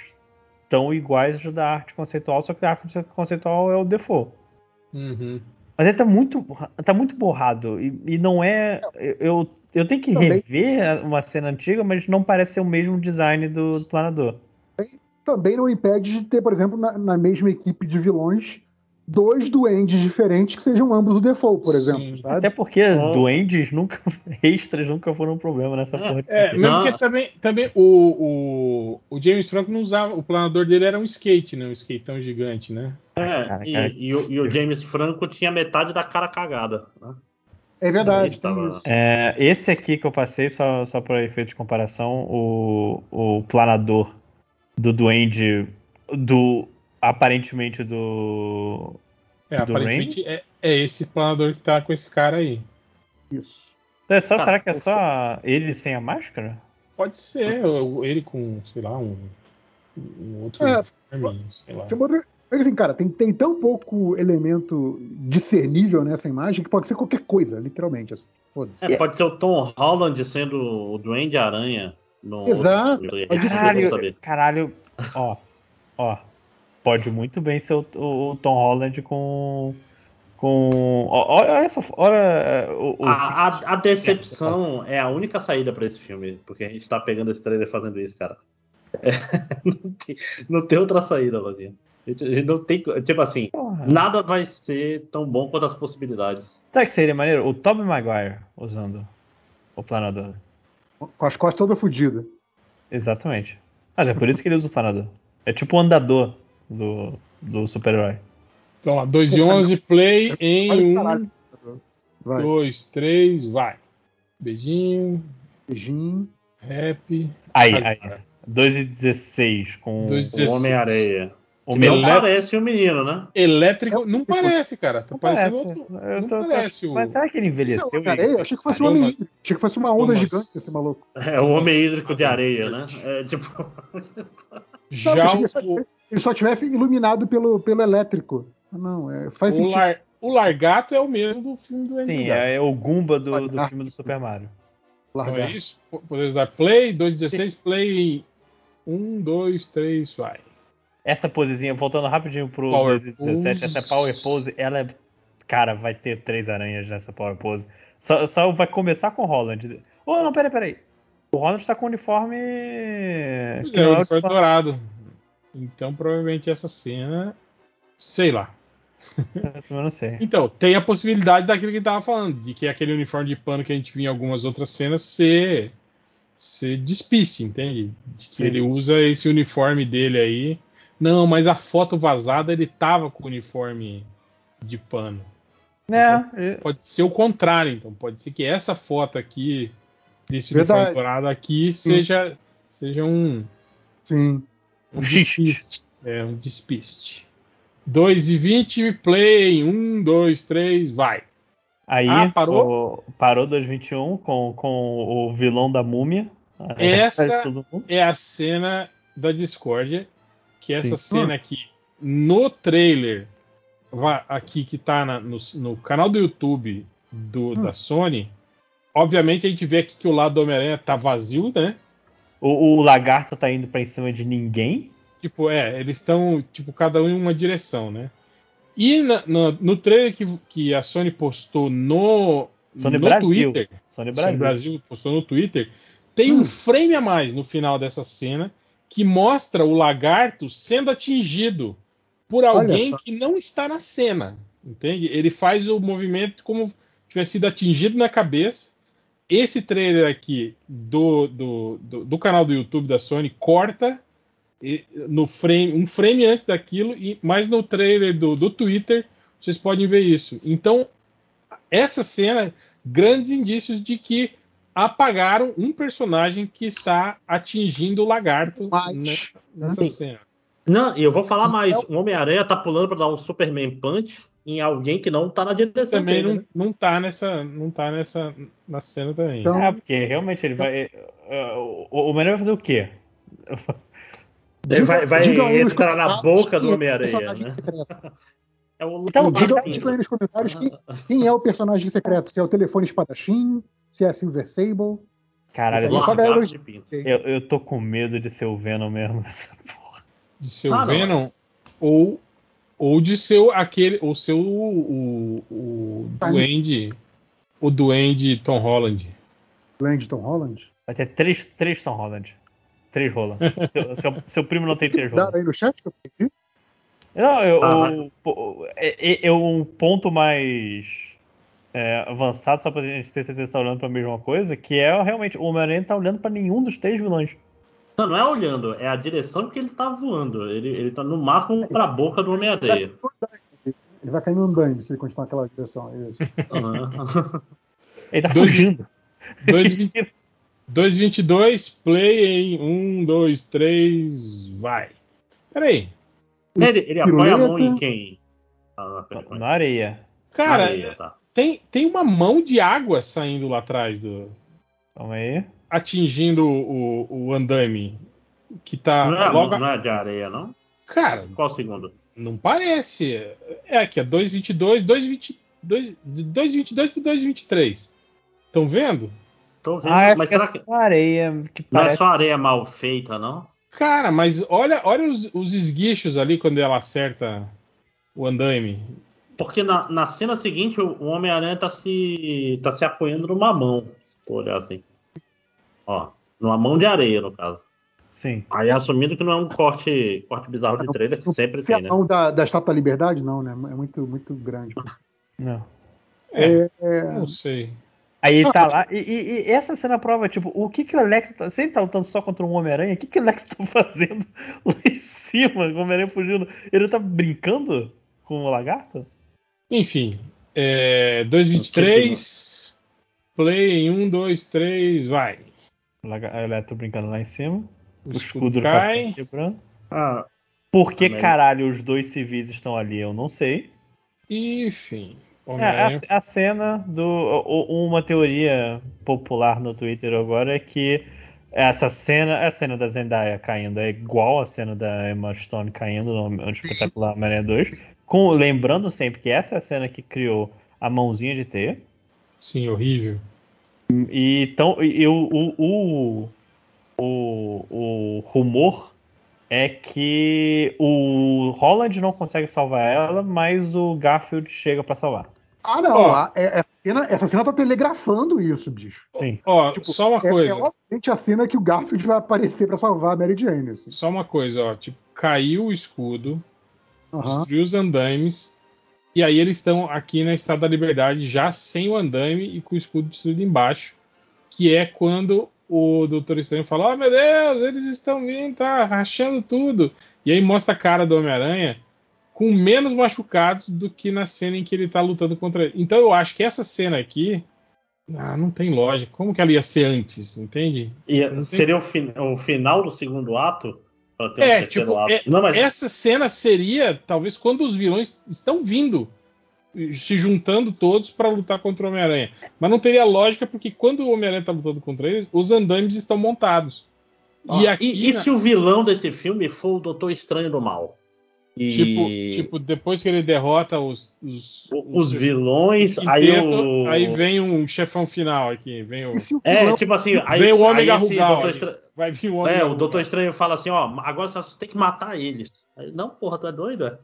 S1: estão iguais aos da arte conceitual, só que a arte conceitual é o default.
S2: Uhum.
S1: Mas ele tá muito, borra- tá muito borrado e, e não é. Eu, eu tenho que
S4: Também.
S1: rever uma cena antiga, mas não parece ser o mesmo design do planador.
S4: Também não impede de ter, por exemplo, na, na mesma equipe de vilões, dois duendes diferentes que sejam ambos o default, por
S2: Sim.
S4: exemplo. Sabe?
S1: Até porque
S3: Bom.
S1: duendes nunca, extras nunca foram um problema nessa
S3: É,
S1: porra. de
S2: É,
S1: filme.
S2: mesmo
S3: Não.
S2: porque também, também o, o, o James Franco não usava. O planador dele era um skate, né? Um skateão gigante, né?
S3: É,
S1: Cara,
S3: e,
S1: cara.
S3: e o, e o James Franco tinha metade da cara cagada. né?
S4: É
S3: Ele
S4: verdade. tem
S3: tava-
S4: isso.
S1: É, esse aqui que eu passei, só, só para efeito de comparação, o, o planador do duende do aparentemente do
S2: É,
S1: Do
S2: aparentemente é, é esse planador que tá com esse cara aí.
S4: Isso.
S1: Então é só,
S3: Tá,
S1: será que é
S2: eu
S1: só ele sem a máscara?
S2: Pode ser eu- ele com, sei lá, um, um outro
S4: É.
S2: uniforme, sei lá.
S4: Você bota- Mas assim, cara, tem, tem tão pouco elemento discernível nessa imagem que pode ser qualquer coisa, literalmente. assim. Foda-se.
S3: É, pode ser o Tom Holland sendo o Duende Aranha. No
S4: Exato,
S3: outro-
S4: pode ser.
S3: Vamos
S1: Caralho,
S3: saber.
S1: caralho, ó, ó. Pode muito bem ser o, o- o Tom Holland com. com. ó, ó, Olha essa. Olha. O, o-
S3: A, a- a decepção é a única saída pra esse filme, porque a gente tá pegando esse trailer e fazendo isso, cara. É, não, tem, não tem outra saída, Lavinha. A gente- a gente não tem. co- Tipo assim,
S1: porra.
S3: nada vai ser tão bom quanto as possibilidades.
S1: Sabe que seria maneiro? O Tobey Maguire usando o planador.
S4: Com as costas toda fodidas.
S1: Exatamente. Mas é por isso que ele usa o planador. É tipo o andador do, do super-herói.
S2: Então, ó, 2 e 11, play
S4: Olha que
S2: em
S4: caralho.
S2: 1,
S4: Vai.
S2: 2, 3, vai. Beijinho,
S4: Beijinho.
S2: rap.
S1: Aí, aí.
S2: agora.
S1: 2,16 com
S2: Dois e
S3: O
S2: 16.
S3: Homem-Areia.
S1: o
S3: Que não
S2: Ele-
S3: parece o menino, né?
S2: Elétrico, não parece, cara. Tá
S1: Não
S2: parecendo
S1: parece.
S2: outro.
S1: Eu
S2: Não
S1: tô-
S2: parece o.
S1: Mas é será que ele envelheceu?
S4: Não, cara, eu achei que fosse um homem. hídrico. Achei que fosse uma onda
S2: Thomas.
S4: gigante esse maluco.
S3: É o homem hídrico de areia, né? É tipo.
S2: Já
S4: Não,
S2: o, o,
S4: Ele só tivesse iluminado pelo, pelo elétrico. Não, é, faz sentido.
S2: lar, o Largato é o mesmo do filme do
S1: Sim,
S2: Andy
S1: é, é o Goomba do, do
S4: Lagarto.
S1: filme do Super Mario.
S2: Então
S4: largar.
S2: é isso. P- Podemos dar play, 216, play em 1, 2, 3, vai.
S1: Essa posezinha, voltando rapidinho pro
S2: Power
S1: 2017,
S2: pose.
S1: essa Power Pose, ela é. Cara, vai ter três aranhas nessa Power Pose. Só, só vai começar com o Holland. Oh, não, peraí, peraí. O Holland tá com o uniforme.
S2: Pois
S1: que
S2: é,
S1: não
S2: o
S1: é o
S2: uniforme
S1: uniforme-
S2: dourado. Então, provavelmente essa cena. Sei lá.
S1: Eu não sei.
S2: Então, tem a possibilidade daquilo que tava falando, de que aquele uniforme de pano que a gente viu em algumas outras cenas ser, ser despiste, entende? De que
S1: Sim.
S2: ele usa esse uniforme dele aí. Não, mas a foto vazada ele tava com o uniforme de pano.
S1: É,
S2: Pode ser o contrário, então. Pode ser que essa foto aqui, desse
S4: Verdade.
S2: uniforme dourado aqui, seja, seja um,
S4: Sim.
S2: um
S1: Um xiste.
S2: despiste. É, um despiste. 2 e 20, play. 1, 2, 3, vai.
S1: Aí
S2: Ah, parou?
S1: o- parou 2021 com, com o vilão da múmia. tá
S2: Essa-
S1: Todo mundo.
S2: É a cena da discórdia, que é essa
S1: Sim.
S2: cena aqui, no trailer, va- aqui que tá na- no, no canal do YouTube
S1: Hum.
S2: do, da Sony, obviamente a gente vê aqui que o lado do Homem-Aranha tá vazio, né?
S1: O, o lagarto tá indo pra cima de ninguém.
S2: Tipo, é, eles estão, tipo, cada um em uma direção, né? E na- na- no trailer que, que a Sony postou no,
S1: Sony
S2: no
S1: Brasil.
S2: Twitter,
S1: Sony
S2: Sony
S1: Brasil.
S2: Brasil postou no Twitter, tem um frame a mais no final dessa cena que mostra o lagarto sendo atingido por alguém
S4: só.
S2: que não está na cena, entende? Ele faz o movimento como tivesse sido atingido na cabeça. Esse trailer aqui do, do, do, do canal do YouTube da Sony corta e- no frame, um frame antes daquilo, e mas no trailer do, do Twitter vocês podem ver isso. Então, essa cena, grandes indícios de que apagaram um personagem que está atingindo o lagarto
S4: Mas,
S2: nessa, nessa
S4: né?
S2: cena.
S3: Não, e eu vou falar mais. O Homem-Aranha tá pulando pra dar um Superman Punch em alguém que não tá na direção
S2: Também
S3: dele,
S2: não, não tá nessa. Não tá nessa. Na cena também.
S4: Então-
S1: Ah, porque realmente ele vai. eh, o- o melhor vai fazer o quê?
S3: Ele vai, vai
S4: Digam aí nos
S3: entrar na
S4: comentários
S3: boca do
S4: quem é o
S3: Homem-Aranha,
S4: personagem
S3: né?
S4: secreto.
S3: É o
S1: Então,
S3: Lagarto.
S4: Digam digam aí nos comentários quem, quem é o personagem secreto. Se é o telefone espadachim, se é a Silver Sable. é
S1: Caralho,
S4: Lá-
S1: eu,
S3: Lagarto de pinto.
S1: eu, eu tô com medo de ser o Venom mesmo nessa porra.
S2: de seu
S3: Ah, não,
S2: Venom ou ou de seu aquele ou seu o, o
S4: Ah,
S2: duende o duende Tom Holland
S4: Langdon Holland.
S1: Vai ter três, três São Holland. Três rola. Seu, seu- seu primo não tem três rola.
S4: Daram aí no chat que eu perdi.
S1: Não, eu,
S3: Ah,
S1: o- o- é, é- é um ponto mais é, avançado, só pra gente ter certeza que tá olhando pra mesma coisa, que é realmente o Homem-Aranha tá olhando pra nenhum dos três vilões.
S3: Não, não é olhando, é a direção que ele tá voando. Ele, ele tá no máximo pra boca do Homem-Aranha.
S4: Ele vai cair no andaime se ele continuar naquela direção. é isso.
S3: Aham.
S1: Ele tá
S2: Dois-
S1: fugindo.
S2: 2 222 play em 1 2 3 vai Peraí.
S3: ele, ele apoia a mão em
S4: Piruleta.
S3: quem? Ah, peraí,
S1: Na areia.
S2: Cara,
S3: areia, tá.
S2: Tem, tem uma mão de água saindo lá atrás do.
S1: Calma aí.
S2: atingindo o, o andaime. Que tá
S3: não, é,
S2: logo. a-
S3: não é de areia, não?
S2: Cara,
S3: Qual o segundo?
S2: não parece. É aqui, é 2,22, 2,22, de 2,22 pro 2,23. Estão vendo?
S3: Tô vendo,
S1: Ah, é
S3: mas
S1: que é
S3: será que.
S1: só areia que
S3: Não é
S1: parece.
S3: só areia mal feita, não?
S2: Cara, mas olha, olha os, os esguichos ali quando ela acerta o andaime.
S3: Porque na, na cena seguinte o, o Homem-Aranha tá se, tá se apoiando numa mão. Se tu olhar assim. Ó, numa mão de areia, no caso.
S1: Sim.
S3: Aí assumindo que não é um corte, corte bizarro de trailer, que sempre
S4: Se é a
S3: tem, né?
S4: mão da, da Estátua da Liberdade, não, né? É muito, muito grande.
S1: Não.
S2: É,
S4: É,
S2: não sei.
S1: Aí
S4: Ah,
S1: tá lá. E, e- e essa cena prova, tipo, o que que o Alex tá. Se ele tá lutando só contra um Homem-Aranha, o que que o Alex tá fazendo lá em cima? O Homem-Aranha fugindo. Ele tá brincando com o lagarto?
S2: Enfim, é, 2,23. Play em 1, 2, 3, vai.
S1: O laga- o Electro brincando lá em cima.
S2: O
S1: O
S2: escudo
S1: escudo
S2: cai.
S1: tá quebrando.
S3: Ah,
S1: Por que
S3: Amém.
S1: caralho os dois civis estão ali? Eu não sei.
S2: Enfim.
S1: É, a,
S4: assim.
S2: Homem-Aranha.
S1: a cena do. o- Uma teoria popular no Twitter agora é que essa cena, a cena da Zendaya caindo é igual a cena da Emma Stone caindo no, no espetacular Homem-Aranha 2. Com, lembrando sempre que essa é a cena que criou a mãozinha de teia.
S2: Sim, horrível.
S1: E, então, e, e o, o, o, o- o rumor é que o Holland não consegue salvar ela, mas o Garfield chega pra salvar.
S4: Ah, não.
S2: Ó.
S4: a- é- essa, cena, essa cena tá telegrafando isso, bicho.
S1: Sim.
S2: Ó,
S4: Tipo,
S2: só uma
S4: É, é
S2: coisa.
S4: obviamente a cena que o Garfield vai aparecer pra salvar a Mary Jane. assim.
S2: Só uma coisa, ó. Tipo, caiu o escudo,
S4: Aham.
S2: destruiu os andaimes. E aí eles estão aqui na Estátua da Liberdade, já sem o andaime e com o escudo destruído embaixo. Que é quando o Doutor Estranho fala: Oh meu Deus, eles estão vindo, tá rachando tudo. E aí mostra a cara do Homem-Aranha com menos machucados do que na cena em que ele tá lutando contra ele. Então eu acho que essa cena aqui. Ah, não tem lógica. Como que ela ia ser antes, entende?
S3: e seria o, fin- o final do segundo ato? Pra ter um
S2: É,
S3: terceiro
S2: tipo,
S3: ato.
S2: é-
S3: não, mas
S2: Essa cena seria, talvez, quando os vilões estão vindo, se juntando todos para lutar contra o Homem-Aranha. Mas não teria lógica, porque quando o Homem-Aranha tá lutando contra eles, os andaimes estão montados.
S3: Ó,
S2: e aqui, né,
S3: e, e se o vilão desse filme for o Doutor Estranho do Mal? E
S2: tipo, tipo, depois que ele derrota os, os,
S3: o- os vilões, aí
S2: quinteto,
S3: o.
S2: aí vem um chefão final aqui. Vem o,
S4: E se o
S3: É,
S4: vilão-
S3: tipo assim, aí,
S2: vem o
S3: aí
S2: Ômega
S3: esse
S2: Rugal.
S3: Doutor
S2: aí.
S3: Estranho-
S2: Vai vir o Ômega
S3: É, o
S2: Rugal.
S3: Doutor Estranho fala assim, ó, agora só você tem que matar eles. Aí, não, porra, tá doido? é?
S2: que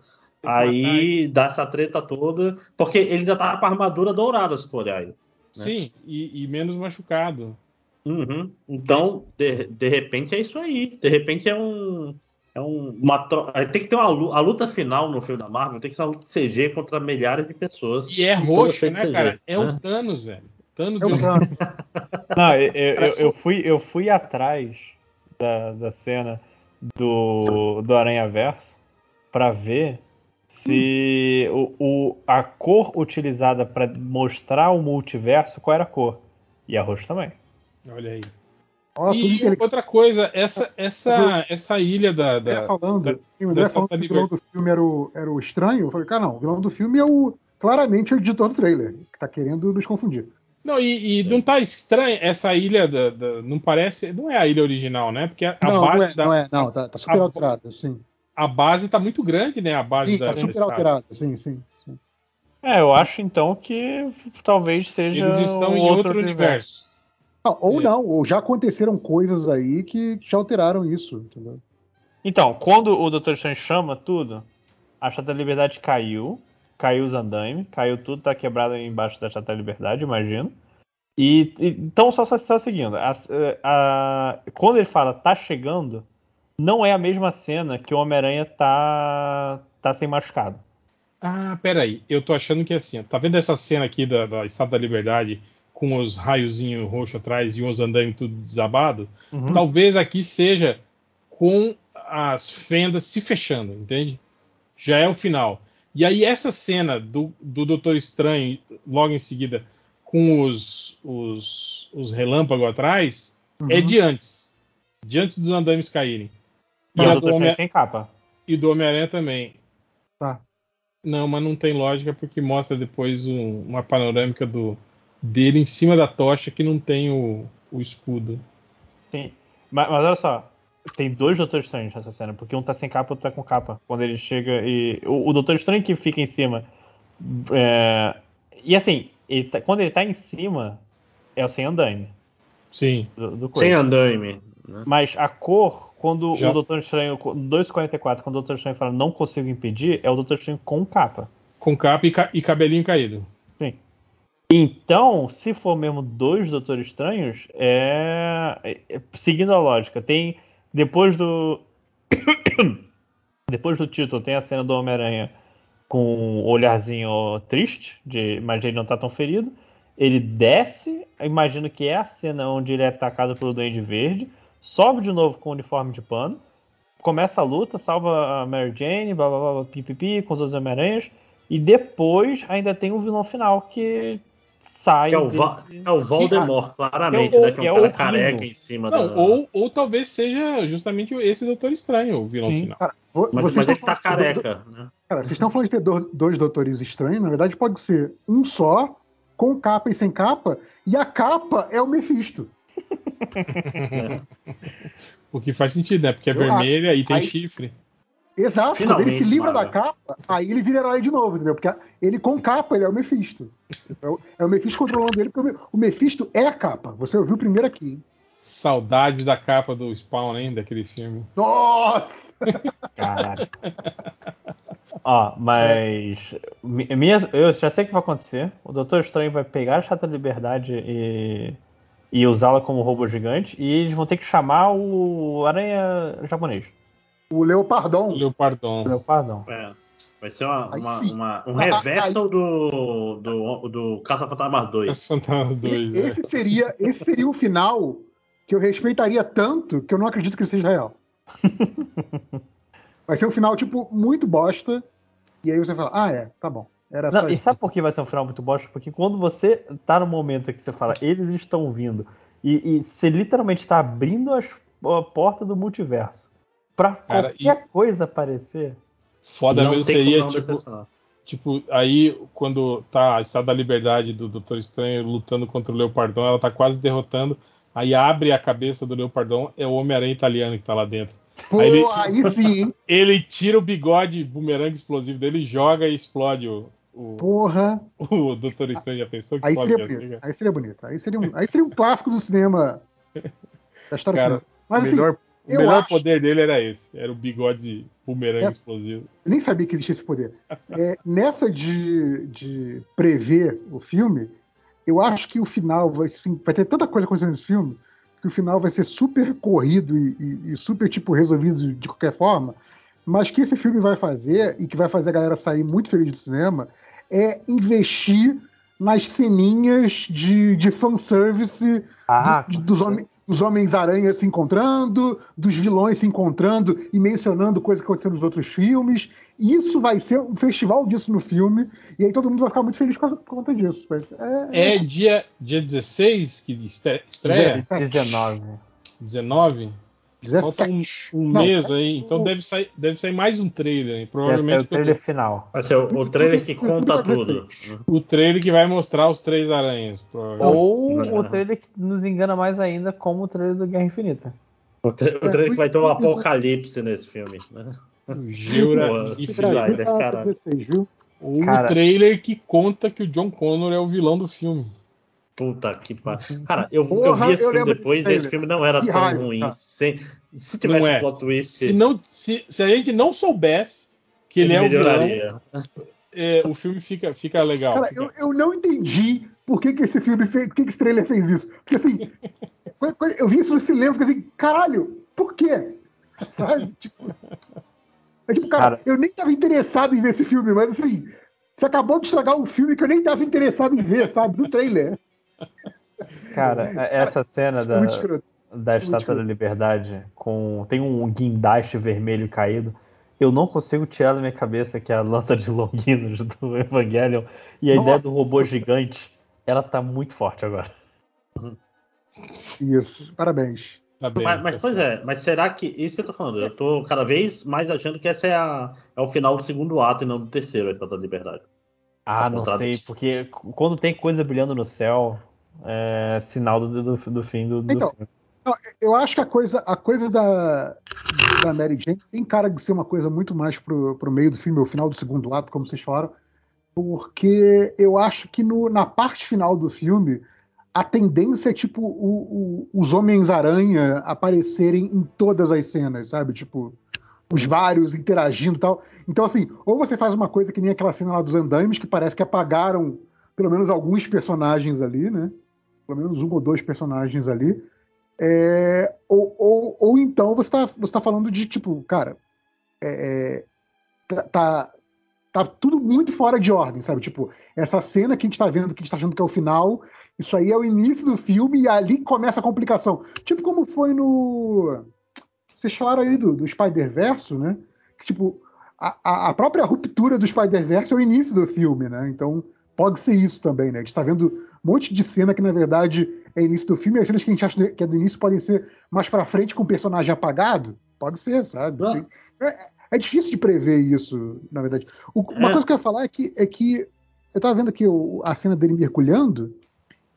S2: matar
S3: Aí dá essa treta toda, porque ele ainda tava com a armadura dourada, se tu olhar aí.
S2: Sim, e- e menos machucado.
S3: Uhum. Então, de, de repente é isso aí. De repente é um. É um, uma tro- aí Tem que ter uma luta, a luta final no filme da Marvel, tem que ser uma luta de CG contra milhares de pessoas.
S2: E é
S3: toda
S2: roxo,
S3: feita
S2: né,
S3: de
S2: cara?
S3: CG,
S2: É o Thanos, velho. Thanos um
S4: É
S2: deu-
S4: o Thanos.
S1: Não, eu, eu- eu- eu fui, eu fui atrás da, da cena do, do Aranha Verso pra ver se o, o- a cor utilizada pra mostrar o multiverso, qual era a cor. E a roxa também.
S2: Olha aí.
S4: Ó, tudo
S2: E
S4: que ele Uhum.
S2: outra coisa, essa, essa, essa ilha da. da-
S4: tá falando.
S2: da-
S4: e o André
S2: dessa
S4: falando que o vilão do filme era o, era o estranho. Eu falei, cara, não. O vilão do filme é o claramente o editor do trailer, que tá querendo nos confundir.
S2: Não, e, e não tá estranho. Essa ilha da, da- não parece. Não é a ilha original, né? Porque a, a
S4: não, não
S2: base
S4: é,
S2: da,
S4: não é, não. Tá, tá super
S2: a-
S4: alterado, sim.
S2: a base tá muito grande, né? A base
S4: Sim,
S2: da,
S4: tá
S2: da
S4: super
S2: estátua.
S4: alterado, sim, sim. sim.
S1: É, eu acho então que talvez seja.
S2: Eles estão
S1: um
S2: em outro, universo.
S4: Não, ou
S2: É.
S4: não, ou já aconteceram coisas aí que já alteraram isso, entendeu?
S1: Então, quando o Dr. Strange chama tudo, a Estátua da Liberdade caiu, caiu os andaime, caiu tudo, tá quebrado aí embaixo da Estátua da Liberdade, imagino. E, e- então só, só, só seguindo, a- a- quando ele fala tá chegando, não é a mesma cena que o Homem-Aranha tá tá sem machucado.
S2: Ah, peraí. Eu tô achando que é assim. ó. Tá vendo essa cena aqui da, da Estátua da Liberdade com os raiozinhos roxo atrás e os andames tudo desabado? Talvez aqui seja com as fendas se fechando, entende? Já é o final. E aí essa cena do, do Doutor Estranho, logo em seguida, com os, os, os relâmpagos atrás, é de antes. De antes dos andames caírem.
S1: E
S2: E
S1: o
S2: a do
S1: Dr. Strange
S2: Homem-
S1: sem capa.
S2: E do Homem-Aranha também.
S4: Tá.
S2: Não, mas não tem lógica porque mostra depois um- uma panorâmica do dele em cima da tocha que não tem o, o escudo.
S1: Sim. Mas, mas olha só, tem dois Doutor Estranho nessa cena, porque um tá sem capa e outro tá com capa. Quando ele chega e. O, o Doutor Estranho que fica em cima. é, E assim, ele tá- quando ele tá em cima, é o sem andaime
S2: Sim.
S1: do, do coisa.
S3: Sem andaime. Né?
S1: Mas a cor, quando
S2: Já.
S1: o Doutor Estranho. 2,44, quando o Doutor Estranho fala não consigo impedir, é o Doutor Estranho com capa.
S2: Com capa e, ca- e cabelinho caído.
S1: Então, se for mesmo dois Doutores Estranhos, é... é- é- Seguindo a lógica, tem. Depois do. Depois do título, tem a cena do Homem-Aranha com o olharzinho triste, de... mas ele não tá tão ferido. Ele desce, eu imagino que é a cena onde ele é atacado pelo Duende Verde, sobe de novo com o uniforme de pano, começa a luta, salva a Mary Jane, blá blá blá, blá pipipi, com os outros Homem-Aranhas, e depois ainda tem o vilão final que sai.
S3: Que é o,
S1: desse-
S3: Va- é o Voldemort, claramente,
S1: que é o-
S3: né? Que é um
S1: que é
S3: cara
S1: o
S3: careca
S1: Rino.
S3: em cima
S2: Não,
S3: da.
S2: ou, ou talvez seja justamente esse Doutor Estranho, o vilão
S1: Sim.
S2: final.
S4: Vo-
S3: Mas,
S4: vocês
S3: mas
S4: estão
S3: ele tá
S4: falando de do-
S3: careca, né?
S4: Cara, vocês estão falando de ter do- dois doutores estranhos, na verdade pode ser um só, com capa e sem capa, e a capa é o Mephisto.
S3: É,
S2: O que faz sentido, né? Porque é
S4: Eu
S2: vermelha e tem
S4: Aí-
S2: chifre.
S4: Exato, quando ele
S3: Finalmente,
S4: se livra
S3: Marvel.
S4: da capa, aí ele vira herói de novo, entendeu? Porque ele com capa, ele é o Mephisto. É o, é o Mephisto controlando ele, porque o Me- o Mephisto é a capa. Você ouviu primeiro aqui. hein?
S2: Saudades da capa do Spawn, hein? Daquele filme.
S4: Nossa!
S1: Caralho. Ó, mas. mi- Minha, eu já sei o que vai acontecer. O Doutor Estranho vai pegar a Chata da Liberdade e, e usá-la como robô gigante. E eles vão ter que chamar o Aranha japonês.
S4: O Leopardon.
S2: Leopardon.
S1: Leopardão.
S3: É. Vai ser uma,
S4: Aí
S3: uma-
S4: sim.
S3: uma- um
S4: Ah, ah,
S3: reversal do, do, do Caça Fantasmas 2.
S2: As Fantasmas 2. né?
S4: Esse seria, esse seria o final que eu respeitaria tanto que eu não acredito que ele seja real. Vai ser um final, tipo, muito bosta. E aí você fala, ah, é, tá bom. Era só
S1: Não, e
S4: isso.
S1: sabe por que vai ser um final muito bosta? Porque quando você tá no momento que você fala, eles estão vindo, e, e você literalmente tá abrindo as- a porta do multiverso pra
S2: Cara, e-
S1: qualquer coisa aparecer.
S2: Foda
S3: Não
S2: mesmo
S3: tem como
S2: seria,
S3: não
S2: tipo,
S3: decepcionar.
S2: Tipo, aí quando tá a Estado da Liberdade do Doutor Estranho lutando contra o Leopardon, ela tá quase derrotando. Aí abre a cabeça do Leopardon, é o Homem-Aranha italiano que tá lá dentro.
S4: Pô,
S2: Aí ele-
S4: aí sim, hein?
S2: Ele tira o bigode bumerangue explosivo dele, joga e explode o, o,
S4: Porra.
S2: o Doutor Estranho. Já pensou que
S4: Aí
S2: pode
S4: seria
S2: ser assim,
S4: bonito.
S2: cara?
S4: Aí seria bonito. Aí seria um, aí seria um clássico do cinema. Da história
S2: Cara,
S4: do cinema. Mas
S2: o
S4: assim,
S2: melhor, o
S4: eu
S2: melhor
S4: acho-
S2: poder dele era esse. Era o bigode bumerangue
S4: É.
S2: explosivo.
S4: eu nem sabia que existia esse poder. É, nessa de, de prever o filme, eu acho que o final vai, assim, vai ter tanta coisa acontecendo nesse filme que o final vai ser super corrido e, e- e super tipo resolvido de qualquer forma. Mas que esse filme vai fazer e que vai fazer a galera sair muito feliz do cinema é investir nas ceninhas de, de fanservice
S1: Ah,
S4: de- dos, homem- dos Homens-Aranha se encontrando, dos vilões se encontrando e mencionando coisas que aconteceram nos outros filmes. E Isso vai ser um festival disso no filme, e aí todo mundo vai ficar muito feliz por causa- por conta disso. Mas é- É.
S2: É dia, dia 16 que estre- estreia?
S1: é 19.
S2: 19? Falta um,
S4: 17.
S2: um
S4: Não,
S2: mês aí, então
S4: o-
S2: deve sair, deve sair mais um trailer, hein?
S1: Esse é o
S2: provavelmente
S1: trailer final.
S3: Vai ser o, o trailer que conta tudo. né?
S2: o trailer que vai mostrar os três aranhas. provavelmente.
S1: Ou
S3: Não.
S1: o trailer que nos engana mais ainda, como o trailer do Guerra Infinita.
S3: O, tra- o trailer que vai ter
S4: É
S3: um apocalipse nesse filme. Né?
S2: O Jura
S3: Boa.
S2: e Felipe.
S3: Caralho. Friday,
S4: Ah,
S3: caralho.
S4: 16, viu?
S2: Ou o
S1: Cara.
S2: trailer que conta que o John Connor é o vilão do filme.
S3: Puta que pariu. Cara, eu, eu
S4: Uhum. Porra,
S3: vi esse
S4: eu
S3: filme
S4: lembro
S3: depois e
S4: desse trailer.
S3: esse filme não era
S4: Que
S3: tão
S4: raiva,
S3: ruim.
S4: cara.
S3: Se, se tivesse
S2: Não é.
S3: plot twist,
S2: Se, não, se, se a gente não soubesse que ele, é o vilão,
S3: melhoraria.
S2: é, o filme fica, fica legal.
S4: Cara,
S2: fica-
S4: eu, eu não entendi por que, que esse filme fez, por que, que esse trailer fez isso. Porque assim, quando- quando eu vi isso no cinema, fiquei assim, caralho, por quê? Sabe? Tipo, é tipo, cara,
S1: Cara.
S4: eu nem tava interessado em ver esse filme, mas assim, você acabou de estragar um filme que eu nem tava interessado em ver, sabe? No trailer.
S1: Cara, é, essa cena da,
S4: é Muito escroto.
S1: da Estátua da Liberdade com. Tem um guindaste vermelho caído. Eu não consigo tirar da minha cabeça que é a lança de Longinus do Evangelion e a ideia do
S4: Nossa. Tá
S1: robô gigante, ela tá muito forte agora.
S4: Isso, parabéns.
S2: Tá bem,
S3: Mas, mas,
S2: tá
S3: pois
S2: certo.
S3: é, mas será que. Isso que eu tô falando, eu tô cada vez mais achando que esse é, a- é o final do segundo ato e não do terceiro, a Estátua da Liberdade.
S1: Ah, não
S3: Contrato.
S1: sei, porque quando tem coisa brilhando no céu, é sinal do, do- do fim do, do
S4: Então,
S1: filme.
S4: Eu acho que a coisa, a coisa da, da Mary Jane tem cara de ser uma coisa muito mais pro, pro meio do filme, ou final do segundo ato, como vocês falaram, porque eu acho que no- na parte final do filme a tendência é tipo o- o- os Homens-Aranha aparecerem em todas as cenas, sabe? Tipo, os vários interagindo e tal. Então, assim, ou você faz uma coisa que nem aquela cena lá dos andames, que parece que apagaram pelo menos alguns personagens ali, né? Pelo menos um ou dois personagens ali. É, ou, ou- ou então você tá, você tá falando de tipo, cara, é, é, tá, tá, tá tudo muito fora de ordem, sabe? Tipo, essa cena que a gente tá vendo, que a gente tá achando que é o final, isso aí é o início do filme e ali começa a complicação. Tipo como foi no. Vocês falaram aí do, do Spider-Verso, né? Que, tipo, a- a, a própria ruptura do Spider-Verse é o início do filme, né? Então pode ser isso também, né? A gente tá vendo um monte de cena que, na verdade, é início do filme, e as cenas que a gente acha que é do início podem ser mais pra frente com o personagem apagado. Pode ser, sabe?
S3: Ah.
S4: Tem- é, é difícil de prever isso, na verdade. O- uma
S3: É.
S4: coisa que eu ia falar é que, é que eu tava vendo aqui o- a cena dele mergulhando,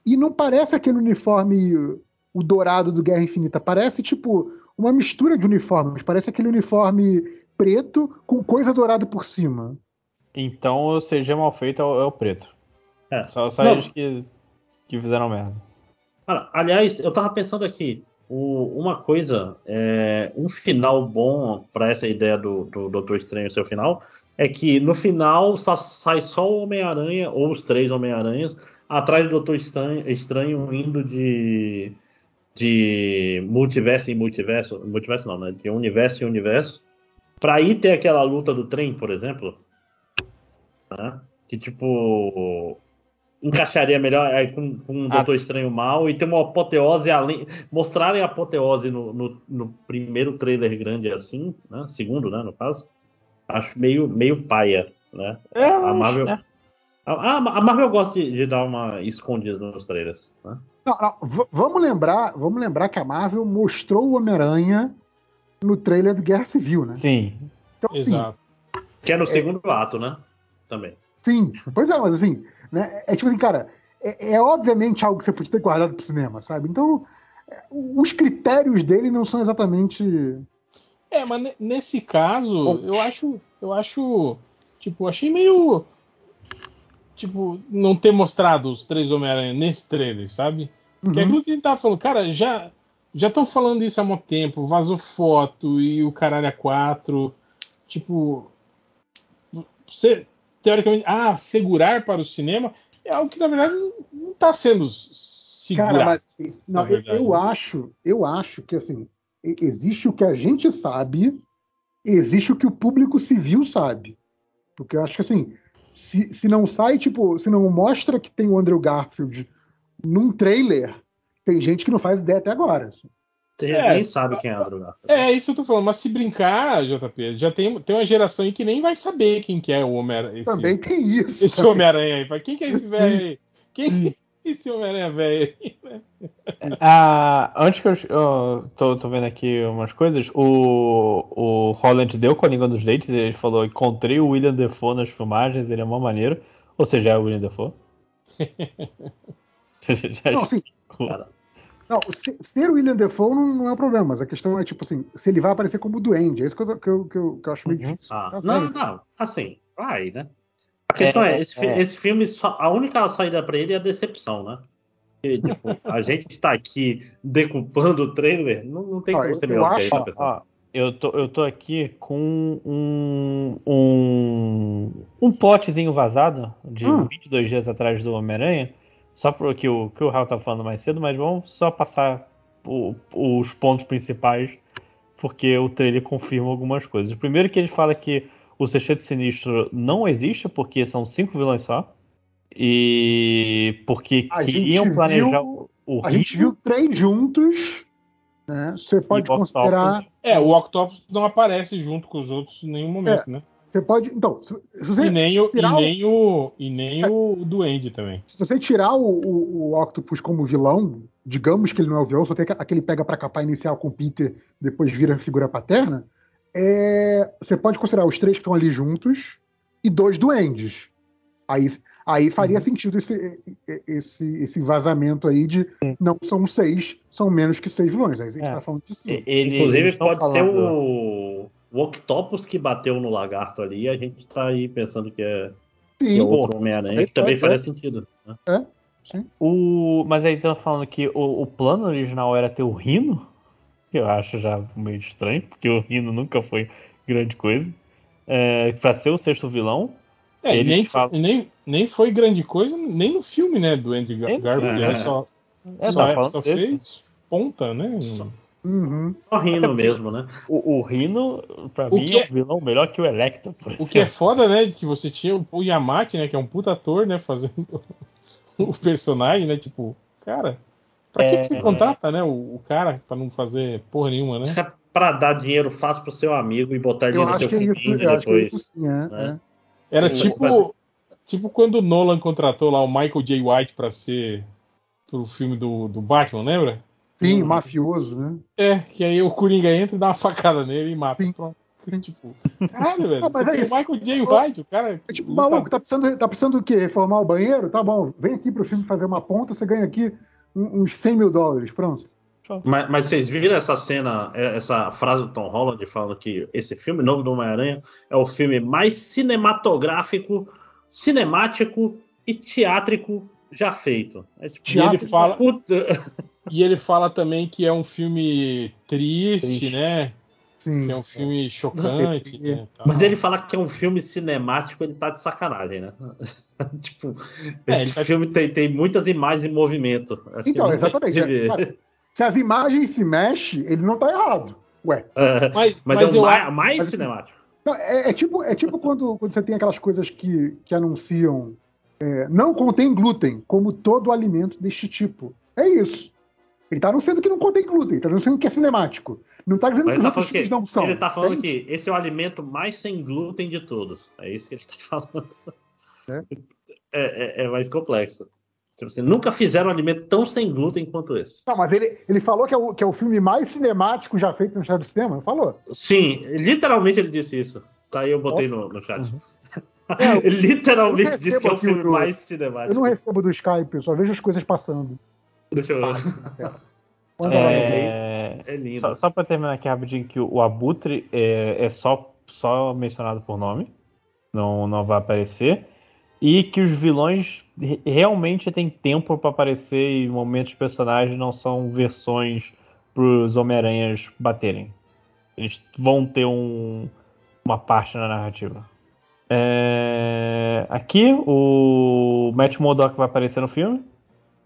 S4: e não parece aquele uniforme, o dourado do Guerra Infinita. Parece, tipo, uma mistura de uniformes. Parece aquele uniforme preto com coisa dourada por cima.
S1: Então, o CG mal feito é o, é o preto.
S3: É.
S1: Só, só
S3: Não.
S1: eles que, que fizeram merda.
S3: Cara, aliás, eu tava pensando aqui, o- uma coisa, é, um final bom pra essa ideia do, do Doutor Estranho ser o final, é que no final só sai só o Homem-Aranha, ou os três Homem-Aranhas, atrás do Doutor Estranho, Estranho indo de, de multiverso em multiverso, multiverso não, né? De universo em universo, pra ir ter aquela luta do trem, por exemplo, né? Que tipo encaixaria melhor aí com, com o
S1: Ah.
S3: Doutor Estranho Mal e ter uma apoteose além. Mostrarem a apoteose no, no, no primeiro trailer grande assim, né? Segundo, né, no caso. Acho meio, meio paia, né?
S1: É,
S3: a
S1: mas,
S3: Marvel.
S1: né?
S3: A, a- a Marvel gosta de, de dar uma escondida nos trailers. Né?
S4: Não, não, v- vamos lembrar, vamos lembrar que a Marvel mostrou o Homem-Aranha no trailer do Guerra Civil, né?
S1: Sim.
S4: Então, assim,
S2: Exato.
S3: Que é no segundo ato, né? Também.
S4: Sim, pois é, mas assim, né? É tipo assim, cara, é, é obviamente algo que você podia ter guardado pro cinema, sabe? Então, é, os critérios dele não são exatamente. uhum.
S2: É, mas ne- nesse caso,
S1: Bom.
S2: eu acho. Eu acho. Tipo, achei meio. Tipo, não ter mostrado os três Homem-Aranha nesse trailer, sabe? Que é
S4: Uhum.
S2: aquilo que a gente tava falando, cara, já já estão falando isso há muito tempo, vazou foto e o caralho a quatro, tipo, você, teoricamente, ah, segurar para o cinema é algo que na verdade não está sendo segurado.
S4: Cara, mas, assim,
S2: na
S4: não, eu,
S2: verdade,
S4: eu
S2: né?
S4: acho, eu acho que assim, e- existe o que a gente sabe, existe o que o público civil sabe. Porque eu acho que assim, se, se não sai, tipo, se não mostra que tem o Andrew Garfield num trailer, tem gente que não faz ideia até agora. assim.
S3: Você
S2: É.
S3: nem sabe quem é Andrew Garfield.
S2: É isso que eu tô falando, mas se brincar, JP, já tem, tem uma geração aí que nem vai saber quem que é o Homem-Aranha. esse-
S4: Também tem isso.
S2: Esse Homem-Aranha aí, fala, quem que é esse
S4: Sim.
S2: velho aí? Quem que é esse Homem-Aranha velho aí?
S1: Ah, antes que eu, eu tô, tô vendo aqui umas coisas, o, o Holland deu com a língua dos dentes, ele falou, encontrei o William Defoe nas filmagens, ele é mó maneiro. Ou seja, é o William Defoe. Já
S4: Não, assim,
S1: explicou.
S4: Não, se- ser o William Defoe não, não é um problema, mas a questão é, tipo assim, se ele vai aparecer como duende, é isso que eu, que eu, que eu, que eu acho meio
S1: Uhum.
S4: difícil.
S3: Ah,
S4: Tá
S3: não,
S4: certo.
S3: não. Assim, vai, né? A questão é, esse, fi-
S1: é.
S3: esse filme, só- a única saída pra ele é a decepção, né? Porque, tipo, a gente tá aqui decupando o trailer, não, não tem
S4: Ó,
S3: como
S4: eu-
S3: ser
S4: eu
S3: melhor do que
S4: acho-
S3: isso,
S1: Ó, ó,
S3: pessoal.
S1: eu tô, eu tô aqui com um, um, um potezinho vazado de
S4: Hum.
S1: 22 dias atrás do Homem-Aranha, só pro que o, que o Raul tá falando mais cedo, mas vamos só passar o- os pontos principais, porque o trailer confirma algumas coisas. Primeiro é que ele fala que o Sexteto Sinistro não existe, porque são cinco vilões só, e porque
S4: A gente
S1: queriam planejar
S4: viu-
S1: o
S4: A gente viu três juntos, né? Você pode considerar.
S2: É, o Octopus não aparece junto com os outros em nenhum momento,
S4: É.
S2: né?
S4: Você pode. Então, se se
S2: E
S4: você,
S2: nem Né? o, e
S4: tirar o-
S2: nem o, e nem o Duende também.
S4: se você tirar o, o, o Octopus como vilão, digamos que ele não é o vilão, só tem aquele pega para capar inicial com o Peter, depois vira figura paterna, é, você pode considerar os três que estão ali juntos e dois duendes. Aí, aí faria uhum. sentido esse, esse, esse vazamento aí de uhum. não são seis, são menos que seis vilões. Aí a gente é. tá falando de cinco.
S3: Ele, Inclusive, pode falando... ser um o, o Octopus que bateu no lagarto ali e a gente tá aí pensando que é, sim, que é outro Homem-Aranha, que também é, faria sentido. Né?
S4: É, sim.
S1: O, mas aí estão falando que o, o plano original era ter o Rino, que eu acho já meio estranho, porque o Rino nunca foi grande coisa. É, pra ser o sexto vilão,
S2: é, nem, fala... nem, nem foi grande coisa, nem no filme, né, do Andy Gar Garfield. É. Ele só, é, só, tá só fez desse. ponta, né?
S3: Só, uhum. só Rino mesmo, né?
S1: O, o Rino, pra o mim, é... é um vilão melhor que o Electra,
S2: por exemplo. O que é foda, né, que você tinha o, o Yamate, né, que é um puta ator, né, fazendo o personagem, né, tipo, cara... Pra é... que, que você contrata, né, o, o, cara pra não fazer porra nenhuma, né?
S3: Isso é pra dar dinheiro fácil pro seu amigo e botar dinheiro no seu
S4: é
S3: filho depois. é Isso, né?
S2: Era tipo, tipo quando o Nolan contratou lá o Michael J. White para ser pro filme do, do Batman, lembra?
S4: Sim, um, mafioso, né?
S2: É, que aí o Coringa entra e dá uma facada nele e mata. Sim. Pronto. Tipo, caralho, velho. Ah, mas aí, o Michael J. White, o cara.
S4: É tipo, maluco, tá precisando, tá precisando do quê? Reformar o banheiro? Tá bom, vem aqui pro filme fazer uma ponta, você ganha aqui um, uns 100 mil dólares, pronto.
S3: Mas, mas, vocês viram essa cena, é, essa frase do Tom Holland falando que esse filme novo do Homem-Aranha é o filme mais cinematográfico, cinemático e teátrico já feito. É
S2: tipo, e, ele fala, e ele fala também que é um filme triste, triste. né? Sim. Que é um filme chocante. Não, né?
S3: Mas ele falar que é um filme cinemático, ele tá de sacanagem, né? tipo, é, esse tá... filme tem, tem, muitas imagens em movimento.
S4: Acho então, exatamente. É, se as imagens se mexem, ele não tá errado. Ué.
S3: É, mas, mas, mas, é o mais, mais mas, cinemático.
S4: Não, é, é, tipo, é tipo quando, quando você tem aquelas coisas que, que anunciam é, não contém glúten, como todo alimento deste tipo. É isso. Ele tá anunciando que não contém glúten, tá anunciando que é cinemático. Não tá dizendo
S3: ele
S4: que
S3: tá os que, não são. Ele tá falando que esse é o alimento mais sem glúten de todos. É isso que ele tá falando. é mais complexo. Você nunca fizeram um alimento tão sem glúten quanto esse.
S4: Não, mas ele, ele falou que é, o, que é o filme mais cinemático já feito no chat do cinema, falou?
S3: Sim, literalmente ele disse isso. Tá aí eu botei Nossa. no, no chat. Uhum. É, literalmente disse que é o filme do, mais cinemático.
S4: Eu não recebo do Skype, eu só vejo as coisas passando.
S3: Deixa eu ver.
S4: né?
S3: Ah.
S1: É, é lindo. Só, só pra terminar aqui rapidinho, que o, o Abutre é, é só, só mencionado por nome. Não, não vai aparecer e que os vilões realmente têm tempo para aparecer e momentos de personagem não são versões para os Homem-Aranhas baterem. Eles vão ter um, uma parte na narrativa. É... Aqui, o Matt Murdock vai aparecer no filme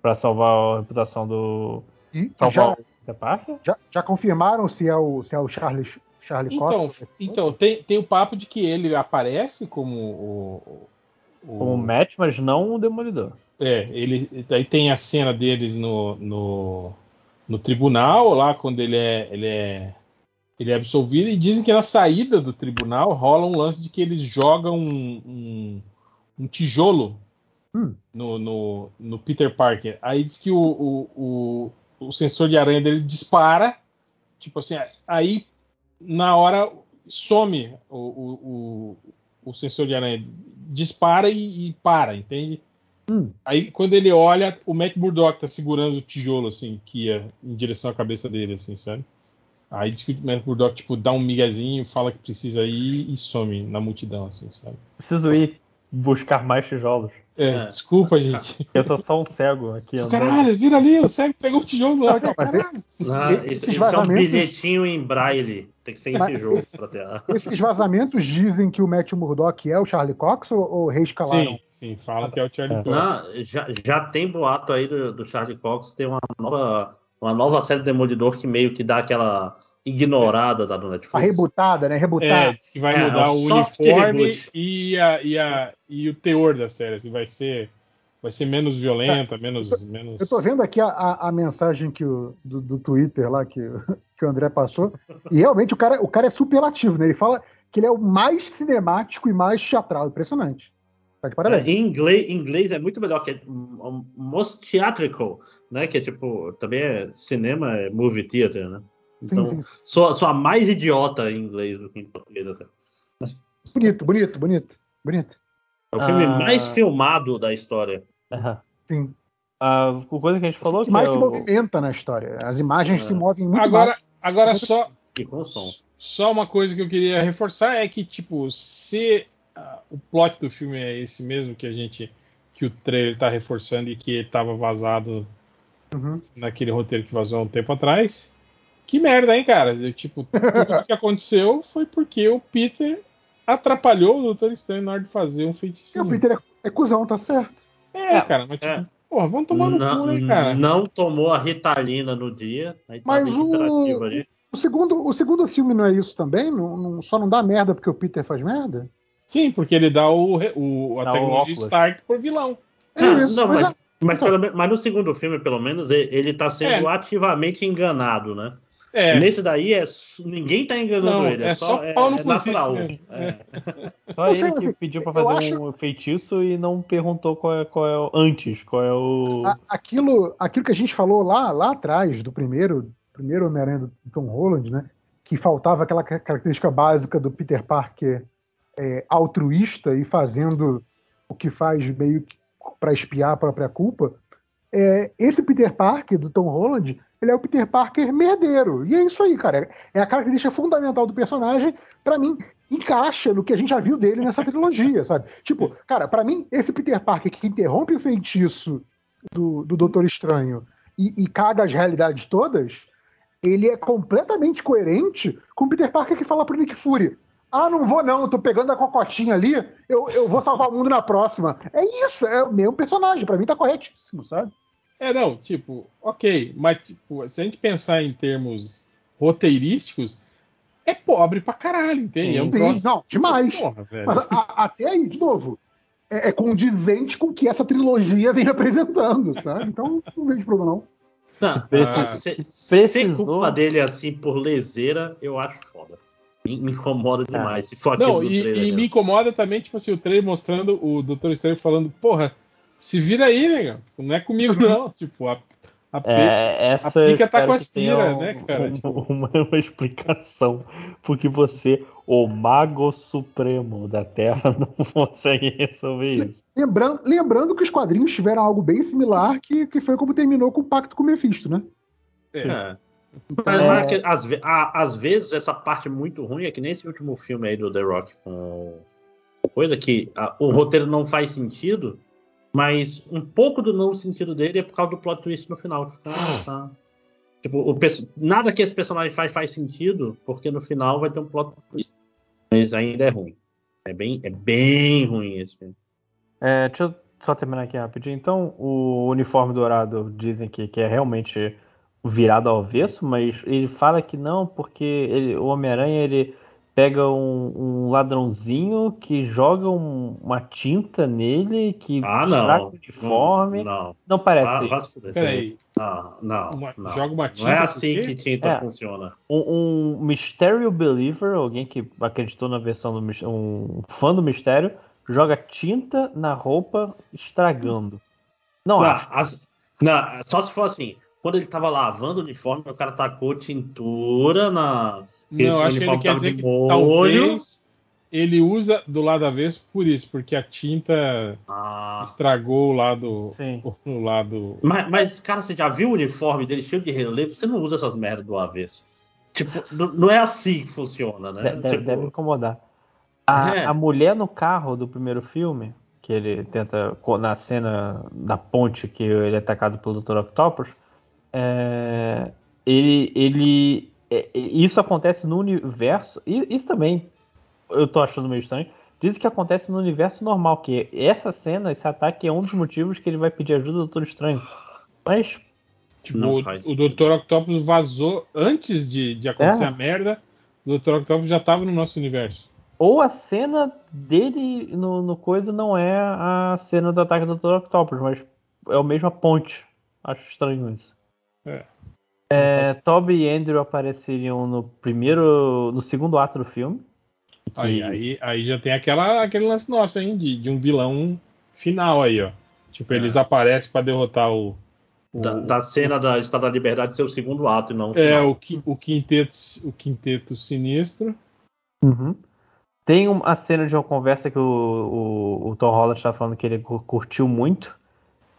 S1: para salvar a reputação do.
S4: E
S1: salvar
S4: já, o já, já confirmaram se é o, se é o Charles, Charlie
S2: então, Costa? Então, tem, tem o papo de que ele aparece como o,
S1: como o Matt, um mas não o Demolidor.
S2: É, ele aí tem a cena deles no, no, no, tribunal lá quando ele é ele é ele é absolvido e dizem que na saída do tribunal rola um lance de que eles jogam um, um, um tijolo hum. no, no, no, Peter Parker. Aí diz que o, o, o, o sensor de aranha dele dispara, tipo assim, aí na hora some o, o, o o sensor de aranha dispara e, e para, entende? Hum. Aí quando ele olha, o Matt Murdock tá segurando o tijolo, assim, que ia em direção à cabeça dele, assim, sabe? Aí diz que o Matt Murdock, tipo, dá um migazinho, fala que precisa ir e some na multidão, assim, sabe?
S1: Preciso ir buscar mais tijolos.
S2: É, é. desculpa, gente.
S1: Eu sou só um cego aqui. Andando.
S2: Caralho, vira ali, o cego pegou o tijolo lá. Caralho.
S3: Ah, esse, esse é um bilhetinho em braille. Tem que ser em tijolo pra ter.
S4: Esses vazamentos dizem que o Matt Murdock é o Charlie Cox ou, ou reescalaram?
S2: Sim, sim, fala que é o Charlie é. Cox.
S3: Não, já, já tem boato aí do, do Charlie Cox, tem uma nova, uma nova série Demolidor que meio que dá aquela ignorada da Netflix.
S4: A rebutada, né? Rebutada.
S2: É, diz que vai é, mudar o uniforme e, a, e, a, e o teor da série. Assim, vai ser vai ser menos violenta, tá. menos,
S4: eu tô,
S2: menos.
S4: É. Eu tô vendo aqui a, a, a mensagem que o, do, do, Twitter lá que, que o André passou. E realmente o cara, o cara é superlativo, né? Ele fala que ele é o mais cinemático e mais teatral. Impressionante. Tá de parabéns.
S3: É, em inglês, em inglês é muito melhor, que é um, um, most theatrical, né? Que é tipo, também é cinema, é movie theater, né? Então,
S4: sim, sim.
S3: Sou, sou a mais idiota em inglês do que em português até.
S4: Bonito, bonito, bonito. Bonito.
S3: É o filme
S1: Ah.
S3: mais filmado da história.
S4: Sim.
S1: A coisa que a gente falou
S4: O que
S1: que
S4: mais
S1: é
S4: se
S1: o-
S4: movimenta na história. As imagens
S3: É.
S4: se movem muito mais.
S2: Agora, agora só,
S3: E com som.
S2: Só uma coisa que eu queria reforçar é que, tipo, se ah, o plot do filme é esse mesmo que a gente. que o trailer tá reforçando e que estava vazado
S4: Uhum.
S2: naquele roteiro que vazou há um tempo atrás. Que merda, hein, cara? Eu, tipo, tudo que aconteceu foi porque o Peter atrapalhou o Doutor Estranho na hora de fazer um
S4: Seu
S2: feiticinho.
S4: Peter é, é cuzão, tá certo.
S2: É,
S1: É,
S2: cara, mas tipo,
S3: é.
S2: porra, vamos tomar no
S3: não,
S2: cu, né, cara?
S3: não tomou a Ritalina no dia. Aí
S4: Mas
S3: tava
S4: o-
S3: hiperativo ali.
S4: O segundo, o segundo filme não é isso também? Não, não- só não dá merda porque o Peter faz merda?
S2: Sim, porque ele dá o, re- o, a
S1: Dá o
S2: tecnologia
S1: óculos.
S2: Stark por vilão.
S4: É
S3: Ah,
S4: isso.
S3: não,
S4: mas
S3: mas,
S4: é-
S3: mas, pelo men- mas no segundo filme, pelo menos, ele, ele tá sendo
S2: É.
S3: ativamente enganado, né?
S2: É,
S3: Nesse daí, é, su- ninguém tá enganando
S2: Não,
S3: ele.
S2: é só pau no
S3: é
S2: cozice
S3: natural.
S2: mesmo.
S3: É.
S1: Só
S4: Eu
S1: ele
S4: sei,
S1: que
S4: assim,
S1: pediu pra
S4: eu
S1: fazer
S4: acho-
S1: um feitiço e não perguntou qual é, qual é o antes, qual é o.
S2: Ah,
S4: a- aquilo, aquilo que a gente falou lá, lá atrás, do primeiro, primeiro Homem-Aranha do Tom Holland, né? Que faltava aquela ca- característica básica do Peter Parker é, altruísta e fazendo o que faz meio que para espiar a própria culpa. É, esse Peter Parker do Tom Holland, ele é o Peter Parker merdeiro. E é isso aí, cara. É a característica fundamental do personagem, pra mim, encaixa no que a gente já viu dele nessa trilogia, sabe? Tipo, cara, pra mim, esse Peter Parker que interrompe o feitiço do, do Doutor Estranho e, e caga as realidades todas, ele é completamente coerente com o Peter Parker que fala pro Nick Fury. Ah, não vou não, tô pegando a cocotinha ali, eu, eu vou salvar o mundo na próxima. É isso, é o mesmo personagem, pra mim tá corretíssimo, sabe?
S2: É, não, tipo, ok, mas tipo, se a gente pensar em termos roteirísticos, é pobre pra caralho, entende? É um
S4: Sim,
S2: troço. né?
S4: não, demais.
S2: Porra, velho.
S4: Mas a- até aí, de novo, é, é condizente com o que essa trilogia vem apresentando, sabe? Então, não vejo problema, não.
S3: Não,
S2: Precisa-
S3: Ah. se- ser
S1: precisou.
S3: culpa dele assim por leseira, eu acho foda. Me, me incomoda demais. Se for aquilo
S2: Não,
S3: do trailer
S2: e, e
S3: mesmo.
S2: me incomoda também, tipo assim, o trailer mostrando o Doutor Estranho falando, porra, se vira aí, né? Não é comigo, não. tipo, a, a pe-
S1: É, essa
S2: a pica tá
S1: espero
S2: com as
S1: que tenha
S2: tira,
S1: um-
S2: né, cara?
S1: um-
S2: Tipo-
S1: Uma, uma explicação. Porque você, o mago supremo da Terra, não consegue resolver isso.
S4: Lembran- lembrando que os quadrinhos tiveram algo bem similar, que, que foi como terminou com o pacto com o Mephisto, né?
S3: É.
S4: Então,
S3: Mas, mas
S4: é,
S3: que às, ve- a- às vezes essa parte muito ruim é que nem esse último filme aí do The Rock com o- coisa que a- o roteiro não faz sentido, mas um pouco do não sentido dele é por causa do plot twist no final. que tá- tá- Tipo, o perso- nada que esse personagem faz faz sentido, porque no final vai ter um plot twist. Mas ainda é ruim. É bem, é bem ruim esse filme.
S1: É, deixa eu só terminar aqui rapidinho. Então, o uniforme dourado dizem que, que é realmente virado ao avesso, mas ele fala que não, porque ele- o Homem-Aranha ele pega um, um ladrãozinho que joga um- uma tinta nele que
S3: Ah,
S1: estraga o
S3: não.
S1: uniforme. é Não,
S3: Não.
S1: parece
S3: Ah, vai se fuder.
S2: Peraí,
S3: Não, não,
S2: uma-
S3: é, não.
S2: joga uma
S3: Não
S2: tinta.
S3: é
S2: por
S3: assim
S2: quê?
S3: que tinta
S1: É.
S3: funciona.
S1: um, um Mysterio Believer, alguém que acreditou na versão do mis- um fã do mistério, joga tinta na roupa estragando. Não, é.
S3: Não,
S1: acho.
S3: as- não, só se for assim. Quando ele tava lavando o uniforme, o cara tacou tintura na. que
S2: Não,
S3: o
S2: acho que ele
S3: uniforme
S2: quer
S3: tava
S2: dizer
S3: de
S2: que
S3: molho.
S2: talvez ele usa do lado avesso por isso, porque a tinta
S3: Ah.
S2: estragou o lado.
S1: Sim.
S2: O lado
S3: Mas, mas, cara, você já viu o uniforme dele cheio de relevo? Você não usa essas merdas do avesso. Tipo, n- não é assim que funciona, né?
S1: De- de-
S3: Tipo,
S1: deve incomodar. A,
S3: É.
S1: a mulher no carro do primeiro filme, que ele tenta, co- na cena da ponte que ele é atacado pelo Dr. Octopus, é, ele. ele é- é- isso acontece no universo. e Isso também eu tô achando meio estranho. Dizem que acontece no universo normal, que essa cena, esse ataque é um dos motivos que ele vai pedir ajuda do Doutor Estranho. Mas
S2: Tipo,
S3: Não
S2: o,
S3: faz
S2: o Dr. Octopus vazou antes de, de acontecer
S1: É.
S2: a merda. O Dr. Octopus já tava no nosso universo.
S1: Ou a cena dele no, no coisa não é a cena do ataque do Dr. Octopus, mas é a mesma ponte. Acho estranho isso.
S2: Não
S1: É,
S2: faz-
S1: Toby e Andrew apareceriam no primeiro. no segundo ato do filme.
S2: Aí, aí, aí já tem aquela, aquele lance nosso, hein? De, de um vilão final aí, ó. Tipo, eles
S3: É.
S2: aparecem pra derrotar o. o-
S3: Da, da cena da Estátua da Liberdade ser o segundo ato e não o
S2: é,
S3: final.
S2: o, qui- o, quinteto, o quinteto sinistro.
S1: Uhum. Tem uma cena de uma conversa que o, o- o Tom Holland está falando que ele cu- curtiu muito,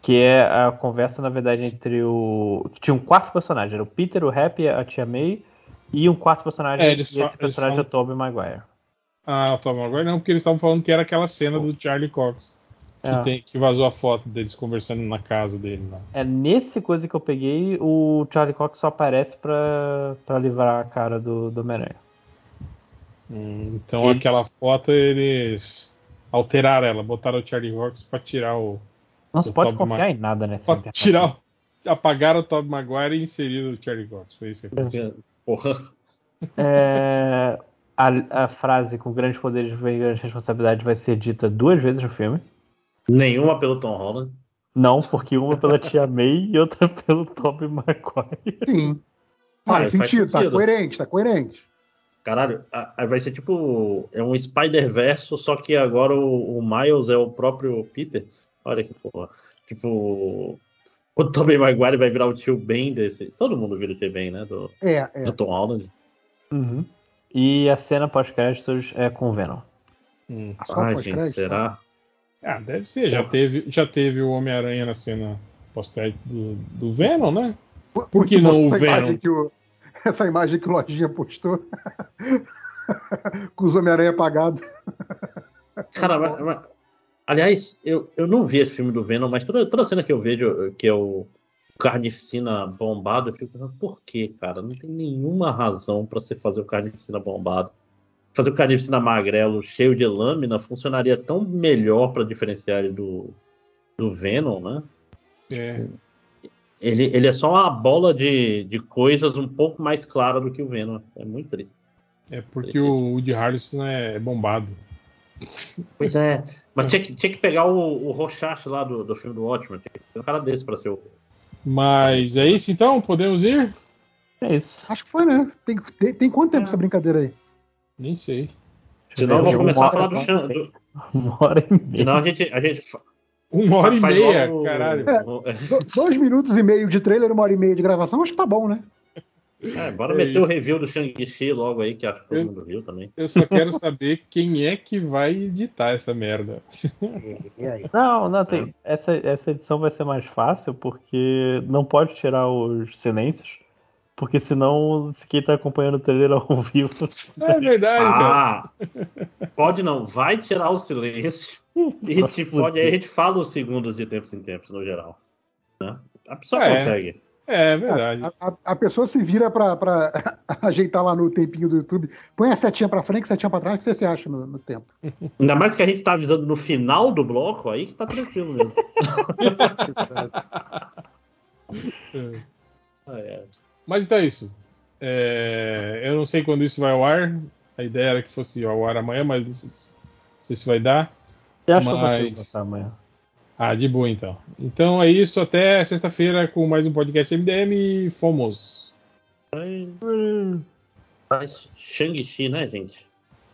S1: que é a conversa, na verdade, entre o. que Tinham quatro personagens, era o Peter, o Happy, a Tia May, e um quarto personagem,
S2: É,
S1: e
S2: eles
S1: esse
S2: fa- eles
S1: personagem é o
S2: falam-
S1: Tobey Maguire.
S2: Ah, Tom, agora não, porque eles estavam falando que era aquela cena do Charlie Cox. Que,
S1: É.
S2: tem- que vazou a foto deles conversando na casa dele lá.
S1: É nesse coisa que eu peguei, o Charlie Cox só aparece pra, pra livrar a cara do, do Homem-Aranha.
S2: Hum, Então
S1: Ele-
S2: aquela foto eles alteraram ela, botaram o Charlie Cox pra tirar o.
S1: Não se
S2: O
S1: pode
S2: Tobey
S1: confiar em nada nessa
S2: pra
S1: internet.
S2: tirar o- Apagaram o Tobey Maguire e inseriram o Charlie Cox. Foi isso aí.
S3: Porra.
S1: É, a, a frase com grandes poderes vem grande responsabilidade vai ser dita duas vezes no filme.
S3: Nenhuma pelo Tom Holland.
S1: Não, porque uma pela tia May e outra pelo Tobey Maguire.
S4: Sim.
S3: Cara,
S4: Faz,
S3: faz
S4: sentido, tá
S3: sentido.
S4: coerente, tá coerente.
S3: Caralho, a- a- vai ser tipo. É um Spider-Verso, só que agora o, o Miles é o próprio Peter. Olha que porra. Tipo. O Tobey Maguire vai virar o tio Ben desse. Todo mundo vira o tio Ben, né? Do,
S4: É,
S3: do
S4: é.
S3: Tom Holland. Uhum.
S1: E a cena pós-créditos é com o Venom.
S2: Hum.
S4: Ah, Só
S3: Ai,
S4: pós-crédito, né?
S3: gente, será?
S2: Ah, deve ser. Já teve, já teve o Homem-Aranha na cena pós-crédito do, do Venom, né? Por que não o
S4: Essa
S2: Venom?
S4: imagem que o- essa imagem que o Lojinha postou com os Homem-Aranha apagados.
S3: Cara, mas- mas- aliás, eu, eu não vi esse filme do Venom, mas toda, toda cena que eu vejo que é o Carnificina bombado, eu fico pensando, por que, cara? Não tem nenhuma razão pra você fazer o Carnificina bombado. Fazer o Carnificina magrelo, cheio de lâmina, funcionaria tão melhor pra diferenciar ele do, do Venom, né?
S2: É.
S3: Ele, ele é só uma bola de, de coisas um pouco mais clara do que o Venom. É muito triste.
S2: É porque o Woody Harrelson é bombado.
S3: Pois é, mas tinha que, tinha que pegar o, o Rochache lá do, do filme do Watchmen. Tinha que ter um cara desse pra ser o.
S2: Mas é isso então? Podemos ir?
S1: É isso.
S4: Acho que foi, né? Tem, tem, tem quanto tempo essa brincadeira aí?
S2: Nem sei.
S3: Senão eu
S1: Deixa
S3: vou
S1: eu
S3: começar a
S1: ver.
S3: falar do, Xan- do-
S1: Uma hora e meia.
S3: Senão a gente. A gente fa-
S2: Uma hora e
S3: faz
S2: meia,
S3: logo o-
S2: caralho.
S3: o- É,
S4: Do- dois minutos e meio de trailer, uma hora e meia de gravação, acho que tá bom, né?
S3: bora
S2: É
S3: meter
S2: isso.
S3: o review do Shang-Chi logo aí, que acho que todo
S2: Eu-
S3: mundo viu também.
S2: Eu só quero saber quem é que vai editar essa merda.
S4: E aí?
S1: Não, não, tem.
S3: É.
S1: Essa, essa edição vai ser mais fácil porque não pode tirar os silêncios. Porque senão, se quem tá acompanhando o trailer ao vivo.
S2: É verdade, cara.
S3: Ah! Pode não, vai tirar o silêncio. E te fode, aí a gente fala os segundos de tempos em tempos, no geral. né? A pessoa
S2: Ah, é.
S3: consegue.
S2: É verdade.
S4: A, a- a pessoa se vira pra, pra ajeitar lá no tempinho do YouTube. Põe a setinha pra frente, setinha pra trás, o que você se acha no, no tempo?
S3: Ainda mais que a gente tá avisando no final do bloco, aí que tá tranquilo mesmo.
S2: É.
S3: Ah, é.
S2: Mas então é isso. É, Eu não sei quando isso vai ao ar. A ideia era que fosse ao ar amanhã, mas não sei se- não sei se vai dar.
S1: Eu acho que eu consigo
S2: Mas-
S1: botar amanhã.
S2: Ah, de boa então. Então é isso. Até sexta-feira com mais um podcast MDM. Fomos.
S3: Mas Ah, é. Shang-Chi, né, gente?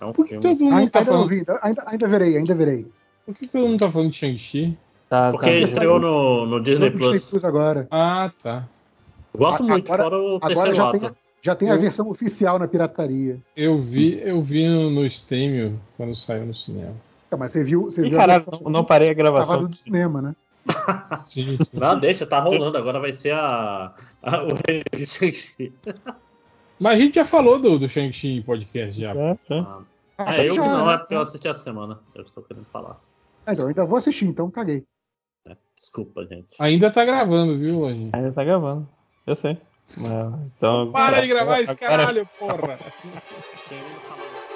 S3: É um
S2: Por que
S3: filme.
S2: todo mundo
S4: ainda,
S2: tá
S4: ainda não
S2: falando?
S4: vi, ainda, ainda verei, ainda verei.
S2: Por que todo mundo tá falando de Shang-Chi?
S1: Tá,
S3: Porque
S1: tá,
S3: estreou no, no Disney
S4: Vou pro Disney
S3: Plus.
S4: Plus agora.
S2: Ah, tá.
S3: Gosto muito,
S4: Agora-
S3: fora o
S4: Agora
S3: terceiro
S4: já
S3: ato.
S4: tem, já tem a
S2: Eu-
S4: versão oficial na pirataria.
S2: Eu vi, eu vi no, no stream quando saiu no cinema.
S4: Tá, mas você viu, você
S1: Ih,
S4: viu
S1: caralho,
S4: a versão
S1: não parei a gravação.
S4: gravada do cinema, né?
S2: Sim, sim.
S3: Não, deixa, tá rolando. Agora vai ser a. a o de Shang-Chi.
S2: Mas a gente já falou do, do Shang-Chi em podcast já.
S1: É, é.
S3: Ah,
S4: Acho
S3: é eu que
S4: já,
S3: não,
S4: né?
S3: é porque eu assisti a semana. Eu estou querendo falar.
S4: Ah, Então, eu ainda vou assistir, então caguei.
S3: Desculpa, gente.
S2: Ainda tá gravando, viu, Lojinha?
S1: Ainda tá gravando. Eu sei. Mas, então,
S2: Para de gravar esse
S1: agora- é
S2: caralho, porra!
S3: Querendo falar.